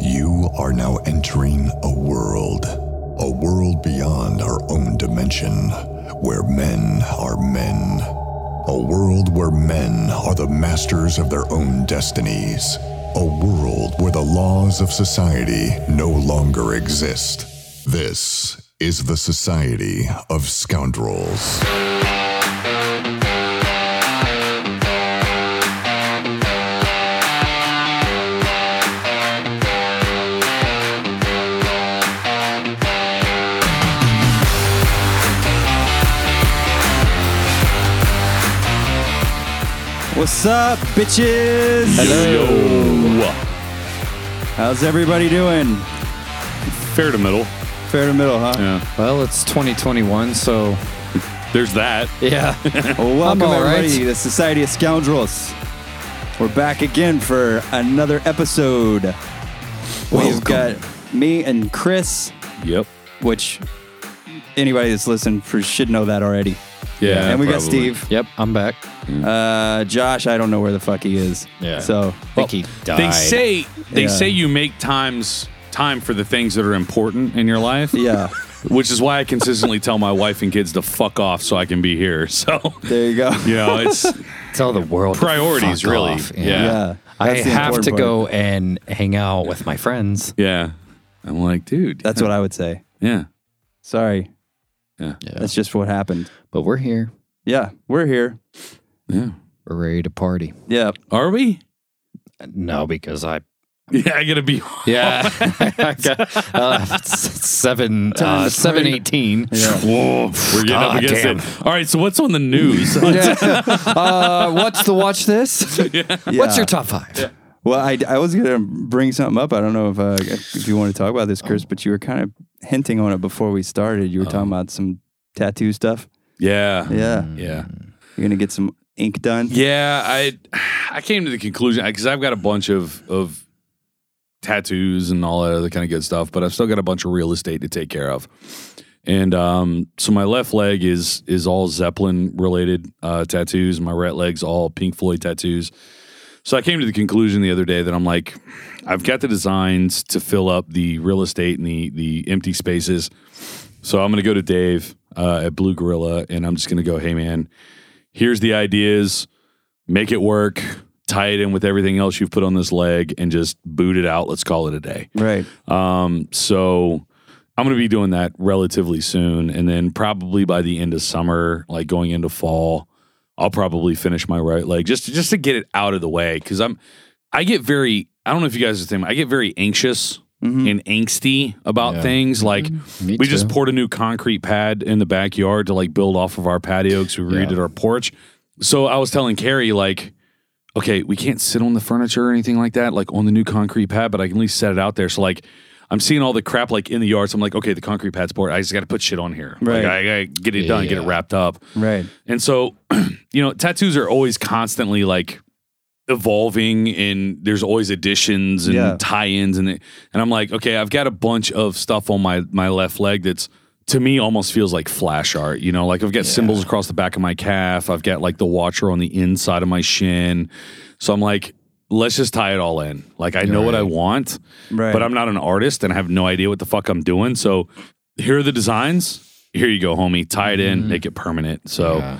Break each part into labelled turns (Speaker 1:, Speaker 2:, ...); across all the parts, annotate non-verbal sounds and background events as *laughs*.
Speaker 1: You are now entering a world, a world beyond our own dimension, where men are men. A world where men are the masters of their own destinies. A world where the laws of society no longer exist. This is the Society of Scoundrels.
Speaker 2: What's up, bitches?
Speaker 3: Hello.
Speaker 2: How's everybody doing?
Speaker 3: Fair to middle.
Speaker 2: Fair to middle, huh?
Speaker 3: Yeah.
Speaker 4: Well, it's 2021, so
Speaker 3: There's that.
Speaker 4: yeah.
Speaker 2: Well, welcome
Speaker 4: I'm all right.
Speaker 2: everybody to the Society of Scoundrels. We're back again for another episode. We've got me and Chris,
Speaker 3: Yep.
Speaker 2: which anybody that's listened for should know that already.
Speaker 3: Yeah.
Speaker 2: and we got
Speaker 3: probably.
Speaker 2: Steve,
Speaker 4: yep, I'm back.
Speaker 2: uh, Josh. I don't know where the fuck he is.
Speaker 4: Yeah.
Speaker 2: So
Speaker 4: think he died.
Speaker 3: They say they
Speaker 2: Yeah.
Speaker 3: say you make times time for the things that are important in your life.
Speaker 2: yeah,
Speaker 3: Which is why I consistently tell my wife and kids to fuck off so I can be here. *laughs* So
Speaker 2: there you go.
Speaker 3: you know, it's
Speaker 4: tell the world to
Speaker 3: Priorities,
Speaker 4: fuck
Speaker 3: really.
Speaker 4: off.
Speaker 3: *laughs* Yeah.
Speaker 4: I
Speaker 2: that's the
Speaker 4: have
Speaker 2: important
Speaker 4: to
Speaker 2: part.
Speaker 4: go and hang out with my friends.
Speaker 3: yeah. I'm like, dude.
Speaker 2: That's what I would say.
Speaker 3: yeah.
Speaker 2: Sorry,
Speaker 3: Yeah.
Speaker 2: that's just what happened.
Speaker 4: But we're here.
Speaker 2: Yeah, we're here.
Speaker 3: Yeah.
Speaker 4: We're ready to party.
Speaker 2: Yeah,
Speaker 3: Are we? *laughs*
Speaker 4: No, because I
Speaker 3: Yeah, I gotta be
Speaker 4: yeah, *laughs* I got, uh, s- seven uh, seven eighteen.
Speaker 3: Whoa, we're getting up
Speaker 4: Ah,
Speaker 3: against
Speaker 4: damn.
Speaker 3: it. All right, so what's on the news?
Speaker 4: *laughs* Uh, what's the watch this? What's
Speaker 2: Yeah.
Speaker 4: your top five?
Speaker 2: Well, I, I was going to bring something up. I don't know if uh, if you want to talk about this,
Speaker 3: Oh.
Speaker 2: Chris, but you were kind of hinting on it before we started. You were talking about some tattoo stuff.
Speaker 3: *laughs* yeah.
Speaker 2: Yeah,
Speaker 4: Mm.
Speaker 3: Yeah.
Speaker 2: you're gonna get some ink done.
Speaker 3: Yeah, I I came to the conclusion because I've got a bunch of of tattoos and all that other kind of good stuff, but I've still got a bunch of real estate to take care of. And um, so my left leg is is all Zeppelin related uh, tattoos. My right leg's all Pink Floyd tattoos. So I came to the conclusion the other day that I'm like, I've got the designs to fill up the real estate and the the empty spaces. So I'm going to go to Dave uh, at Blue Gorilla, and I'm just going to go, hey man, here's the ideas make it work, tie it in with everything else you've put on this leg, and just boot it out. Let's call it a day.
Speaker 2: Right.
Speaker 3: Um, so I'm going to be doing that relatively soon. And then probably by the end of summer, like going into fall, I'll probably finish my right leg just, just to get it out of the way. Cause I'm, I get very, I don't know if you guys are the same, I get very anxious
Speaker 2: Mm-hmm.
Speaker 3: and angsty about things. Like
Speaker 4: Me
Speaker 3: we just
Speaker 4: too.
Speaker 3: poured a new concrete pad in the backyard to like build off of our patio because we redid our porch. So I was telling Carrie, like, okay, we can't sit on the furniture or anything like that, like on the new concrete pad, but I can at least set it out there. So like I'm seeing all the crap like in the yard. So I'm like, okay, the concrete pad's poured. I just gotta put shit on here.
Speaker 2: Right.
Speaker 3: Like I gotta get it done, get it
Speaker 4: Yeah.
Speaker 3: wrapped up.
Speaker 2: Right.
Speaker 3: And so, *clears throat* you know, tattoos are always constantly like evolving and there's always additions and
Speaker 2: Yeah.
Speaker 3: tie-ins and it, and I'm like, okay, I've got a bunch of stuff on my my left leg that's to me almost feels like flash art, you know, like I've got symbols across the back of my calf, I've got like the watcher on the inside of my shin. So I'm like, let's just tie it all in. Like I know what I want,
Speaker 2: Right.
Speaker 3: but I'm not an artist and I have no idea what the fuck I'm doing. So here are the designs. Here you go, homie. Tie it
Speaker 2: Mm-hmm.
Speaker 3: in, make it permanent. So
Speaker 4: Yeah.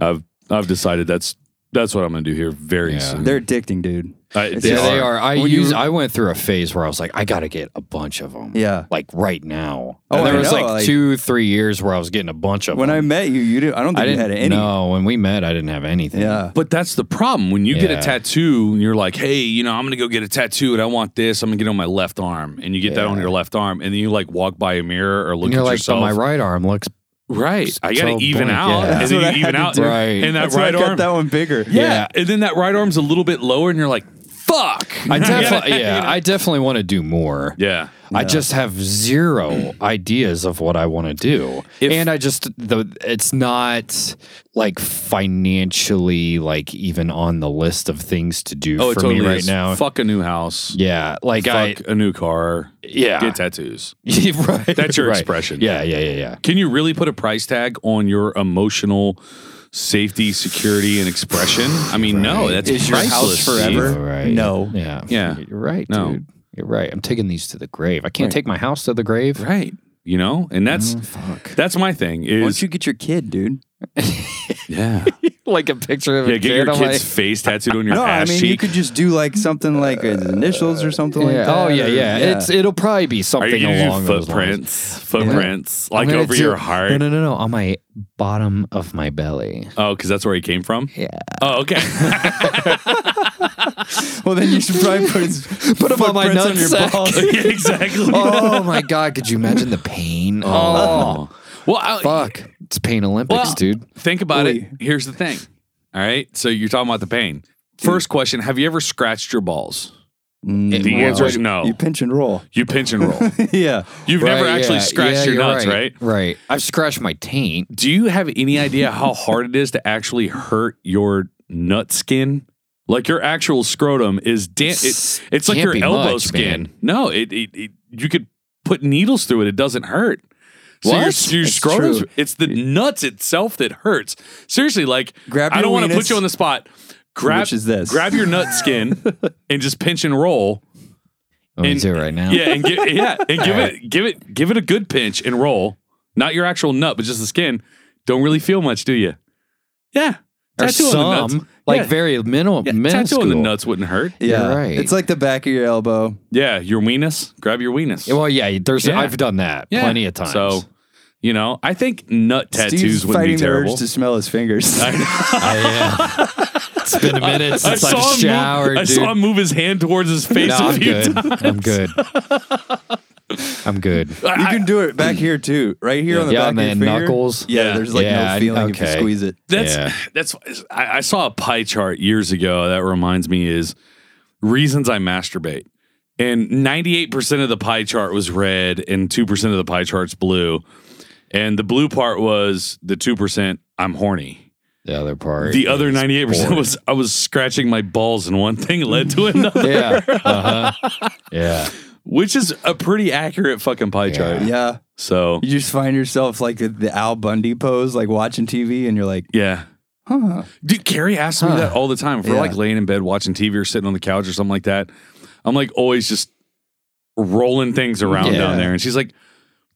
Speaker 3: I've I've decided that's that's what I'm going to do here very
Speaker 4: Yeah.
Speaker 3: soon.
Speaker 2: They're addicting, dude.
Speaker 3: I-
Speaker 2: It's
Speaker 3: they
Speaker 4: Yeah,
Speaker 2: just-
Speaker 4: they are. I
Speaker 2: When
Speaker 4: use.
Speaker 2: you-
Speaker 4: I went through a phase where I was like, I gotta get a bunch of them.
Speaker 2: Yeah.
Speaker 4: like right now.
Speaker 2: Oh,
Speaker 4: And there
Speaker 2: I
Speaker 4: was
Speaker 2: know,
Speaker 4: like,
Speaker 2: like-
Speaker 4: two, three years where I was getting a bunch of
Speaker 2: When I
Speaker 4: them.
Speaker 2: met you, you didn't. I don't think
Speaker 4: I
Speaker 2: you
Speaker 4: didn't
Speaker 2: had any.
Speaker 4: No, when we met, I didn't have anything.
Speaker 2: Yeah.
Speaker 3: But that's the problem when you get a
Speaker 4: Yeah.
Speaker 3: tattoo and you're like, hey, you know, I'm going to go get a tattoo and I want this. I'm going to get it on my left arm, and you get that on your left arm, and then you like walk by a mirror or look
Speaker 4: and you're
Speaker 3: at
Speaker 4: like,
Speaker 3: yourself.
Speaker 4: but my right arm
Speaker 3: *laughs*
Speaker 4: looks.
Speaker 3: right, I got to
Speaker 4: so
Speaker 3: even
Speaker 4: blank,
Speaker 3: out,
Speaker 4: yeah.
Speaker 3: and
Speaker 2: That's what I
Speaker 3: then you
Speaker 2: had
Speaker 3: even
Speaker 2: to
Speaker 3: out,
Speaker 2: do.
Speaker 4: Right.
Speaker 3: and that
Speaker 2: That's why
Speaker 3: right
Speaker 2: I got
Speaker 3: arm,
Speaker 2: that one bigger.
Speaker 3: yeah. and then that right arm's a little bit lower, and you're like, fuck,
Speaker 4: I definitely, yeah,
Speaker 3: *laughs*
Speaker 4: I definitely want to do more.
Speaker 3: yeah.
Speaker 4: I just have
Speaker 3: *clears throat*
Speaker 4: zero ideas of what I want to do,
Speaker 3: If-
Speaker 4: and I just the it's not like financially like even on the list of things to do
Speaker 3: Oh, it
Speaker 4: for
Speaker 3: totally
Speaker 4: me right
Speaker 3: is.
Speaker 4: now.
Speaker 3: Fuck a new house.
Speaker 4: yeah, like I,
Speaker 3: Fuck a new car.
Speaker 4: yeah,
Speaker 3: Get tattoos.
Speaker 4: *laughs* right,
Speaker 3: That's your
Speaker 4: right.
Speaker 3: expression.
Speaker 4: Yeah, yeah, yeah, yeah.
Speaker 3: Can you really put a price tag on your emotional safety, security, and expression? I mean, no, that's
Speaker 2: Is your house
Speaker 3: priceless, Steve.
Speaker 2: forever?
Speaker 4: Right.
Speaker 2: No.
Speaker 4: Yeah.
Speaker 3: Yeah.
Speaker 4: You're right,
Speaker 3: No.
Speaker 4: dude. You're right. I'm taking these to the grave. I can't
Speaker 2: Right.
Speaker 4: take my house to the grave.
Speaker 3: Right. You know, and that's
Speaker 4: Fuck.
Speaker 3: that's my thing.
Speaker 2: Mm-hmm. Why don't
Speaker 3: Is
Speaker 2: you get your kid, dude?
Speaker 3: *laughs*
Speaker 2: *laughs*
Speaker 3: yeah,
Speaker 4: *laughs* like a picture of
Speaker 3: yeah.
Speaker 4: a
Speaker 3: Get
Speaker 4: kid.
Speaker 3: your
Speaker 4: I'm
Speaker 3: kid's
Speaker 4: like-
Speaker 3: face tattooed on your
Speaker 2: No,
Speaker 3: *laughs*
Speaker 2: I
Speaker 3: ass
Speaker 2: mean you
Speaker 3: cheek.
Speaker 2: could just do like something like his initials or something like
Speaker 4: Yeah.
Speaker 2: that.
Speaker 4: Oh yeah,
Speaker 2: or-
Speaker 4: yeah. It's it'll probably be
Speaker 3: Are
Speaker 4: something
Speaker 3: you gonna
Speaker 4: along
Speaker 3: do
Speaker 4: those lines.
Speaker 3: footprints? Footprints like
Speaker 4: I'm gonna
Speaker 3: over
Speaker 4: do-
Speaker 3: your
Speaker 4: No,
Speaker 3: heart.
Speaker 4: no, no, no. On my bottom of my belly.
Speaker 3: Oh, because that's where he came from.
Speaker 4: Yeah.
Speaker 2: *laughs*
Speaker 3: Oh, okay.
Speaker 2: *laughs* Well, then you should probably put
Speaker 4: *laughs*
Speaker 2: his put
Speaker 4: them on my nutsack.
Speaker 3: Yeah,
Speaker 2: *laughs*
Speaker 3: exactly.
Speaker 4: *laughs* oh my god, could you imagine the *laughs* pain? Oh,
Speaker 3: Oh. Well, I,
Speaker 4: fuck. It's pain Olympics,
Speaker 3: Well-
Speaker 4: dude.
Speaker 3: Think about
Speaker 2: Wait.
Speaker 3: it. Here's the thing. All right. So you're talking about the pain. First question Have you ever scratched your balls?
Speaker 2: Mm,
Speaker 3: The
Speaker 4: Wow.
Speaker 3: answer is *laughs* no.
Speaker 2: You
Speaker 3: You,
Speaker 2: pinch and roll. *laughs*
Speaker 3: pinch and
Speaker 4: *laughs*
Speaker 3: roll.
Speaker 2: yeah.
Speaker 3: You've never
Speaker 4: Right,
Speaker 3: actually
Speaker 4: yeah,
Speaker 3: scratched
Speaker 4: yeah,
Speaker 3: your
Speaker 4: you're
Speaker 3: nuts, right.
Speaker 4: right? Right. I've scratched my taint.
Speaker 3: Do you have any
Speaker 2: *laughs*
Speaker 3: idea how hard it is to actually hurt your nut skin? Like your actual scrotum is damp. It, it's like
Speaker 4: Can't
Speaker 3: your
Speaker 4: be
Speaker 3: elbow
Speaker 4: much,
Speaker 3: skin.
Speaker 4: man.
Speaker 3: No, it, it, it you could put needles through it. It doesn't hurt. So your,
Speaker 4: What?
Speaker 3: your
Speaker 2: That's
Speaker 3: scrotum,
Speaker 2: true.
Speaker 3: it's the nuts itself that hurts. Seriously, like
Speaker 2: Grab
Speaker 3: I
Speaker 2: your
Speaker 3: don't want to put
Speaker 2: weenus,
Speaker 3: you on the spot. Grab
Speaker 2: which is this.
Speaker 3: Grab
Speaker 2: *laughs*
Speaker 3: your nut skin and just pinch and roll.
Speaker 4: Let me
Speaker 3: And-
Speaker 4: do it right now.
Speaker 3: Yeah, and give, yeah, and give it, give it, give it a good pinch and roll. Not your actual nut, but just the skin. Don't really feel much, do you? Yeah,
Speaker 4: Or
Speaker 3: tattoo on the nuts.
Speaker 4: some, like
Speaker 3: Yeah.
Speaker 4: very minimal.
Speaker 3: Yeah, tattoo
Speaker 4: minuscule.
Speaker 3: on the nuts wouldn't hurt.
Speaker 2: Yeah.
Speaker 4: You're right.
Speaker 2: It's like the back of your elbow.
Speaker 3: Yeah, your weenus. Grab your weenus.
Speaker 4: Well, yeah. There's.
Speaker 3: Yeah.
Speaker 4: I've done that
Speaker 3: Yeah.
Speaker 4: plenty of times.
Speaker 3: So, you know, I think nut tattoos
Speaker 2: Steve's
Speaker 3: wouldn't
Speaker 2: fighting
Speaker 3: be
Speaker 2: the
Speaker 3: terrible.
Speaker 2: urge
Speaker 3: *laughs*
Speaker 2: to smell his fingers.
Speaker 4: *laughs* I, uh, it's been a minute
Speaker 3: I
Speaker 4: since I
Speaker 3: saw,
Speaker 4: have
Speaker 3: him
Speaker 4: showered.
Speaker 3: move, I
Speaker 4: dude.
Speaker 3: saw him move his hand towards his face
Speaker 4: No,
Speaker 3: a
Speaker 4: I'm
Speaker 3: few
Speaker 4: good.
Speaker 3: times.
Speaker 4: I'm good.
Speaker 3: *laughs*
Speaker 4: I'm good.
Speaker 2: *laughs* you can do it back here too, right here on the
Speaker 4: Yeah,
Speaker 2: back
Speaker 4: on
Speaker 2: of your
Speaker 4: the
Speaker 2: finger.
Speaker 4: knuckles.
Speaker 2: Yeah,
Speaker 3: Yeah.
Speaker 2: there's like
Speaker 4: Yeah,
Speaker 2: no
Speaker 4: I-
Speaker 2: feeling if you
Speaker 4: okay.
Speaker 2: squeeze it.
Speaker 3: That's
Speaker 4: Yeah.
Speaker 3: *sighs* that's. I, I saw a pie chart years ago that reminds me is reasons I masturbate, and ninety eight percent of the pie chart was red, and two percent of the pie chart's blue, and the blue part was the two percent I'm horny.
Speaker 4: The other part.
Speaker 3: The other
Speaker 4: is
Speaker 3: ninety eight percent
Speaker 4: bored.
Speaker 3: was I was scratching my balls, and one thing led to another, *laughs*
Speaker 4: Yeah. Uh-huh. Yeah.
Speaker 3: which is a pretty accurate fucking pie chart.
Speaker 2: Yeah,
Speaker 3: So
Speaker 2: you just find yourself like the, the Al Bundy pose, like watching TV, and you're like,
Speaker 3: yeah.
Speaker 2: huh.
Speaker 3: Dude, Carrie asks me that all the time. If we're
Speaker 2: Yeah.
Speaker 3: like laying in bed watching TV or sitting on the couch or something like that, I'm like always just rolling things around
Speaker 4: Yeah.
Speaker 3: down there. And she's like,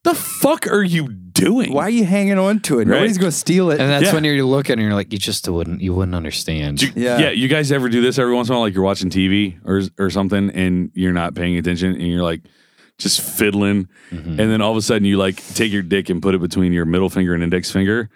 Speaker 3: the fuck are you doing?
Speaker 2: Why are you hanging on to it?
Speaker 3: Right.
Speaker 2: Nobody's gonna steal it.
Speaker 4: And that's
Speaker 3: Yeah.
Speaker 4: when you're looking and you're like, you just wouldn't, you wouldn't understand.
Speaker 3: Do you- yeah.
Speaker 2: Yeah.
Speaker 3: you guys ever do this every once in a while? Like you're watching TV or or something and you're not paying attention and you're like just fiddling.
Speaker 4: Mm-hmm.
Speaker 3: And then all of a sudden you like take your dick and put it between your middle finger and index finger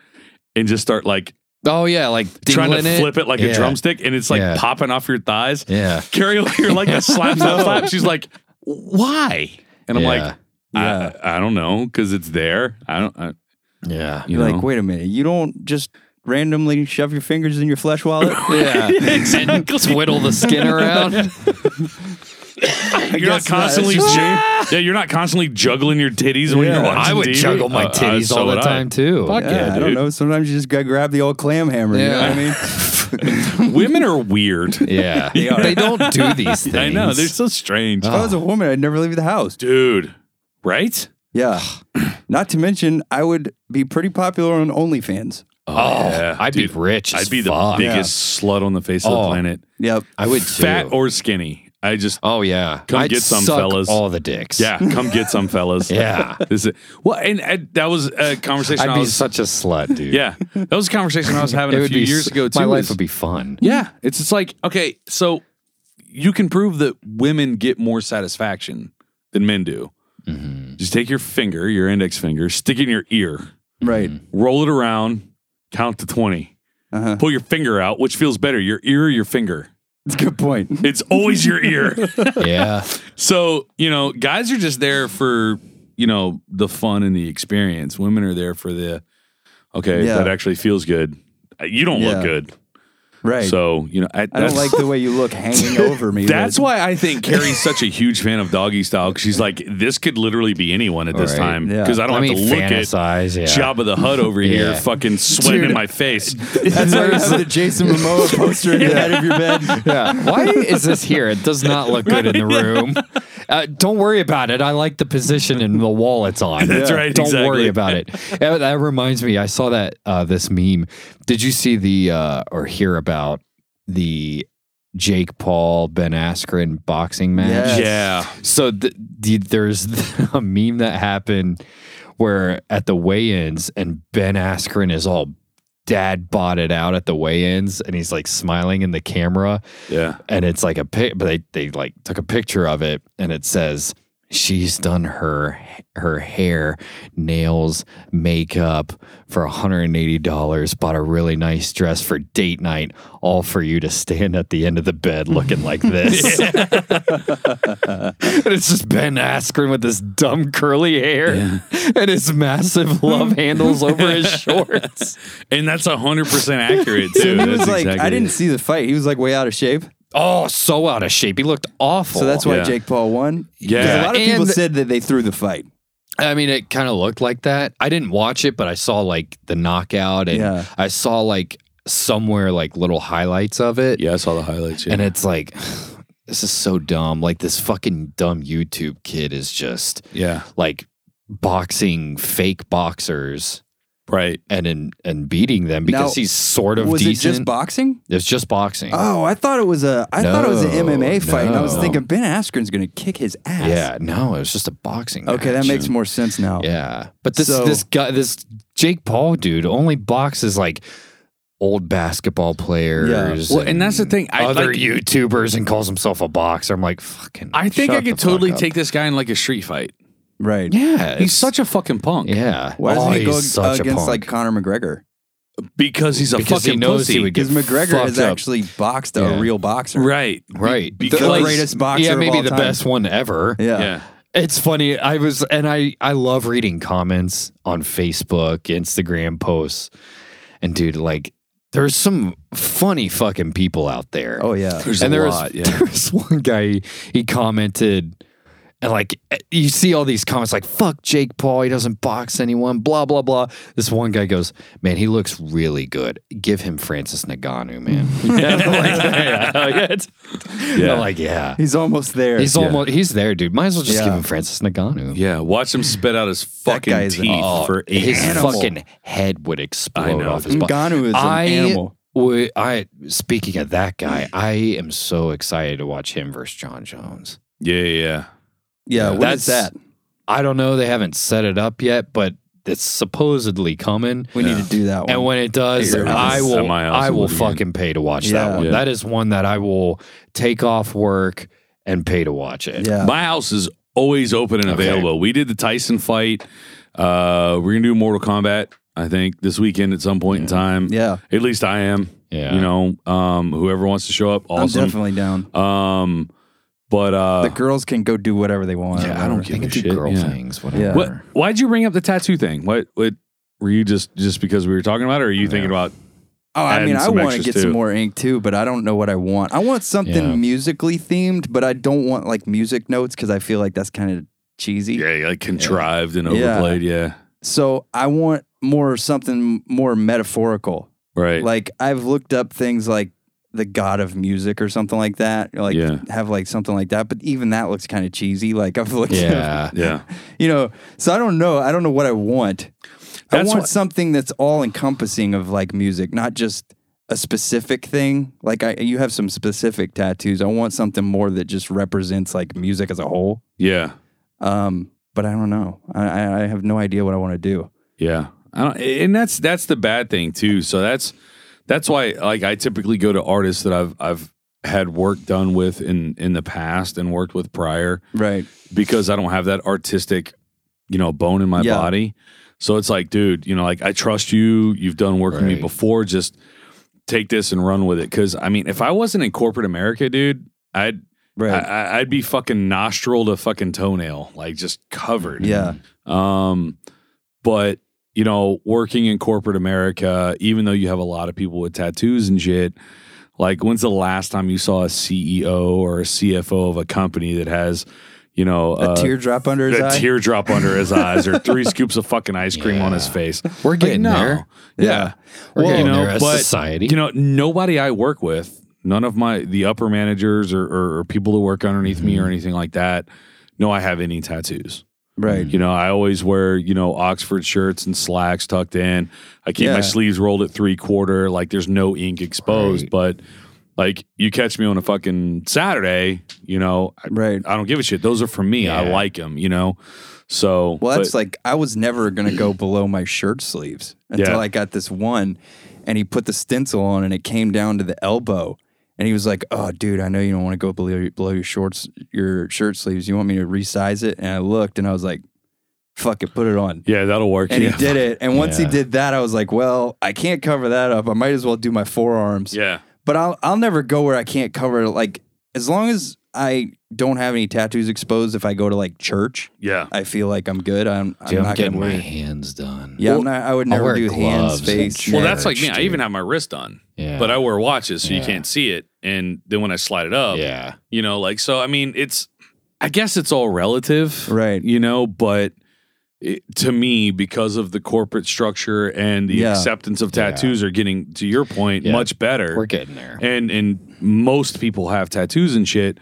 Speaker 3: and just start like
Speaker 4: oh yeah, like
Speaker 3: trying
Speaker 4: dingling
Speaker 3: to flip it like
Speaker 4: yeah.
Speaker 3: a drumstick and it's like
Speaker 4: Yeah.
Speaker 3: popping off your thighs.
Speaker 4: Yeah.
Speaker 3: Carrie will hear like a slap,
Speaker 4: *laughs*
Speaker 3: slap, slap. She's like, why? And I'm
Speaker 4: Yeah.
Speaker 3: like, I,
Speaker 2: Yeah.
Speaker 3: I don't know, because it's there. I don't, I, *laughs*
Speaker 4: Yeah.
Speaker 3: you
Speaker 2: you're
Speaker 3: know.
Speaker 2: like, wait a minute, you don't just randomly shove your fingers in your flesh
Speaker 3: *laughs*
Speaker 2: wallet.
Speaker 4: Yeah. and twiddle the skin around.
Speaker 3: you're
Speaker 2: guess
Speaker 3: not
Speaker 2: not. It's
Speaker 3: constantly,
Speaker 2: just-
Speaker 3: ju- yeah, you're not constantly juggling your titties when
Speaker 2: Yeah.
Speaker 3: you're watching
Speaker 4: I would
Speaker 3: TV.
Speaker 4: juggle my
Speaker 3: Uh, uh,
Speaker 4: titties
Speaker 3: so
Speaker 4: all the
Speaker 3: would I.
Speaker 4: time too.
Speaker 3: Fuck
Speaker 2: Yeah,
Speaker 3: yeah,
Speaker 2: I don't
Speaker 3: dude.
Speaker 2: know. Sometimes you just gotta grab the old clam hammer. You know what I mean?
Speaker 3: *laughs* Women are
Speaker 4: *laughs*
Speaker 3: weird. *laughs*
Speaker 4: Yeah.
Speaker 2: They are.
Speaker 4: They don't do these things. Oh.
Speaker 3: I know they're so strange,
Speaker 2: If I was a woman, I'd never leave the house.
Speaker 3: dude. Right?
Speaker 2: Yeah.
Speaker 3: *clears throat*
Speaker 2: Not to mention, I would be pretty popular on OnlyFans.
Speaker 3: Oh,
Speaker 4: I'd be rich.
Speaker 3: I'd
Speaker 4: as
Speaker 3: be the
Speaker 4: fuck.
Speaker 3: biggest slut on the face of
Speaker 4: Oh.
Speaker 3: the planet,
Speaker 2: Yep.
Speaker 4: I would
Speaker 3: fat
Speaker 4: too.
Speaker 3: or skinny. I just,
Speaker 4: Oh yeah,
Speaker 3: Come
Speaker 4: I'd
Speaker 3: get some,
Speaker 4: suck
Speaker 3: fellas.
Speaker 4: All the dicks.
Speaker 3: yeah, come get some fellas.
Speaker 4: *laughs* yeah.
Speaker 3: This is well, and, and that was a conversation.
Speaker 4: I'd
Speaker 3: I
Speaker 4: be
Speaker 3: was,
Speaker 4: such a slut, dude.
Speaker 3: *laughs* yeah, that was a conversation I was
Speaker 4: *laughs*
Speaker 3: having a few
Speaker 4: be
Speaker 3: years
Speaker 4: s-
Speaker 3: ago too.
Speaker 4: My life
Speaker 3: is-
Speaker 4: would be fun.
Speaker 3: yeah, it's just like okay, so you can prove that women get more satisfaction than men do. *laughs*
Speaker 4: Mm-hmm.
Speaker 3: Just take your finger, your index finger, stick it in your ear,
Speaker 2: Right.
Speaker 3: Mm. roll it around, count to twenty,
Speaker 2: Uh-huh.
Speaker 3: pull your finger out. Which feels better, your ear or your finger?
Speaker 2: It's a good point.
Speaker 3: It's always your
Speaker 4: *laughs*
Speaker 3: ear.
Speaker 4: Yeah.
Speaker 3: So, you know, guys are just there for, you know, the fun and the experience. Women are there for the, okay,
Speaker 2: Yeah.
Speaker 3: that actually feels good. Uh, You don't
Speaker 2: Yeah.
Speaker 3: look good.
Speaker 2: Right.
Speaker 3: So, you know, I,
Speaker 2: I don't
Speaker 3: that's,
Speaker 2: like the way you look
Speaker 3: *laughs*
Speaker 2: hanging over me.
Speaker 3: that's
Speaker 2: but-
Speaker 3: why I
Speaker 2: *laughs*
Speaker 3: think Carrie's such a huge fan of doggy style because she's like, this could literally be anyone at this
Speaker 4: Right.
Speaker 3: time
Speaker 2: Yeah.
Speaker 3: because I don't
Speaker 4: Let
Speaker 3: have
Speaker 4: me
Speaker 3: to look at
Speaker 4: fantasize. yeah.
Speaker 3: Jabba the Hutt over here
Speaker 4: Yeah.
Speaker 3: fucking sweating
Speaker 2: Dude.
Speaker 3: in my
Speaker 2: *laughs*
Speaker 3: face.
Speaker 2: That's why you have the Jason
Speaker 3: *laughs*
Speaker 2: Momoa poster in the head of your bed.
Speaker 4: Yeah. Why is this here? It does not look good in the room. Uh, don't worry about it. I like the position and the wall it's on.
Speaker 3: That's right,
Speaker 4: Don't
Speaker 3: exactly.
Speaker 4: worry about it. Uh, That reminds me. I saw that uh, this meme. Did you see the uh, or hear about the Jake Paul Ben Askren boxing
Speaker 2: Yes.
Speaker 4: match.
Speaker 3: Yeah.
Speaker 4: So th- the, there's *laughs* a meme that happened where at the weigh-ins and Ben Askren is all dad botted out at the weigh-ins and he's like smiling in the camera
Speaker 3: Yeah.
Speaker 4: and it's like a pic but they, they like took a picture of it and it says she's done her her hair nails makeup for $180 bought a really nice dress for date night all for you to stand at the end of the bed looking
Speaker 2: *laughs*
Speaker 4: like this *laughs* and it's just ben askren with this dumb curly hair and his massive love handles
Speaker 2: *laughs*
Speaker 4: over his shorts
Speaker 3: And that's 100% accurate, too.
Speaker 2: he
Speaker 3: That's
Speaker 2: was like, I
Speaker 3: exactly
Speaker 2: didn't
Speaker 3: it.
Speaker 2: see the fight. He was like way out of shape.
Speaker 4: oh so out of shape he looked awful
Speaker 2: So that's why
Speaker 3: Yeah.
Speaker 2: Jake Paul won. 'Cause
Speaker 3: Yeah.
Speaker 2: a lot of people
Speaker 4: And-
Speaker 2: said that they threw the fight.
Speaker 4: I mean, it kind of looked like that. I didn't watch it, but I saw like the knockout and
Speaker 2: Yeah.
Speaker 4: I saw like somewhere like little highlights of it.
Speaker 3: Yeah, I saw the highlights. Yeah.
Speaker 4: And it's like, *sighs* this is so dumb. Like, this fucking dumb YouTube kid is just
Speaker 3: yeah.
Speaker 4: like boxing fake boxers
Speaker 3: Right.
Speaker 4: and and, and beating them because
Speaker 2: Now,
Speaker 4: he's sort of
Speaker 2: was
Speaker 4: decent.
Speaker 2: it just boxing?
Speaker 4: it's just boxing.
Speaker 2: Oh, I thought it was a. I thought it was an
Speaker 4: No,
Speaker 2: MMA fight, and I was
Speaker 4: no.
Speaker 2: thinking Ben Askren's going to kick his ass.
Speaker 4: yeah. No, it was just a boxing.
Speaker 2: Okay, that
Speaker 4: match.
Speaker 2: makes more sense now.
Speaker 4: Yeah. But this
Speaker 2: So-
Speaker 4: this guy this Jake Paul dude only boxes like old basketball players.
Speaker 2: Yeah.
Speaker 3: Well, and that's the thing. I-
Speaker 4: other
Speaker 3: like-
Speaker 4: YouTubers and calls himself a boxer. I'm like, fucking.
Speaker 3: I think
Speaker 4: shut
Speaker 3: I could
Speaker 4: the fuck
Speaker 3: totally
Speaker 4: up.
Speaker 3: take this guy in like a street fight.
Speaker 2: Right.
Speaker 4: Yeah.
Speaker 3: He's such a fucking punk.
Speaker 4: Yeah.
Speaker 2: Why
Speaker 4: oh,
Speaker 2: doesn't he
Speaker 4: he's
Speaker 2: go
Speaker 4: such a
Speaker 2: against
Speaker 4: punk.
Speaker 2: like Conor McGregor?
Speaker 3: Because he's a
Speaker 4: Because he
Speaker 3: fucking
Speaker 4: knows he
Speaker 3: pussy.
Speaker 4: would get
Speaker 2: Because McGregor
Speaker 4: fucked
Speaker 2: has
Speaker 4: up.
Speaker 2: actually boxed a
Speaker 4: Yeah.
Speaker 2: real boxer.
Speaker 3: right.
Speaker 4: right?
Speaker 3: Because-
Speaker 2: The
Speaker 3: Like-
Speaker 2: greatest boxer.
Speaker 4: yeah,
Speaker 2: of
Speaker 4: maybe
Speaker 2: all
Speaker 4: the
Speaker 2: time.
Speaker 4: best one ever.
Speaker 2: Yeah.
Speaker 3: Yeah.
Speaker 4: It's funny. I was, and I, I love reading comments on Facebook, Instagram posts, and dude, like, there's some funny fucking people out there.
Speaker 2: Oh yeah.
Speaker 3: There's
Speaker 4: and
Speaker 3: a
Speaker 4: there was, *laughs*
Speaker 3: lot. yeah.
Speaker 4: there was one guy he, he commented and like you see all these comments like fuck Jake Paul he doesn't box anyone blah blah blah this one guy goes man he looks really good give him Francis
Speaker 3: *laughs*
Speaker 4: Naganu man *laughs* And I'm like, yeah, yeah.
Speaker 3: Yeah.
Speaker 4: I'm like yeah
Speaker 2: He's almost there.
Speaker 4: he's almost he's there dude might as well just give
Speaker 2: Yeah.
Speaker 4: him Francis Naganu
Speaker 3: Yeah. Watch him spit out his fucking
Speaker 2: guy is an-
Speaker 3: teeth
Speaker 4: Oh,
Speaker 3: for eight
Speaker 4: his
Speaker 3: minutes.
Speaker 4: fucking head would explode
Speaker 3: know,
Speaker 4: off his body
Speaker 2: Ngannou is an
Speaker 4: I-
Speaker 2: animal.
Speaker 4: Wait, I speaking of that guy, I am so excited to watch him versus John Jones.
Speaker 3: Yeah. Yeah. yeah.
Speaker 2: Yeah. What is
Speaker 4: That's-
Speaker 2: that?
Speaker 4: I don't know. They haven't set it up yet, but it's supposedly coming.
Speaker 2: We need to do that one.
Speaker 4: And when it does,
Speaker 2: Figure it out.
Speaker 4: I will.
Speaker 3: Semi
Speaker 4: I will
Speaker 3: awesome weekend.
Speaker 4: fucking pay to watch
Speaker 2: Yeah.
Speaker 4: that one.
Speaker 3: Yeah.
Speaker 4: That is one that I will take off work and pay to watch it.
Speaker 2: yeah.
Speaker 3: My house is always open and
Speaker 4: Okay.
Speaker 3: available. We did the Tyson fight. Uh, we're gonna do Mortal Kombat. I think this weekend at some point in time.
Speaker 2: Yeah.
Speaker 3: At least I am.
Speaker 4: Yeah.
Speaker 3: You know, um, whoever wants to show up,
Speaker 2: I'm
Speaker 3: awesome.
Speaker 2: definitely down.
Speaker 3: Um, but uh,
Speaker 2: the girls can go do whatever they want.
Speaker 4: I don't
Speaker 3: give
Speaker 4: think
Speaker 3: a
Speaker 4: do
Speaker 3: shit,
Speaker 4: girl
Speaker 3: yeah.
Speaker 4: things. Whatever.
Speaker 2: Yeah.
Speaker 3: what, why'd you bring up the tattoo thing? What? What? Were you just just because we were talking about it? Or are you thinking about?
Speaker 2: Oh, I
Speaker 3: And
Speaker 2: mean, I
Speaker 3: some
Speaker 2: want to
Speaker 3: extras,
Speaker 2: get
Speaker 3: too.
Speaker 2: some more ink too, but I don't know what I want. I want something
Speaker 4: Yeah.
Speaker 2: musically themed, but I don't want like music notes because I feel like that's kind of cheesy.
Speaker 3: Yeah, like contrived and
Speaker 2: Yeah.
Speaker 3: overplayed. Yeah.
Speaker 2: So I want more something more metaphorical.
Speaker 3: Right.
Speaker 2: Like I've looked up things like the god of music or something like that. Like
Speaker 3: Yeah.
Speaker 2: have like something like that, but even that looks kind of cheesy. Like I've looked, up,
Speaker 4: *laughs* Yeah.
Speaker 3: yeah.
Speaker 2: you know. So I don't know. I don't know what I want. I
Speaker 3: That's
Speaker 2: want
Speaker 3: what-
Speaker 2: something that's all encompassing of like music, not just a specific thing. Like I, you have some specific tattoos. I want something more that just represents like music as a whole.
Speaker 3: Yeah.
Speaker 2: Um, but I don't know. I- I, I have no idea what I want to do.
Speaker 3: Yeah. I don't, and that's that's the bad thing too. So that's that's why like I typically go to artists that I've I've had work done with in in the past and worked with prior
Speaker 2: Right.
Speaker 3: because I don't have that artistic, you know, bone in my
Speaker 2: Yeah.
Speaker 3: body. So it's like, dude, you know, like I trust you. You've done work with me
Speaker 4: Right.
Speaker 3: before. Just take this and run with it. Because I mean, if I wasn't in corporate America, dude, I'd
Speaker 2: Right.
Speaker 3: I, I'd be fucking nostril to fucking toenail, like just covered.
Speaker 2: yeah.
Speaker 3: Um, but you know, working in corporate America, even though you have a lot of people with tattoos and shit, like when's the last time you saw a CEO or a CFO of a company that has, you know,
Speaker 2: A teardrop under his
Speaker 3: a
Speaker 2: eye.
Speaker 3: teardrop under his eyes or three scoops of fucking ice cream on his
Speaker 4: Yeah.
Speaker 3: face?
Speaker 4: We're
Speaker 3: Like,
Speaker 4: getting
Speaker 3: no.
Speaker 4: there.
Speaker 3: Yeah.
Speaker 4: We're
Speaker 3: Well,
Speaker 4: getting
Speaker 3: you know,
Speaker 4: there as
Speaker 3: but-
Speaker 4: society.
Speaker 3: You know, nobody I work with, none of my the upper managers or, or, or people who work underneath me or anything like that, know I have any tattoos.
Speaker 2: right.
Speaker 3: You know, I always wear, you know, Oxford shirts and slacks tucked in. I keep
Speaker 2: Yeah.
Speaker 3: my sleeves rolled at three quarter, like there's no ink exposed.
Speaker 4: Right.
Speaker 3: But Like you catch me on a fucking Saturday, you know, I,
Speaker 2: Right.
Speaker 3: I don't give a shit. Those are for me. I
Speaker 4: Yeah.
Speaker 3: like them, you know. So
Speaker 2: Well, that's
Speaker 3: but-
Speaker 2: like I was never gonna
Speaker 3: *clears throat*
Speaker 2: go below my shirt sleeves until
Speaker 3: Yeah.
Speaker 2: I got this one, and he put the stencil on, and it came down to the elbow, and he was like, "Oh, dude, I know you don't want to go below your, below your shorts, your shirt sleeves. You want me to resize it?" And I looked, and I was like, "Fuck it, put it on."
Speaker 3: yeah, that'll work.
Speaker 2: And
Speaker 3: yeah.
Speaker 2: he did it. And once
Speaker 4: Yeah.
Speaker 2: he did that, I was like, "Well, I can't cover that up. I might as well do my forearms."
Speaker 3: yeah.
Speaker 2: but I'll I'll never go where I can't cover like as long as I don't have any tattoos exposed. If I go to like church,
Speaker 3: Yeah.
Speaker 2: I feel like I'm good. I'm, I'm
Speaker 4: Dude, I'm,
Speaker 2: not
Speaker 4: getting
Speaker 2: gonna
Speaker 4: my
Speaker 2: wear.
Speaker 4: hands done.
Speaker 2: Yeah, I'm not, I would
Speaker 4: I'll
Speaker 2: never
Speaker 4: wear
Speaker 2: do hands,
Speaker 4: gloves
Speaker 2: face.
Speaker 4: and
Speaker 3: Well,
Speaker 2: neck.
Speaker 3: that's like me. I
Speaker 4: dude.
Speaker 3: even have my wrist on,
Speaker 4: Yeah.
Speaker 3: but I wear watches so you
Speaker 4: Yeah.
Speaker 3: can't see it. And then when I slide it up,
Speaker 4: yeah.
Speaker 3: you know, like so. I mean, it's. I guess it's all
Speaker 2: *laughs*
Speaker 3: relative,
Speaker 2: Right.
Speaker 3: You know, but it, to me, because of the corporate structure and the
Speaker 2: Yeah.
Speaker 3: acceptance of
Speaker 4: Yeah.
Speaker 3: tattoos, are getting to your point
Speaker 4: Yeah.
Speaker 3: much better.
Speaker 4: We're getting there.
Speaker 3: and and most people have tattoos and shit.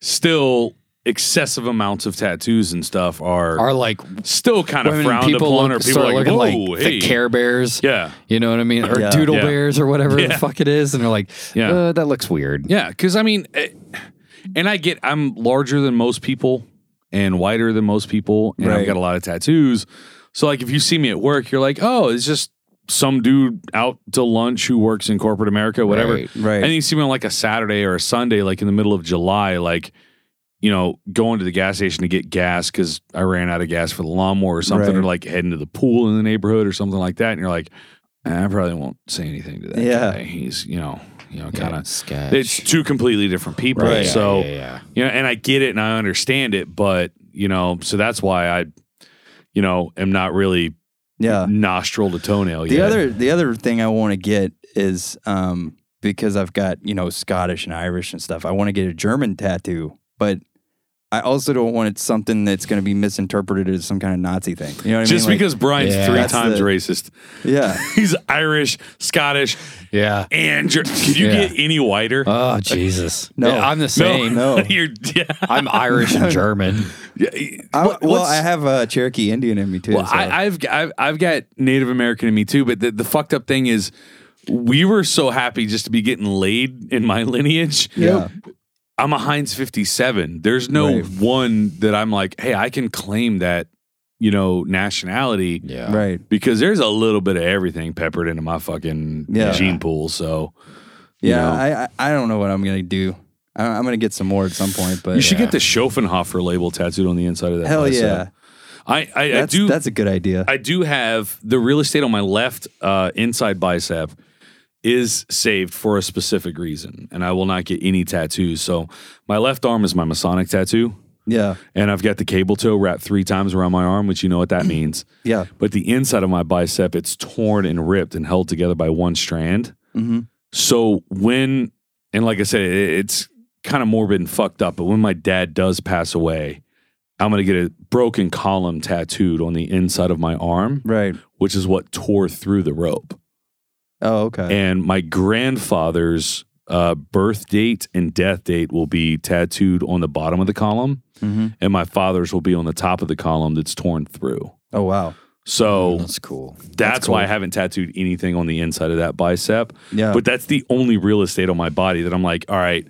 Speaker 3: Still, excessive amounts of tattoos and stuff are,
Speaker 4: Are like
Speaker 3: still kind of
Speaker 4: when
Speaker 3: frowned
Speaker 4: people
Speaker 3: upon,
Speaker 4: look,
Speaker 3: or people
Speaker 4: start
Speaker 3: are like,
Speaker 4: looking like
Speaker 3: "Whoa, hey,
Speaker 4: the Care Bears.
Speaker 3: yeah,
Speaker 4: You know what I mean? Or
Speaker 2: Yeah.
Speaker 4: Doodle
Speaker 3: Yeah.
Speaker 4: Bears or whatever
Speaker 3: Yeah.
Speaker 4: the fuck it is. And they're like,
Speaker 3: Yeah.
Speaker 4: uh, that looks weird.
Speaker 3: yeah." Because I mean, eh, and I get I'm larger than most people and whiter than most people, and I've
Speaker 2: Right.
Speaker 3: got a lot of tattoos. So like, if you see me at work, you're like, "Oh, it's just." Some dude out to lunch who works in corporate America, whatever.
Speaker 4: Right.
Speaker 2: right.
Speaker 3: And then you see me on like a Saturday or a Sunday, like in the middle of July, like, you know, going to the gas station to get gas because I ran out of gas for the lawnmower or something,
Speaker 2: Right.
Speaker 3: or like heading to the pool in the neighborhood or something like that. And you're like, "Eh, I probably won't say anything to that.
Speaker 2: Yeah.
Speaker 3: guy. He's, you know, you know,
Speaker 4: Yeah,
Speaker 3: kind of.
Speaker 4: sketch.
Speaker 3: It's two completely different people.
Speaker 4: Right. Yeah,
Speaker 3: So,
Speaker 4: yeah, yeah.
Speaker 3: you know, and I get it and I understand it, but, you know, so that's why I, you know, am not really
Speaker 2: yeah.
Speaker 3: nostril to toenail
Speaker 2: Uh. The
Speaker 3: yet.
Speaker 2: other the other thing I want to get is um because I've got you know Scottish and Irish and stuff. I want to get a German tattoo, but. I also don't want it something that's going to be misinterpreted as some kind of Nazi thing. You know what
Speaker 3: just
Speaker 2: I mean? Like,
Speaker 3: because Brian's
Speaker 4: Yeah.
Speaker 3: three
Speaker 2: That's
Speaker 3: times
Speaker 2: the-
Speaker 3: racist. *laughs*
Speaker 2: yeah,
Speaker 3: He's Irish, Scottish,
Speaker 4: Yeah.
Speaker 3: and you can you
Speaker 4: Yeah.
Speaker 3: get any whiter?
Speaker 4: Oh, Jesus.
Speaker 2: No.
Speaker 4: *laughs* Yeah, I'm the same.
Speaker 2: no.
Speaker 3: *laughs* You're, yeah.
Speaker 4: I'm Irish
Speaker 3: *laughs*
Speaker 4: and German.
Speaker 3: Yeah.
Speaker 2: I,
Speaker 3: What-
Speaker 2: well,
Speaker 3: what's-
Speaker 2: I have a Cherokee Indian in me too.
Speaker 3: well,
Speaker 2: so-
Speaker 3: I, I've, I've I've got Native American in me too, but the, the fucked up thing is, we were so happy just to be getting laid in my *laughs* lineage.
Speaker 2: Yeah.
Speaker 3: I'm a Heinz 57. There's no
Speaker 2: Right.
Speaker 3: one that I'm like, hey, I can claim that, you know, nationality.
Speaker 4: Yeah.
Speaker 2: right.
Speaker 3: Because there's a little bit of everything peppered into my fucking
Speaker 2: Yeah.
Speaker 3: gene pool. So you
Speaker 2: Yeah,
Speaker 3: know.
Speaker 2: I, I I don't know what I'm gonna do. I, I'm gonna get some more at some point, but uh,
Speaker 3: you should
Speaker 4: Yeah.
Speaker 3: get the Schopenhofer label tattooed on the inside of that.
Speaker 2: hell
Speaker 4: uh,
Speaker 3: bicep.
Speaker 2: yeah,
Speaker 3: I, I,
Speaker 2: that's
Speaker 3: I do.
Speaker 2: that's a good idea.
Speaker 3: I do have the real estate on my left uh, inside bicep is saved for a specific reason, and I will not get any tattoos. So my left arm is my Masonic tattoo,
Speaker 2: yeah,
Speaker 3: and I've got the cable toe wrapped three times around my arm, which you know what that means.
Speaker 2: yeah,
Speaker 3: But the inside of my bicep, it's torn and ripped and held together by one strand.
Speaker 2: mm-hmm.
Speaker 3: So when, and like I said, it, it's kind of morbid and fucked up, but when my dad does pass away, I'm going to get a broken column tattooed on the inside of my arm,
Speaker 2: right.
Speaker 3: which is what tore through the rope.
Speaker 2: Oh, okay.
Speaker 3: And my grandfather's uh, birth date and death date will be tattooed on the bottom of the column,
Speaker 2: hmm
Speaker 3: and my father's will be on the top of the column that's torn through.
Speaker 2: Oh, wow.
Speaker 3: So
Speaker 4: Oh, That's cool.
Speaker 3: that's, why I
Speaker 2: cool.
Speaker 3: haven't tattooed anything on the inside of that bicep.
Speaker 2: Yeah.
Speaker 3: But that's the only real estate on my body that I'm like, all right,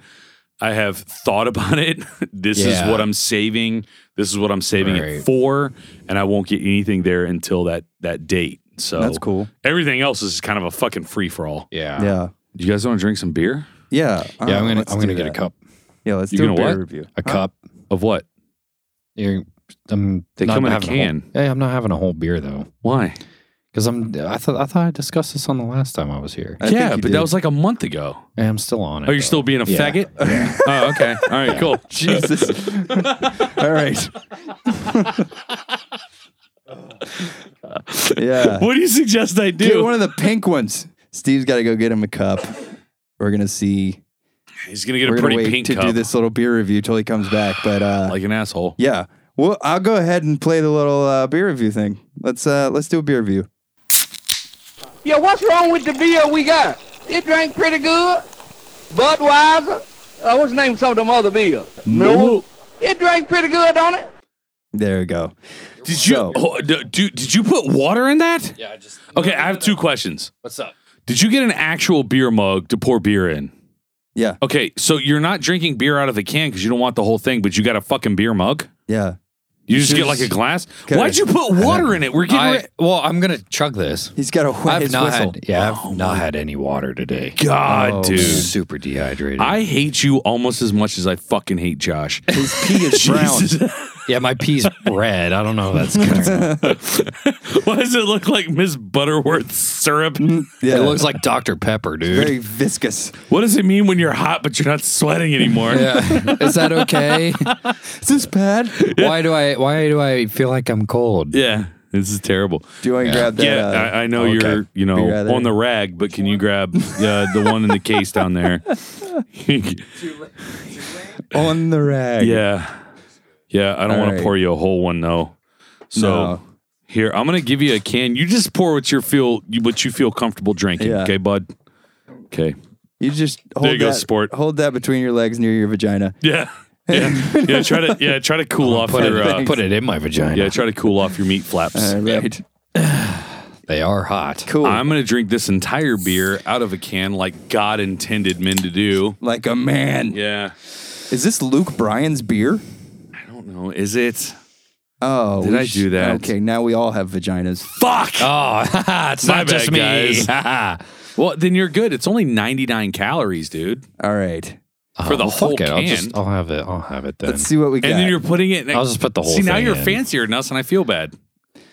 Speaker 3: I have thought about it. *laughs* this
Speaker 4: Yeah.
Speaker 3: is what I'm saving. This is what I'm saving it
Speaker 4: Right.
Speaker 3: for. And I won't get anything there until that that date. So
Speaker 2: That's cool.
Speaker 3: Everything else is kind of a fucking free for all.
Speaker 4: Yeah.
Speaker 2: yeah.
Speaker 3: Do you guys want to drink some beer?
Speaker 2: Yeah. uh,
Speaker 4: Yeah, I'm gonna
Speaker 2: let's
Speaker 4: I'm gonna
Speaker 2: do
Speaker 4: get a
Speaker 2: that.
Speaker 4: cup.
Speaker 2: Yeah, let's
Speaker 3: You
Speaker 2: do a
Speaker 3: gonna
Speaker 2: beer
Speaker 3: what?
Speaker 2: review.
Speaker 4: A cup.
Speaker 3: Of what?
Speaker 4: You're, I'm
Speaker 3: They
Speaker 4: not
Speaker 3: come in a
Speaker 4: having
Speaker 3: can.
Speaker 4: whole- hey, I'm not having a whole beer though,
Speaker 3: Why?
Speaker 4: because I'm. I thought I thought I discussed this on the last time I was here.
Speaker 2: I think
Speaker 3: yeah,
Speaker 2: you
Speaker 3: but
Speaker 2: did.
Speaker 3: that
Speaker 2: *laughs*
Speaker 3: was like a month ago.
Speaker 4: I am still on it.
Speaker 3: Oh, you're
Speaker 4: though.
Speaker 3: still being a
Speaker 4: Yeah.
Speaker 3: faggot? Oh, okay. All right, cool.
Speaker 2: *laughs* Jesus. All right. *laughs* yeah.
Speaker 3: What do you suggest I
Speaker 2: Get
Speaker 3: do?
Speaker 2: one of the pink ones. Steve's got to go get him a cup. We're gonna see.
Speaker 3: He's gonna get
Speaker 2: We're
Speaker 3: a
Speaker 2: gonna
Speaker 3: pretty
Speaker 2: wait
Speaker 3: pink
Speaker 2: to
Speaker 3: cup,
Speaker 2: do this little beer review till he comes back. But uh,
Speaker 3: like an asshole.
Speaker 2: Yeah. Well, I'll go ahead and play the little uh, beer review thing. Let's uh, let's do a beer review.
Speaker 5: Yeah, what's wrong with the beer we got? It drank pretty good. Budweiser. Uh, what's the name of some of them other beers?
Speaker 3: No.
Speaker 5: It drank pretty good, don't it?
Speaker 2: There we go.
Speaker 3: Did you
Speaker 2: So-
Speaker 3: oh, d- dude, did you put water in that? Yeah, I just Okay, I have two questions. What's up? Did you get an actual beer mug to pour beer in?
Speaker 2: Yeah.
Speaker 3: Okay, so you're not drinking beer out of the can because you don't want the whole thing, but you got a fucking beer mug.
Speaker 2: Yeah.
Speaker 3: You just get
Speaker 2: Just-
Speaker 3: like a glass.
Speaker 2: Okay.
Speaker 3: Why'd you put water in it? We're getting.
Speaker 4: I,
Speaker 3: rid-
Speaker 4: well, I'm gonna chug this.
Speaker 2: He's got a wet
Speaker 4: I've
Speaker 2: his
Speaker 4: not
Speaker 2: whistle.
Speaker 4: had, yeah, I've not had any water today.
Speaker 3: God,
Speaker 2: Oh,
Speaker 3: dude.
Speaker 2: man.
Speaker 4: super dehydrated.
Speaker 3: I hate you almost as much as I fucking hate Josh.
Speaker 2: His pee
Speaker 3: *laughs*
Speaker 2: is *laughs* brown.
Speaker 4: yeah, my *laughs* pee's red. I don't know. If *laughs* that's good.
Speaker 3: Why does it look like Miss Butterworth's syrup?
Speaker 2: Yeah.
Speaker 4: It looks like Dr Pepper, dude.
Speaker 2: very viscous.
Speaker 3: What does it mean when you're hot but you're not sweating anymore?
Speaker 4: *laughs* yeah. Is that okay?
Speaker 2: Is this bad?
Speaker 4: why do I why do I feel like I'm cold?
Speaker 3: Yeah, This is terrible.
Speaker 2: Do you want to grab that?
Speaker 3: Yeah,
Speaker 2: uh,
Speaker 3: I, I know
Speaker 4: okay.
Speaker 3: you're, you
Speaker 2: Be right
Speaker 3: know,
Speaker 2: there.
Speaker 3: on the rag, but can you grab uh, the one in the case
Speaker 2: *laughs*
Speaker 3: down there? *laughs*
Speaker 2: on the rag.
Speaker 3: yeah. Yeah, I don't
Speaker 2: All
Speaker 3: want
Speaker 2: right.
Speaker 3: to pour you a whole one though. So
Speaker 2: No.
Speaker 3: here, I'm gonna give you a can. You just pour what you feel, you- what you feel comfortable drinking.
Speaker 2: Yeah.
Speaker 3: Okay, bud. Okay.
Speaker 2: You just hold
Speaker 3: you
Speaker 2: that,
Speaker 3: go, sport.
Speaker 2: Hold that between your legs near your vagina.
Speaker 3: Yeah. *laughs* Yeah. yeah. Try to yeah. Try to cool off
Speaker 4: Put
Speaker 3: your
Speaker 4: it,
Speaker 3: uh,
Speaker 4: put it in my vagina.
Speaker 3: yeah. Try to cool off your meat flaps.
Speaker 2: All right.
Speaker 4: They are hot.
Speaker 2: Cool.
Speaker 3: I'm gonna drink this entire beer out of a can like God intended men to do.
Speaker 2: like a man.
Speaker 3: Yeah.
Speaker 2: Is this Luke Bryan's beer?
Speaker 3: I don't know. Is it?
Speaker 2: Oh,
Speaker 3: Did
Speaker 2: we
Speaker 3: I do that?
Speaker 2: Okay, now we all have vaginas.
Speaker 3: Fuck.
Speaker 4: *laughs* Oh, *laughs* it's
Speaker 3: My
Speaker 4: not just
Speaker 3: bad,
Speaker 4: me.
Speaker 3: guys.
Speaker 4: *laughs*
Speaker 3: Well, then you're good. It's only 99 calories, dude.
Speaker 2: All right,
Speaker 3: For the
Speaker 4: Oh,
Speaker 3: whole
Speaker 4: fuck it. I'll,
Speaker 3: can.
Speaker 4: just, I'll have it. I'll have it then.
Speaker 2: let's see what we got.
Speaker 3: And then you're putting it.
Speaker 4: I'll just put the whole
Speaker 3: See, now
Speaker 4: thing
Speaker 3: you're
Speaker 4: in.
Speaker 3: fancier than us, and I feel bad.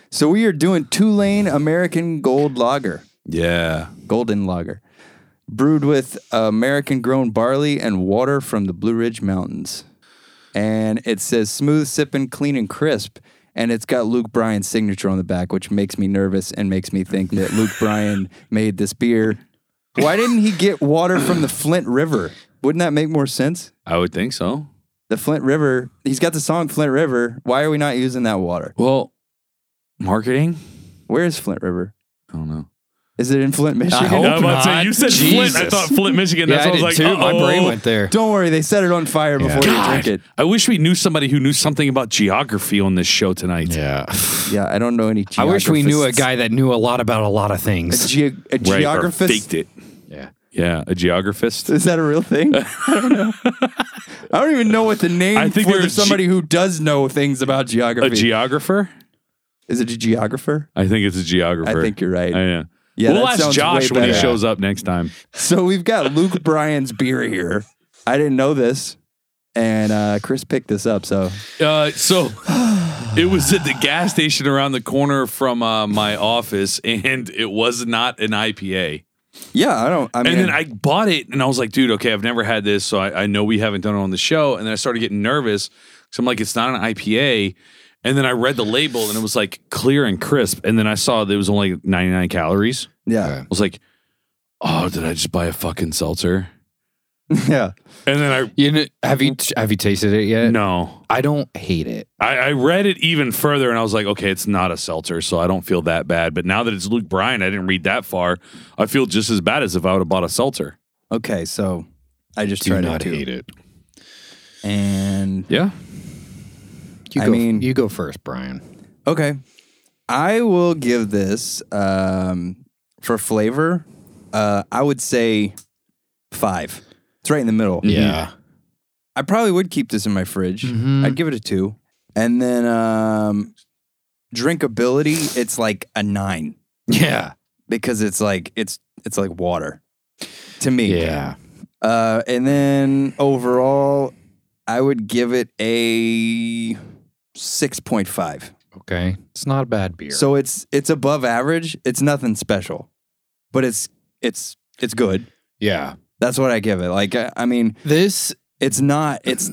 Speaker 2: so we are doing Tulane American Gold Lager,
Speaker 3: Yeah.
Speaker 2: Golden Lager, brewed with American-grown barley and water from the Blue Ridge Mountains, and it says smooth, sipping, clean, and crisp. And it's got Luke Bryan's signature on the back, which makes me nervous and makes me think that Luke Bryan made this beer. Why didn't he get water from the Flint River? Wouldn't that make more sense?
Speaker 3: I would think so.
Speaker 2: the Flint River. He's got the song Flint River. Why are we not using that water?
Speaker 3: Well, marketing?
Speaker 2: Where is Flint River?
Speaker 3: I don't know.
Speaker 2: Is it in Flint, Michigan?
Speaker 4: hope-
Speaker 3: I was about to say,
Speaker 4: not.
Speaker 3: you said Flint. I
Speaker 4: Jesus.
Speaker 3: thought Flint, Michigan.
Speaker 4: yeah,
Speaker 3: That's
Speaker 4: I
Speaker 3: what I
Speaker 4: did
Speaker 3: was
Speaker 4: too.
Speaker 3: like,
Speaker 4: My brain
Speaker 3: uh-oh.
Speaker 4: went there.
Speaker 2: Don't worry, they set it on fire before you
Speaker 3: God.
Speaker 2: drink it.
Speaker 3: I wish we knew somebody who knew something about geography on this show tonight.
Speaker 4: Yeah.
Speaker 2: Yeah, I don't know any.
Speaker 4: I wish we knew a
Speaker 2: geographists.
Speaker 4: guy that knew a lot about a lot of
Speaker 2: A,
Speaker 4: things.
Speaker 2: geo a
Speaker 3: Right, or
Speaker 2: geographist.
Speaker 3: faked it.
Speaker 4: Yeah.
Speaker 3: Yeah, a geographist.
Speaker 2: Is that a real
Speaker 3: *laughs*
Speaker 2: thing? I don't know. I don't even know what the name
Speaker 3: I think
Speaker 2: for
Speaker 3: there's a
Speaker 2: somebody who does know things about
Speaker 3: A
Speaker 2: geography.
Speaker 3: geographer?
Speaker 2: is it a geographer?
Speaker 3: I think it's a geographer.
Speaker 2: I think you're right.
Speaker 3: I know.
Speaker 2: Yeah,
Speaker 3: we'll
Speaker 2: that
Speaker 3: ask
Speaker 2: sounds
Speaker 3: Josh
Speaker 2: way
Speaker 3: when he
Speaker 2: better.
Speaker 3: shows up next time.
Speaker 2: So we've got Luke
Speaker 3: *laughs*
Speaker 2: Bryan's beer here. I didn't know this, and uh, Chris picked this up. So
Speaker 3: Uh, so *sighs* it was at the gas station around the corner from uh, my office, and it was not an IPA.
Speaker 2: yeah, I don't. I mean,
Speaker 3: and then I bought it, and I was like, dude, okay, I've never had this, so I, I know we haven't done it on the show. And then I started getting nervous because I'm like, it's not an IPA. And then I read the label, and it was like clear and crisp. And then I saw that it was only 99 calories.
Speaker 2: yeah,
Speaker 3: I was like, oh, did I just buy a fucking seltzer?
Speaker 2: *laughs* yeah.
Speaker 3: And then
Speaker 4: You kn- have you have you tasted it
Speaker 3: I
Speaker 4: yet?
Speaker 3: no.
Speaker 4: I don't hate it.
Speaker 3: I, I read it even further and I was like, okay, it's not a seltzer, so I don't feel that bad. But now that it's Luke Bryan, I didn't read that far. I feel just as bad as if I would have bought a seltzer.
Speaker 2: Okay, so I just
Speaker 4: Do
Speaker 2: tried
Speaker 4: not
Speaker 2: it too.
Speaker 4: hate it.
Speaker 2: And
Speaker 3: Yeah.
Speaker 4: You
Speaker 2: I
Speaker 4: go,
Speaker 2: mean-
Speaker 4: you go first, Brian.
Speaker 2: okay, I will give this um, for flavor. Uh, I would say five. It's right in the middle.
Speaker 4: Yeah. Mm-hmm.
Speaker 2: I probably would keep this in my fridge. I'd give it a two, and then um, drinkability. It's like a nine
Speaker 4: Yeah.
Speaker 2: because it's like it's it's like water to me.
Speaker 4: Yeah.
Speaker 2: Uh, and then overall, I would give it a six point five.
Speaker 4: Okay. It's not a bad beer.
Speaker 2: So it's it's above average. It's nothing special, but it's it's it's good.
Speaker 4: yeah.
Speaker 2: That's what I give it. Like I, I mean,
Speaker 4: This
Speaker 2: it's not
Speaker 4: *clears throat*
Speaker 2: it's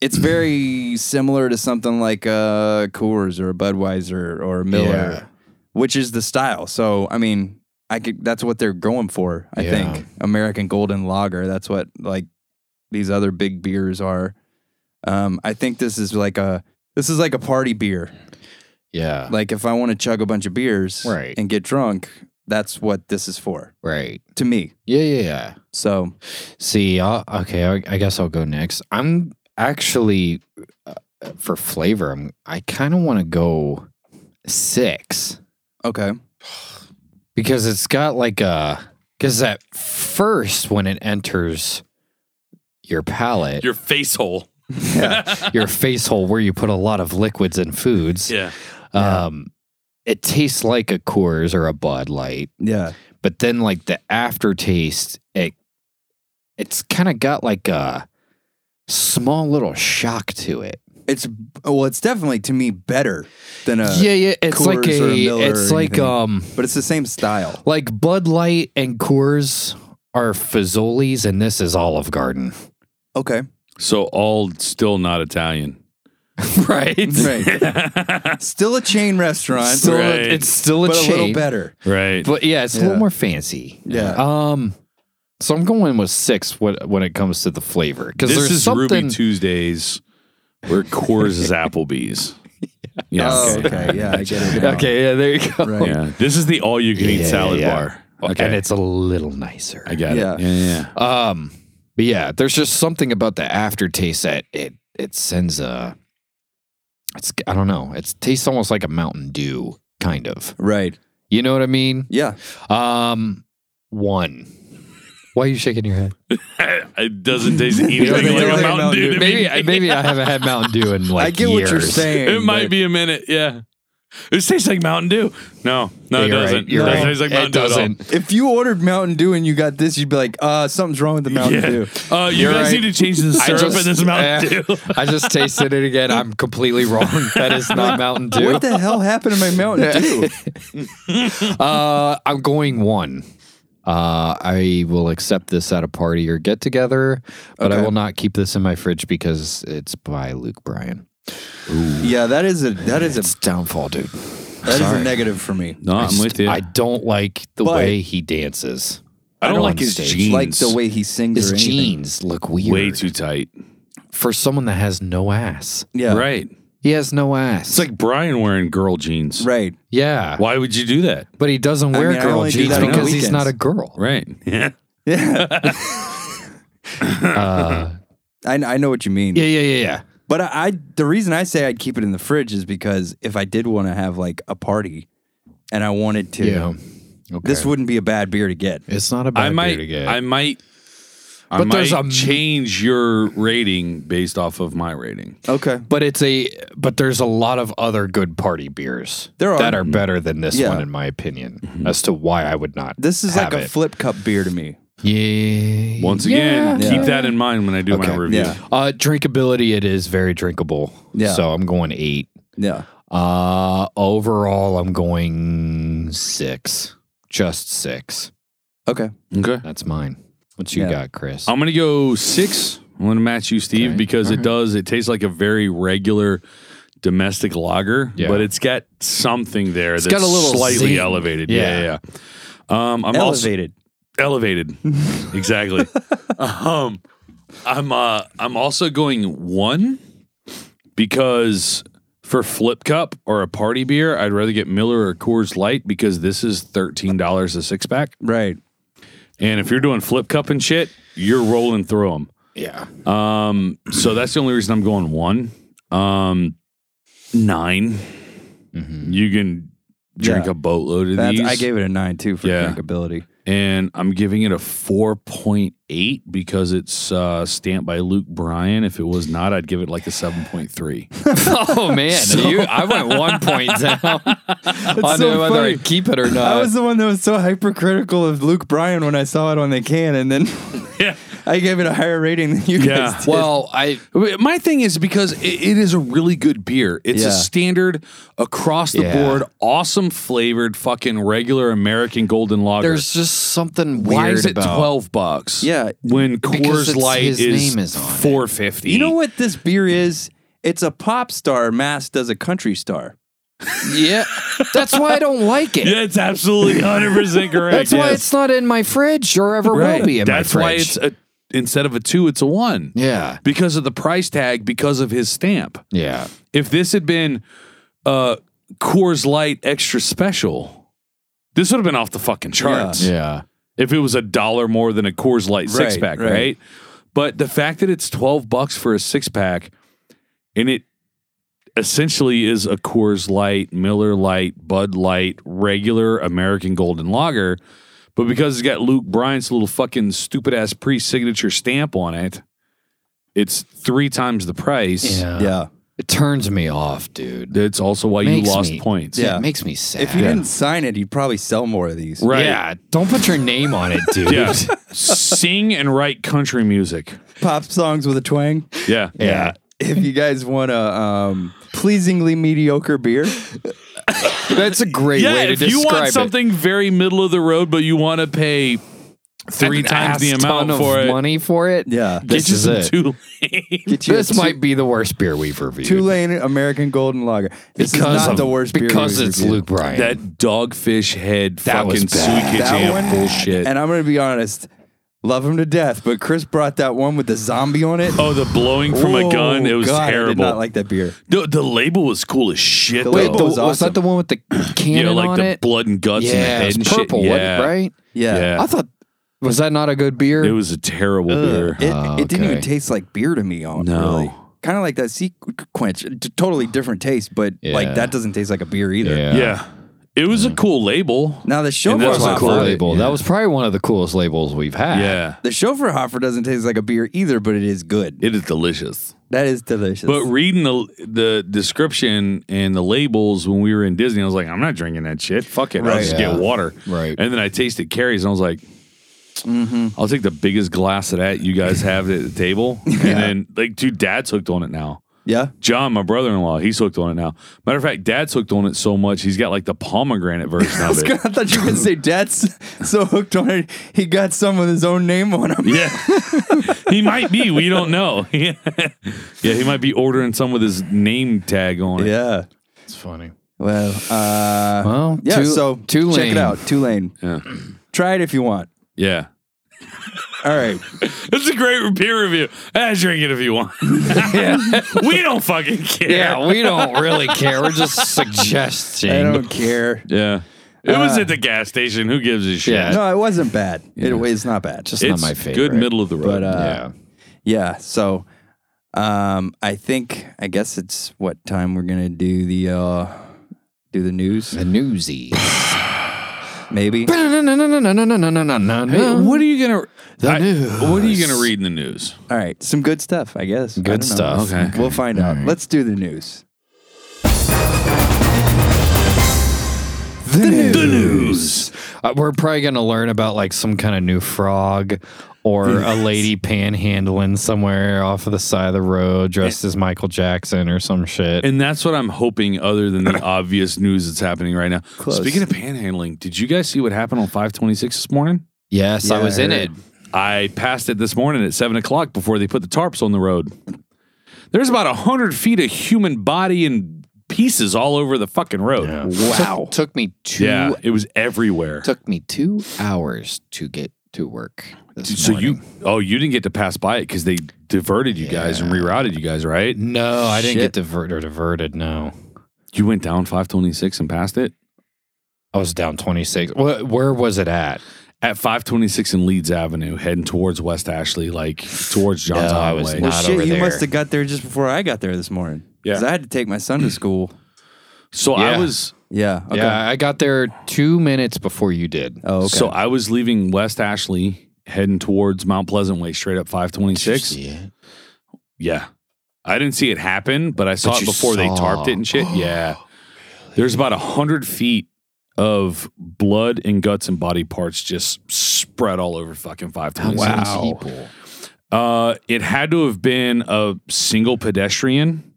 Speaker 2: it's very similar to something like a Coors or a Budweiser or a Miller,
Speaker 4: Yeah.
Speaker 2: which is the style. So I mean, I could that's what they're going for. I
Speaker 4: Yeah.
Speaker 2: think American Golden Lager. That's what like these other big beers are. Um, I think this is like a this is like a party beer.
Speaker 4: Yeah.
Speaker 2: Like if I want to chug a bunch of beers
Speaker 4: Right.
Speaker 2: and get drunk, that's what this is for
Speaker 4: right.
Speaker 2: to me.
Speaker 4: Yeah, yeah, yeah.
Speaker 2: So
Speaker 4: See, i okay, I, I guess I'll go next. I'm actually uh, for flavor. I'm, I kind of want to go six
Speaker 2: okay,
Speaker 4: because it's got like a Because at first, when it enters your palate, your,
Speaker 3: Your face hole.
Speaker 4: face hole where you put a lot of liquids and foods,
Speaker 3: Yeah.
Speaker 4: um, it tastes like a Coors or a Bud Light.
Speaker 2: Yeah.
Speaker 4: But then, like the aftertaste, it it's kind of got like a small little shock to it.
Speaker 2: It's well, it's definitely to me better than a
Speaker 4: yeah, yeah. It's
Speaker 2: Uh, Coors
Speaker 4: like
Speaker 2: or a
Speaker 4: a,
Speaker 2: Miller
Speaker 4: it's
Speaker 2: or
Speaker 4: like
Speaker 2: anything.
Speaker 4: um,
Speaker 2: but it's the same style.
Speaker 4: like Bud Light and Coors are Fazoli's, and this is Olive Garden,
Speaker 2: Okay.
Speaker 3: So all still not Italian.
Speaker 4: *laughs* right?
Speaker 2: Right. Still a chain restaurant,
Speaker 4: Still,
Speaker 3: Right.
Speaker 4: a, it's still a
Speaker 2: but a
Speaker 4: chain,
Speaker 2: little better.
Speaker 3: Right.
Speaker 4: but yeah, it's a
Speaker 2: Yeah.
Speaker 4: little more fancy.
Speaker 2: Yeah.
Speaker 4: Um, so I'm going with six when when it comes to the flavor because
Speaker 3: this
Speaker 4: there's
Speaker 3: is
Speaker 4: something. *laughs*
Speaker 3: Ruby Tuesdays where Coors is Applebee's. Yeah.
Speaker 2: Oh,
Speaker 3: okay. *laughs*
Speaker 2: okay. Yeah, I get it. now.
Speaker 4: okay, yeah, there you go.
Speaker 2: Right.
Speaker 3: Yeah. This is the all *laughs* you can eat
Speaker 4: Yeah,
Speaker 3: salad
Speaker 4: yeah.
Speaker 3: bar. Okay.
Speaker 4: and it's a little nicer.
Speaker 3: I got
Speaker 2: Yeah.
Speaker 3: it. Yeah. Yeah.
Speaker 4: Um, but yeah, there's just something about the aftertaste that it it sends a. It's I don't know. It tastes almost like a Mountain Dew kind of.
Speaker 2: Right.
Speaker 4: You know what I mean?
Speaker 2: Yeah.
Speaker 4: Um, one. Why are you shaking your head?
Speaker 3: *laughs* it doesn't
Speaker 4: *laughs*
Speaker 3: taste
Speaker 2: You don't
Speaker 3: anything
Speaker 2: think it's
Speaker 3: like a
Speaker 2: like
Speaker 3: Mountain
Speaker 2: Mountain
Speaker 3: Dew. to me.
Speaker 4: Maybe maybe *laughs* I haven't had Mountain Dew in like
Speaker 2: I get what you're
Speaker 4: years.
Speaker 2: saying.
Speaker 3: *laughs* it might
Speaker 2: but-
Speaker 3: be a minute. Yeah. It tastes like Mountain Dew. No, no,
Speaker 4: Yeah,
Speaker 3: it
Speaker 4: you're right,
Speaker 3: doesn't.
Speaker 4: you're
Speaker 3: it
Speaker 4: right.
Speaker 3: doesn't taste like Mountain
Speaker 4: it
Speaker 3: Dew at all.
Speaker 4: doesn't.
Speaker 2: If you ordered Mountain Dew and you got this, you'd be like, uh, something's wrong with the Mountain Dew.
Speaker 3: Uh, you
Speaker 4: You're
Speaker 3: guys
Speaker 4: right.
Speaker 3: need to change the
Speaker 4: *laughs* I
Speaker 3: syrup
Speaker 4: just-
Speaker 3: in this Mountain
Speaker 4: eh,
Speaker 3: Dew.
Speaker 4: *laughs* I just tasted it again. I'm completely wrong. *laughs* That is not Mountain Dew.
Speaker 2: What the hell happened to my
Speaker 4: *laughs*
Speaker 2: Mountain Dew?
Speaker 4: Uh, I'm going one. Uh, I will accept this at a party or get together, but I
Speaker 2: Okay.
Speaker 4: will not keep this in my fridge because it's by Luke Bryan.
Speaker 2: yeah, that is a that is a
Speaker 4: It's downfall, dude.
Speaker 2: that is a
Speaker 4: sorry.
Speaker 2: negative for me.
Speaker 3: No, I'm with you.
Speaker 4: I don't like the
Speaker 2: But-
Speaker 4: way he dances.
Speaker 3: I don't
Speaker 4: on
Speaker 3: like his
Speaker 4: stage.
Speaker 3: jeans.
Speaker 2: Like the way he sings
Speaker 4: His
Speaker 2: or anything.
Speaker 4: jeans look weird.
Speaker 3: way too tight.
Speaker 4: for someone that has no ass.
Speaker 2: Yeah.
Speaker 3: Right.
Speaker 4: He has no ass.
Speaker 3: It's like Brian wearing girl jeans.
Speaker 2: Right.
Speaker 4: yeah,
Speaker 3: Why would you do that?
Speaker 4: but he doesn't
Speaker 2: I
Speaker 4: wear
Speaker 2: mean, I
Speaker 4: girl
Speaker 2: only do
Speaker 4: jeans
Speaker 2: that
Speaker 3: on
Speaker 4: because he's
Speaker 2: weekends.
Speaker 4: not a girl.
Speaker 3: Right. Yeah.
Speaker 2: Yeah.
Speaker 4: Uh,
Speaker 2: I, I know what you mean.
Speaker 4: yeah, yeah, yeah, yeah.
Speaker 2: But I, I the reason I say I'd keep it in the fridge is because if I did want to have like a party and I wanted to
Speaker 4: Okay.
Speaker 2: this wouldn't be a bad beer to get.
Speaker 4: it's not a bad
Speaker 3: I might,
Speaker 4: beer to get.
Speaker 3: I might. I
Speaker 4: But
Speaker 3: might
Speaker 4: there's a-
Speaker 3: change your rating based off of my rating.
Speaker 2: Okay.
Speaker 4: but it's a but there's a lot of other good party beers
Speaker 2: There are.
Speaker 4: that are better than this
Speaker 2: Yeah.
Speaker 4: one in my opinion as to why I would not.
Speaker 2: This is
Speaker 4: have
Speaker 2: like a
Speaker 4: it.
Speaker 2: flip cup beer to me.
Speaker 4: yeah.
Speaker 3: Once again,
Speaker 4: Yeah.
Speaker 3: keep that in mind when I do my
Speaker 4: Okay.
Speaker 3: review.
Speaker 2: Yeah.
Speaker 4: Uh, drinkability, it is very drinkable.
Speaker 2: Yeah.
Speaker 4: So I'm going eight.
Speaker 2: Yeah.
Speaker 4: Uh, overall, I'm going six. Just six.
Speaker 2: Okay.
Speaker 3: Okay.
Speaker 4: That's mine. What you
Speaker 2: Yeah.
Speaker 4: got, Chris?
Speaker 3: I'm gonna go six. I'm gonna match you, Steve,
Speaker 4: Okay.
Speaker 3: because
Speaker 4: All
Speaker 3: it
Speaker 4: right.
Speaker 3: does. It tastes like a very regular domestic lager,
Speaker 4: Yeah.
Speaker 3: but it's got something there
Speaker 4: It's
Speaker 3: that's
Speaker 4: got a little
Speaker 3: slightly
Speaker 4: zing.
Speaker 3: elevated.
Speaker 4: Yeah.
Speaker 3: Yeah, yeah. yeah. Um, I'm also
Speaker 2: Elevated. *laughs*
Speaker 3: elevated. exactly. um, I'm uh, I'm also going one because for flip cup or a party beer, I'd rather get Miller or Coors Light because this is thirteen dollars a six pack.
Speaker 2: right.
Speaker 3: And if you're doing flip cup and shit, you're rolling through them.
Speaker 4: yeah.
Speaker 3: Um, so that's the only reason I'm going one. Um, 9 You can drink
Speaker 2: Mm-hmm. Yeah.
Speaker 3: a boatload of
Speaker 2: That's,
Speaker 3: these,
Speaker 2: I gave it a nine too for
Speaker 3: Yeah.
Speaker 2: drinkability.
Speaker 3: and I'm giving it a four point eight because it's uh, stamped by Luke Bryan. If it was not, I'd give it like a seven point three.
Speaker 4: Oh
Speaker 3: *laughs*
Speaker 4: man, you, I went one point down.
Speaker 2: so
Speaker 4: I know whether
Speaker 2: funny.
Speaker 4: I keep it or
Speaker 2: I
Speaker 3: Uh,
Speaker 4: not.
Speaker 2: was the one that was so hypercritical of Luke Bryan when I saw it on the can, and then
Speaker 3: *laughs* yeah.
Speaker 2: *laughs* I gave it a higher rating than you
Speaker 3: Yeah.
Speaker 2: guys. Did.
Speaker 4: well, I
Speaker 3: My thing is because it, it is a really good beer. It's
Speaker 2: Yeah.
Speaker 3: a standard across the
Speaker 4: Yeah.
Speaker 3: board, awesome flavored, fucking regular American golden lager.
Speaker 4: there's just something weird
Speaker 3: Why is it
Speaker 4: about
Speaker 3: twelve bucks?
Speaker 2: Yeah.
Speaker 3: when
Speaker 4: Because
Speaker 3: Coors
Speaker 4: it's-
Speaker 3: Light
Speaker 4: his
Speaker 3: is,
Speaker 4: name is on it.
Speaker 3: four fifty.
Speaker 2: you know what this beer is? It's a pop star masked as a country star.
Speaker 4: Yeah, that's why I don't like it.
Speaker 3: *laughs* Yeah, it's absolutely hundred
Speaker 4: *laughs*
Speaker 3: percent correct.
Speaker 4: that's why
Speaker 3: yes.
Speaker 4: it's not in my fridge or ever will be in
Speaker 3: That's
Speaker 4: my
Speaker 3: why
Speaker 4: fridge.
Speaker 3: it's a instead of a two, it's a one
Speaker 4: yeah,
Speaker 3: because of the price tag, because of his stamp.
Speaker 4: yeah.
Speaker 3: If this had been uh, Coors Light Extra Special, this would have been off the fucking charts.
Speaker 4: Yeah.
Speaker 3: If it was a dollar more than a Coors Light six pack,
Speaker 2: right.
Speaker 3: right. But the fact that it's twelve bucks for a six pack, and it essentially is a Coors Light, Miller Light, Bud Light, regular American Golden Lager, But because it's got Luke Bryant's little fucking stupid ass pre signature stamp on it, it's three times the price.
Speaker 4: Yeah.
Speaker 2: yeah.
Speaker 4: It turns me off, dude.
Speaker 3: That's also why
Speaker 4: Makes
Speaker 3: you lost
Speaker 4: me-
Speaker 3: points.
Speaker 2: Yeah.
Speaker 4: It makes me sad.
Speaker 2: If you didn't sign it, you'd probably sell more of these.
Speaker 3: Right.
Speaker 4: Yeah, don't put your name on it,
Speaker 2: *laughs*
Speaker 4: dude.
Speaker 3: Yeah. Sing and write country music.
Speaker 2: Pop songs with a twang.
Speaker 3: Yeah.
Speaker 4: Yeah.
Speaker 2: If you guys want a um, pleasingly mediocre beer,
Speaker 4: That's a great
Speaker 3: Yeah,
Speaker 4: way to
Speaker 3: if you
Speaker 4: describe
Speaker 3: want something very middle of the road, but you want to pay three
Speaker 4: it.
Speaker 3: times the
Speaker 4: Ass
Speaker 3: amount
Speaker 4: ton of
Speaker 3: for it,
Speaker 4: money for it.
Speaker 2: yeah,
Speaker 4: This
Speaker 3: get you
Speaker 4: is
Speaker 3: some *laughs*
Speaker 4: it.
Speaker 3: two.
Speaker 2: get you a
Speaker 4: This
Speaker 2: two-
Speaker 4: might be the worst beer we've reviewed.
Speaker 2: Two-lane American Golden Lager. This
Speaker 4: Because
Speaker 2: is not
Speaker 4: of-
Speaker 2: the worst beer
Speaker 4: Because
Speaker 2: we've
Speaker 4: it's
Speaker 2: reviewed.
Speaker 4: Luke Bryan.
Speaker 3: that dogfish head
Speaker 4: That was
Speaker 3: fucking
Speaker 4: bad.
Speaker 3: suika
Speaker 2: That
Speaker 3: jam
Speaker 2: one-
Speaker 3: bullshit.
Speaker 2: And I'm gonna be honest, love him to death, but Chris brought that one with the zombie on it.
Speaker 3: oh, the blowing from
Speaker 2: Whoa,
Speaker 3: a gun. It was
Speaker 2: God, I did
Speaker 3: terrible.
Speaker 2: not like that beer.
Speaker 3: the, the label was cool as shit.
Speaker 2: The
Speaker 3: though.
Speaker 4: Wait,
Speaker 2: label
Speaker 4: the,
Speaker 2: was
Speaker 4: was,
Speaker 2: awesome.
Speaker 4: that the one with the
Speaker 3: yeah,
Speaker 4: cannon
Speaker 3: like
Speaker 4: on
Speaker 3: the
Speaker 4: it?
Speaker 3: blood and guts and the
Speaker 4: yeah,
Speaker 3: head
Speaker 4: it
Speaker 3: and
Speaker 4: was
Speaker 3: shit.
Speaker 4: purple, wasn't it,
Speaker 3: yeah.
Speaker 4: right?
Speaker 2: Yeah.
Speaker 3: Yeah.
Speaker 4: I thought was that not a good beer?
Speaker 3: It was a terrible beer.
Speaker 2: Ugh. It,
Speaker 4: Oh,
Speaker 2: it didn't even
Speaker 4: okay.
Speaker 2: taste like beer to me. On
Speaker 3: No.
Speaker 2: really. kind of like that sea quench. T- Totally different taste, but
Speaker 4: Yeah.
Speaker 2: like that doesn't taste like a beer either.
Speaker 4: Yeah.
Speaker 3: yeah. It was a cool label.
Speaker 2: Now the
Speaker 3: And
Speaker 2: chauffeur
Speaker 3: that's
Speaker 4: That's a
Speaker 3: what
Speaker 4: cool
Speaker 3: I
Speaker 2: hopper,
Speaker 3: thought.
Speaker 4: label. That was probably one of the coolest labels we've had.
Speaker 3: Yeah.
Speaker 2: the chauffeur hopper doesn't taste like a beer either, but it is good.
Speaker 3: It is delicious.
Speaker 2: That is delicious.
Speaker 3: But reading the the description and the labels when we were in Disney, I was like, I'm not drinking that shit. Fuck it, I'll
Speaker 2: Right.
Speaker 3: just
Speaker 4: Yeah.
Speaker 3: get water.
Speaker 4: Right.
Speaker 3: And then I tasted Carrie's, and I was like,
Speaker 2: Mm-hmm.
Speaker 3: I'll take the biggest glass of that you guys have at the
Speaker 2: *laughs*
Speaker 3: table. And then, like, dude, Dad's hooked on it now.
Speaker 2: yeah, *laughs*
Speaker 3: John, my brother-in-law, he's hooked on it now. Matter of fact, Dad's hooked on it so much he's got like the pomegranate version of
Speaker 2: *laughs* I
Speaker 3: it.
Speaker 2: thought you were gonna say Dad's *laughs* so hooked on it, he got some with his own name on him.
Speaker 3: *laughs* Yeah, he might be. We don't know. *laughs* yeah, he might be ordering some with his name tag on it.
Speaker 2: Yeah.
Speaker 4: it's funny.
Speaker 2: Well, uh,
Speaker 4: Well,
Speaker 2: yeah.
Speaker 4: two-
Speaker 2: so
Speaker 4: Tulane.
Speaker 2: check it
Speaker 4: *laughs*
Speaker 2: out, Tulane.
Speaker 3: Yeah.
Speaker 2: Try it if you want.
Speaker 3: yeah.
Speaker 2: All right.
Speaker 3: It's a great peer review. Ah, drink it if you want. *laughs* we don't fucking care.
Speaker 4: Yeah, we don't really care. We're
Speaker 3: *laughs*
Speaker 4: just suggesting.
Speaker 2: I don't care.
Speaker 4: *laughs*
Speaker 3: Yeah. It was at the gas station. Who gives a shit?
Speaker 4: Yeah.
Speaker 2: No, it wasn't bad. It It is not bad.
Speaker 4: Just
Speaker 3: It's
Speaker 4: not my favorite.
Speaker 3: good middle of the road.
Speaker 2: But uh,
Speaker 4: yeah.
Speaker 2: yeah. So, um, I think I guess it's what time we're gonna do the uh, do the news.
Speaker 4: The newsy. *laughs*
Speaker 2: Maybe
Speaker 4: Good
Speaker 3: what are you gonna
Speaker 4: The
Speaker 3: I-
Speaker 4: news.
Speaker 3: What are you gonna read in the news?
Speaker 2: All right, some good stuff, I guess. I don't know.
Speaker 4: stuff.
Speaker 3: Okay.
Speaker 2: We'll find out.
Speaker 4: Mm.
Speaker 2: Let's do the news.
Speaker 3: The news.
Speaker 4: Uh, we're probably going to learn about like some kind of new frog or a lady panhandling somewhere off of the side of the road dressed as Michael Jackson or some shit.
Speaker 3: And that's what I'm hoping, other than
Speaker 4: *laughs*
Speaker 3: the obvious news that's happening right now. Speaking of panhandling, did you guys see what happened on 526 this morning?
Speaker 4: yes, I
Speaker 2: Yeah,
Speaker 4: was
Speaker 2: I
Speaker 4: in
Speaker 2: heard.
Speaker 4: it.
Speaker 3: I passed it this morning at seven o'clock before they put the tarps on the road. There's about a hundred feet of human body and pieces all over the fucking road.
Speaker 4: Wow. Took, took me two
Speaker 3: Yeah, it was everywhere.
Speaker 4: took me 2 hours to get to work. This
Speaker 3: so
Speaker 4: morning.
Speaker 3: you, oh, you didn't get to pass by it because they diverted you guys and rerouted you guys, right?
Speaker 4: No, I didn't
Speaker 2: Shit.
Speaker 4: get divert or diverted, no.
Speaker 3: You went down five twenty six and passed it
Speaker 4: I was down 26. Wh- where was it at?
Speaker 3: at five twenty six and Leeds Avenue, heading towards West Ashley, like towards John's
Speaker 4: No, I
Speaker 3: Highway.
Speaker 4: was
Speaker 2: Well,
Speaker 4: Not
Speaker 2: shit,
Speaker 4: over
Speaker 2: you
Speaker 4: there.
Speaker 2: must have got there just before I got there this morning.
Speaker 3: Yeah.
Speaker 2: 'Cause I had to take my son to school.
Speaker 3: So I
Speaker 4: Yeah.
Speaker 3: was
Speaker 2: Yeah. Okay.
Speaker 4: Yeah, I got there 2 minutes before you did.
Speaker 2: Oh, okay.
Speaker 3: So I was leaving West Ashley, heading towards Mount Pleasant Way, straight up 526.
Speaker 4: Yeah.
Speaker 3: Yeah. I didn't see it happen, but I saw
Speaker 4: But
Speaker 3: it
Speaker 4: you
Speaker 3: before they
Speaker 4: saw.
Speaker 3: tarped it and
Speaker 4: *gasps*
Speaker 3: shit. yeah. There's about a 100 feet of blood and guts and body parts just spread all over fucking 526.
Speaker 4: Wow. People.
Speaker 3: Uh, it had to have been a single pedestrian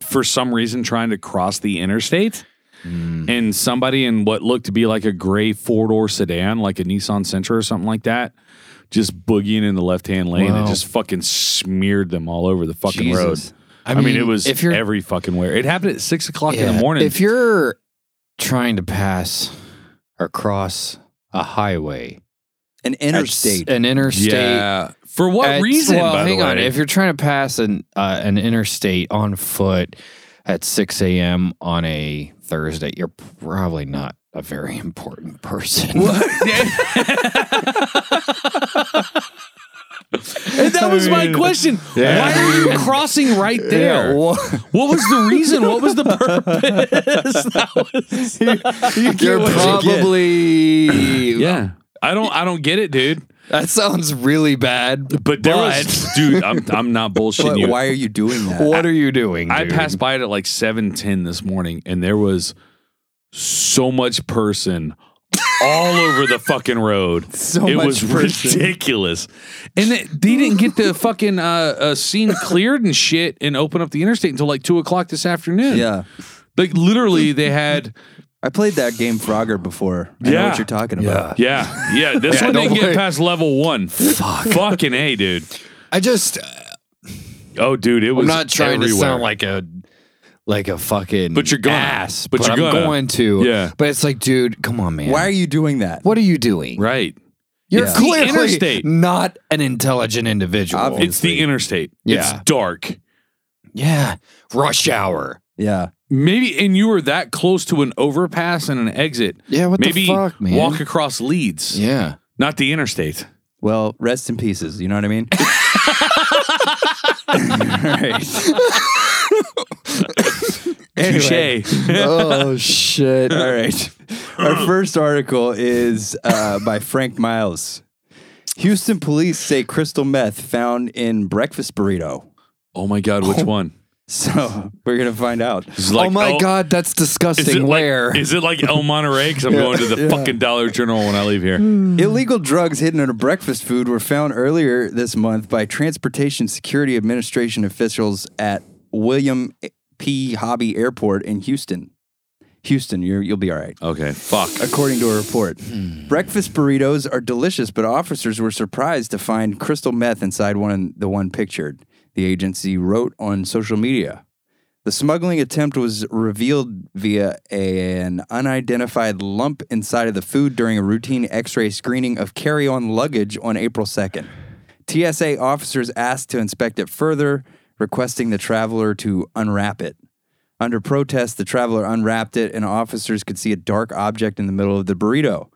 Speaker 3: for some reason trying to cross the interstate.
Speaker 4: Hmm.
Speaker 3: And somebody in what looked to be like a gray four door sedan, like a Nissan Sentra or something like that, just boogieing in the left hand lane and
Speaker 4: Wow.
Speaker 3: just fucking smeared them all over the fucking
Speaker 2: Jesus.
Speaker 3: road. I mean, it was
Speaker 4: if you're
Speaker 3: every fucking where. It happened at six o'clock in
Speaker 4: Yeah.
Speaker 3: the morning.
Speaker 4: If you're trying to pass or cross a highway,
Speaker 2: an interstate.
Speaker 4: an interstate.
Speaker 3: yeah. For what
Speaker 4: at-
Speaker 3: reason?
Speaker 4: Well,
Speaker 3: by the
Speaker 4: hang on.
Speaker 3: way?
Speaker 4: If you're trying to pass an uh, an interstate on foot at 6 a.m. on a Thursday, you're probably not a very important person.
Speaker 6: And that was my question.
Speaker 3: Yeah.
Speaker 6: Why are
Speaker 4: *laughs*
Speaker 6: you crossing right there?
Speaker 2: wha-
Speaker 6: What was the reason? What was the purpose? That was-
Speaker 2: *laughs* You're probably.
Speaker 4: Probably.
Speaker 3: Yeah. I don't I don't get it, dude.
Speaker 4: *laughs* That sounds really bad.
Speaker 3: But there was *laughs* dude, I'm I'm not bullshitting you.
Speaker 2: why are you doing that?
Speaker 4: What are you doing?
Speaker 3: I
Speaker 4: dude?
Speaker 3: passed by it at like 7:10 this morning and there was so much person all over the fucking road.
Speaker 2: So
Speaker 3: it
Speaker 2: much
Speaker 3: was
Speaker 2: person.
Speaker 3: ridiculous. And they, they didn't get the fucking uh, uh, scene cleared and shit and open up the interstate until like two o'clock this afternoon.
Speaker 2: Yeah.
Speaker 3: Like literally they had
Speaker 2: I played that game Frogger before. I know
Speaker 3: Yeah.
Speaker 2: what you're talking about.
Speaker 3: yeah, yeah. This one didn't get past level one. Fuck. Fucking A, dude.
Speaker 4: I just.
Speaker 3: Oh dude, it was
Speaker 4: I'm not trying
Speaker 3: everywhere.
Speaker 4: to sound like a like a fucking
Speaker 3: But you're gonna.
Speaker 4: ass,
Speaker 3: But
Speaker 4: but,
Speaker 3: you're
Speaker 4: I'm
Speaker 3: gonna.
Speaker 4: going to.
Speaker 3: Yeah.
Speaker 4: But it's like, dude, come on, man.
Speaker 2: Why are you doing that?
Speaker 4: What are you doing?
Speaker 3: Right.
Speaker 4: You're
Speaker 2: Yeah. It's
Speaker 3: the
Speaker 4: clearly
Speaker 3: interstate.
Speaker 4: not an intelligent individual.
Speaker 2: Obvious.
Speaker 3: It's the interstate.
Speaker 4: Yeah.
Speaker 3: It's dark.
Speaker 4: Yeah. Rush hour.
Speaker 2: Yeah.
Speaker 3: Maybe and you were that close to an overpass and an exit.
Speaker 4: Yeah, what the
Speaker 3: Maybe
Speaker 4: fuck, man?
Speaker 3: walk across Leeds, *laughs*
Speaker 4: Yeah.
Speaker 3: not the interstate.
Speaker 2: Well, rest in pieces. You know what I
Speaker 3: *laughs*
Speaker 2: mean?
Speaker 3: Touche.
Speaker 4: oh shit.
Speaker 2: All right. Our first article is uh, by Frank Miles. Houston police say crystal meth found in breakfast burrito.
Speaker 3: Oh my god, which one?
Speaker 2: So we're gonna find out.
Speaker 3: Is it like
Speaker 4: oh my
Speaker 3: El-
Speaker 4: god, that's
Speaker 3: Is it
Speaker 4: disgusting.
Speaker 3: like-
Speaker 4: Where?
Speaker 3: is it
Speaker 4: *laughs*
Speaker 3: like El Monterey? Because I'm going to the fucking Dollar General when I leave here.
Speaker 4: *sighs*
Speaker 2: Illegal drugs hidden in a breakfast food were found earlier this month by Transportation Security Administration officials at William P. Hobby Airport in Houston. Houston, you're, you'll be all right.
Speaker 3: Okay, fuck.
Speaker 2: according to a report. Breakfast burritos are delicious, but officers were surprised to find crystal meth inside one the one pictured. The agency wrote on social media. The smuggling attempt was revealed via an unidentified lump inside of the food during a routine x-ray screening of carry-on luggage on April 2nd. TSA officers asked to inspect it further, requesting the traveler to unwrap it. Under protest, the traveler unwrapped it, and officers could see a dark object in the middle of the burrito.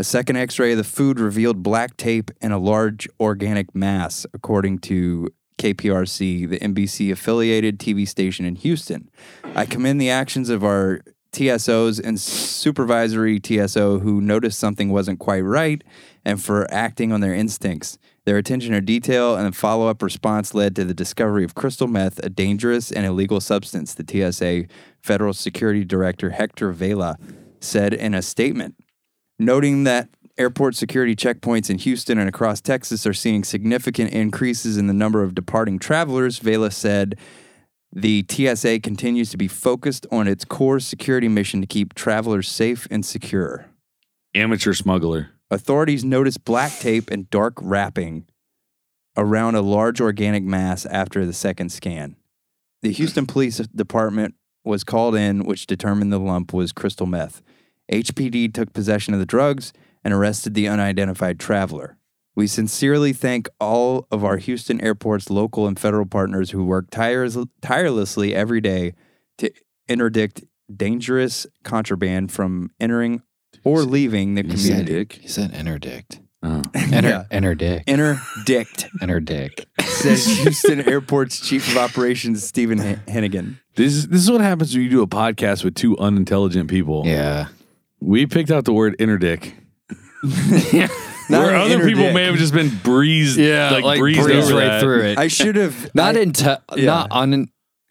Speaker 2: A second x ray of the food revealed black tape and a large organic mass, according to KPRC, the NBC affiliated TV station in Houston. I commend the actions of our TSOs and supervisory TSO who noticed something wasn't quite right and for acting on their instincts. Their attention to detail and follow up response led to the discovery of crystal meth, a dangerous and illegal substance, the TSA Federal Security Director Hector Vela said in a statement noting that airport security checkpoints in Houston and across Texas are seeing significant increases in the number of departing travelers, Vela said the TSA continues to be focused on its core security mission to keep travelers safe and secure.
Speaker 3: Amateur smuggler.
Speaker 2: Authorities noticed black tape and dark wrapping around a large organic mass after the second scan. The Houston Police Department was called in, which determined the lump was crystal meth. HPD took possession of the drugs and arrested the unidentified traveler. We sincerely thank all of our Houston airport's local and federal partners who work tires- tirelessly every day to interdict dangerous contraband from entering or leaving the
Speaker 4: You said,
Speaker 2: community.
Speaker 4: you said
Speaker 2: *laughs*
Speaker 4: interdict.
Speaker 3: Oh.
Speaker 4: Enter,
Speaker 2: Yeah.
Speaker 4: interdict.
Speaker 2: Interdict,
Speaker 4: Interdict. *laughs*
Speaker 2: says Houston Airport's Chief of Operations Stephen H- Hennigan.
Speaker 3: This is, this is what happens when you do a podcast with two unintelligent people.
Speaker 4: Yeah.
Speaker 3: We picked out the word interdict.
Speaker 2: Not
Speaker 3: Where
Speaker 2: an
Speaker 3: other people
Speaker 2: interdict.
Speaker 3: may have just been breezed, like, breezed
Speaker 4: breeze
Speaker 3: over
Speaker 4: right
Speaker 3: that.
Speaker 4: through it.
Speaker 2: I should have
Speaker 4: *laughs* not
Speaker 2: I-
Speaker 4: inte-
Speaker 2: yeah.
Speaker 4: not un-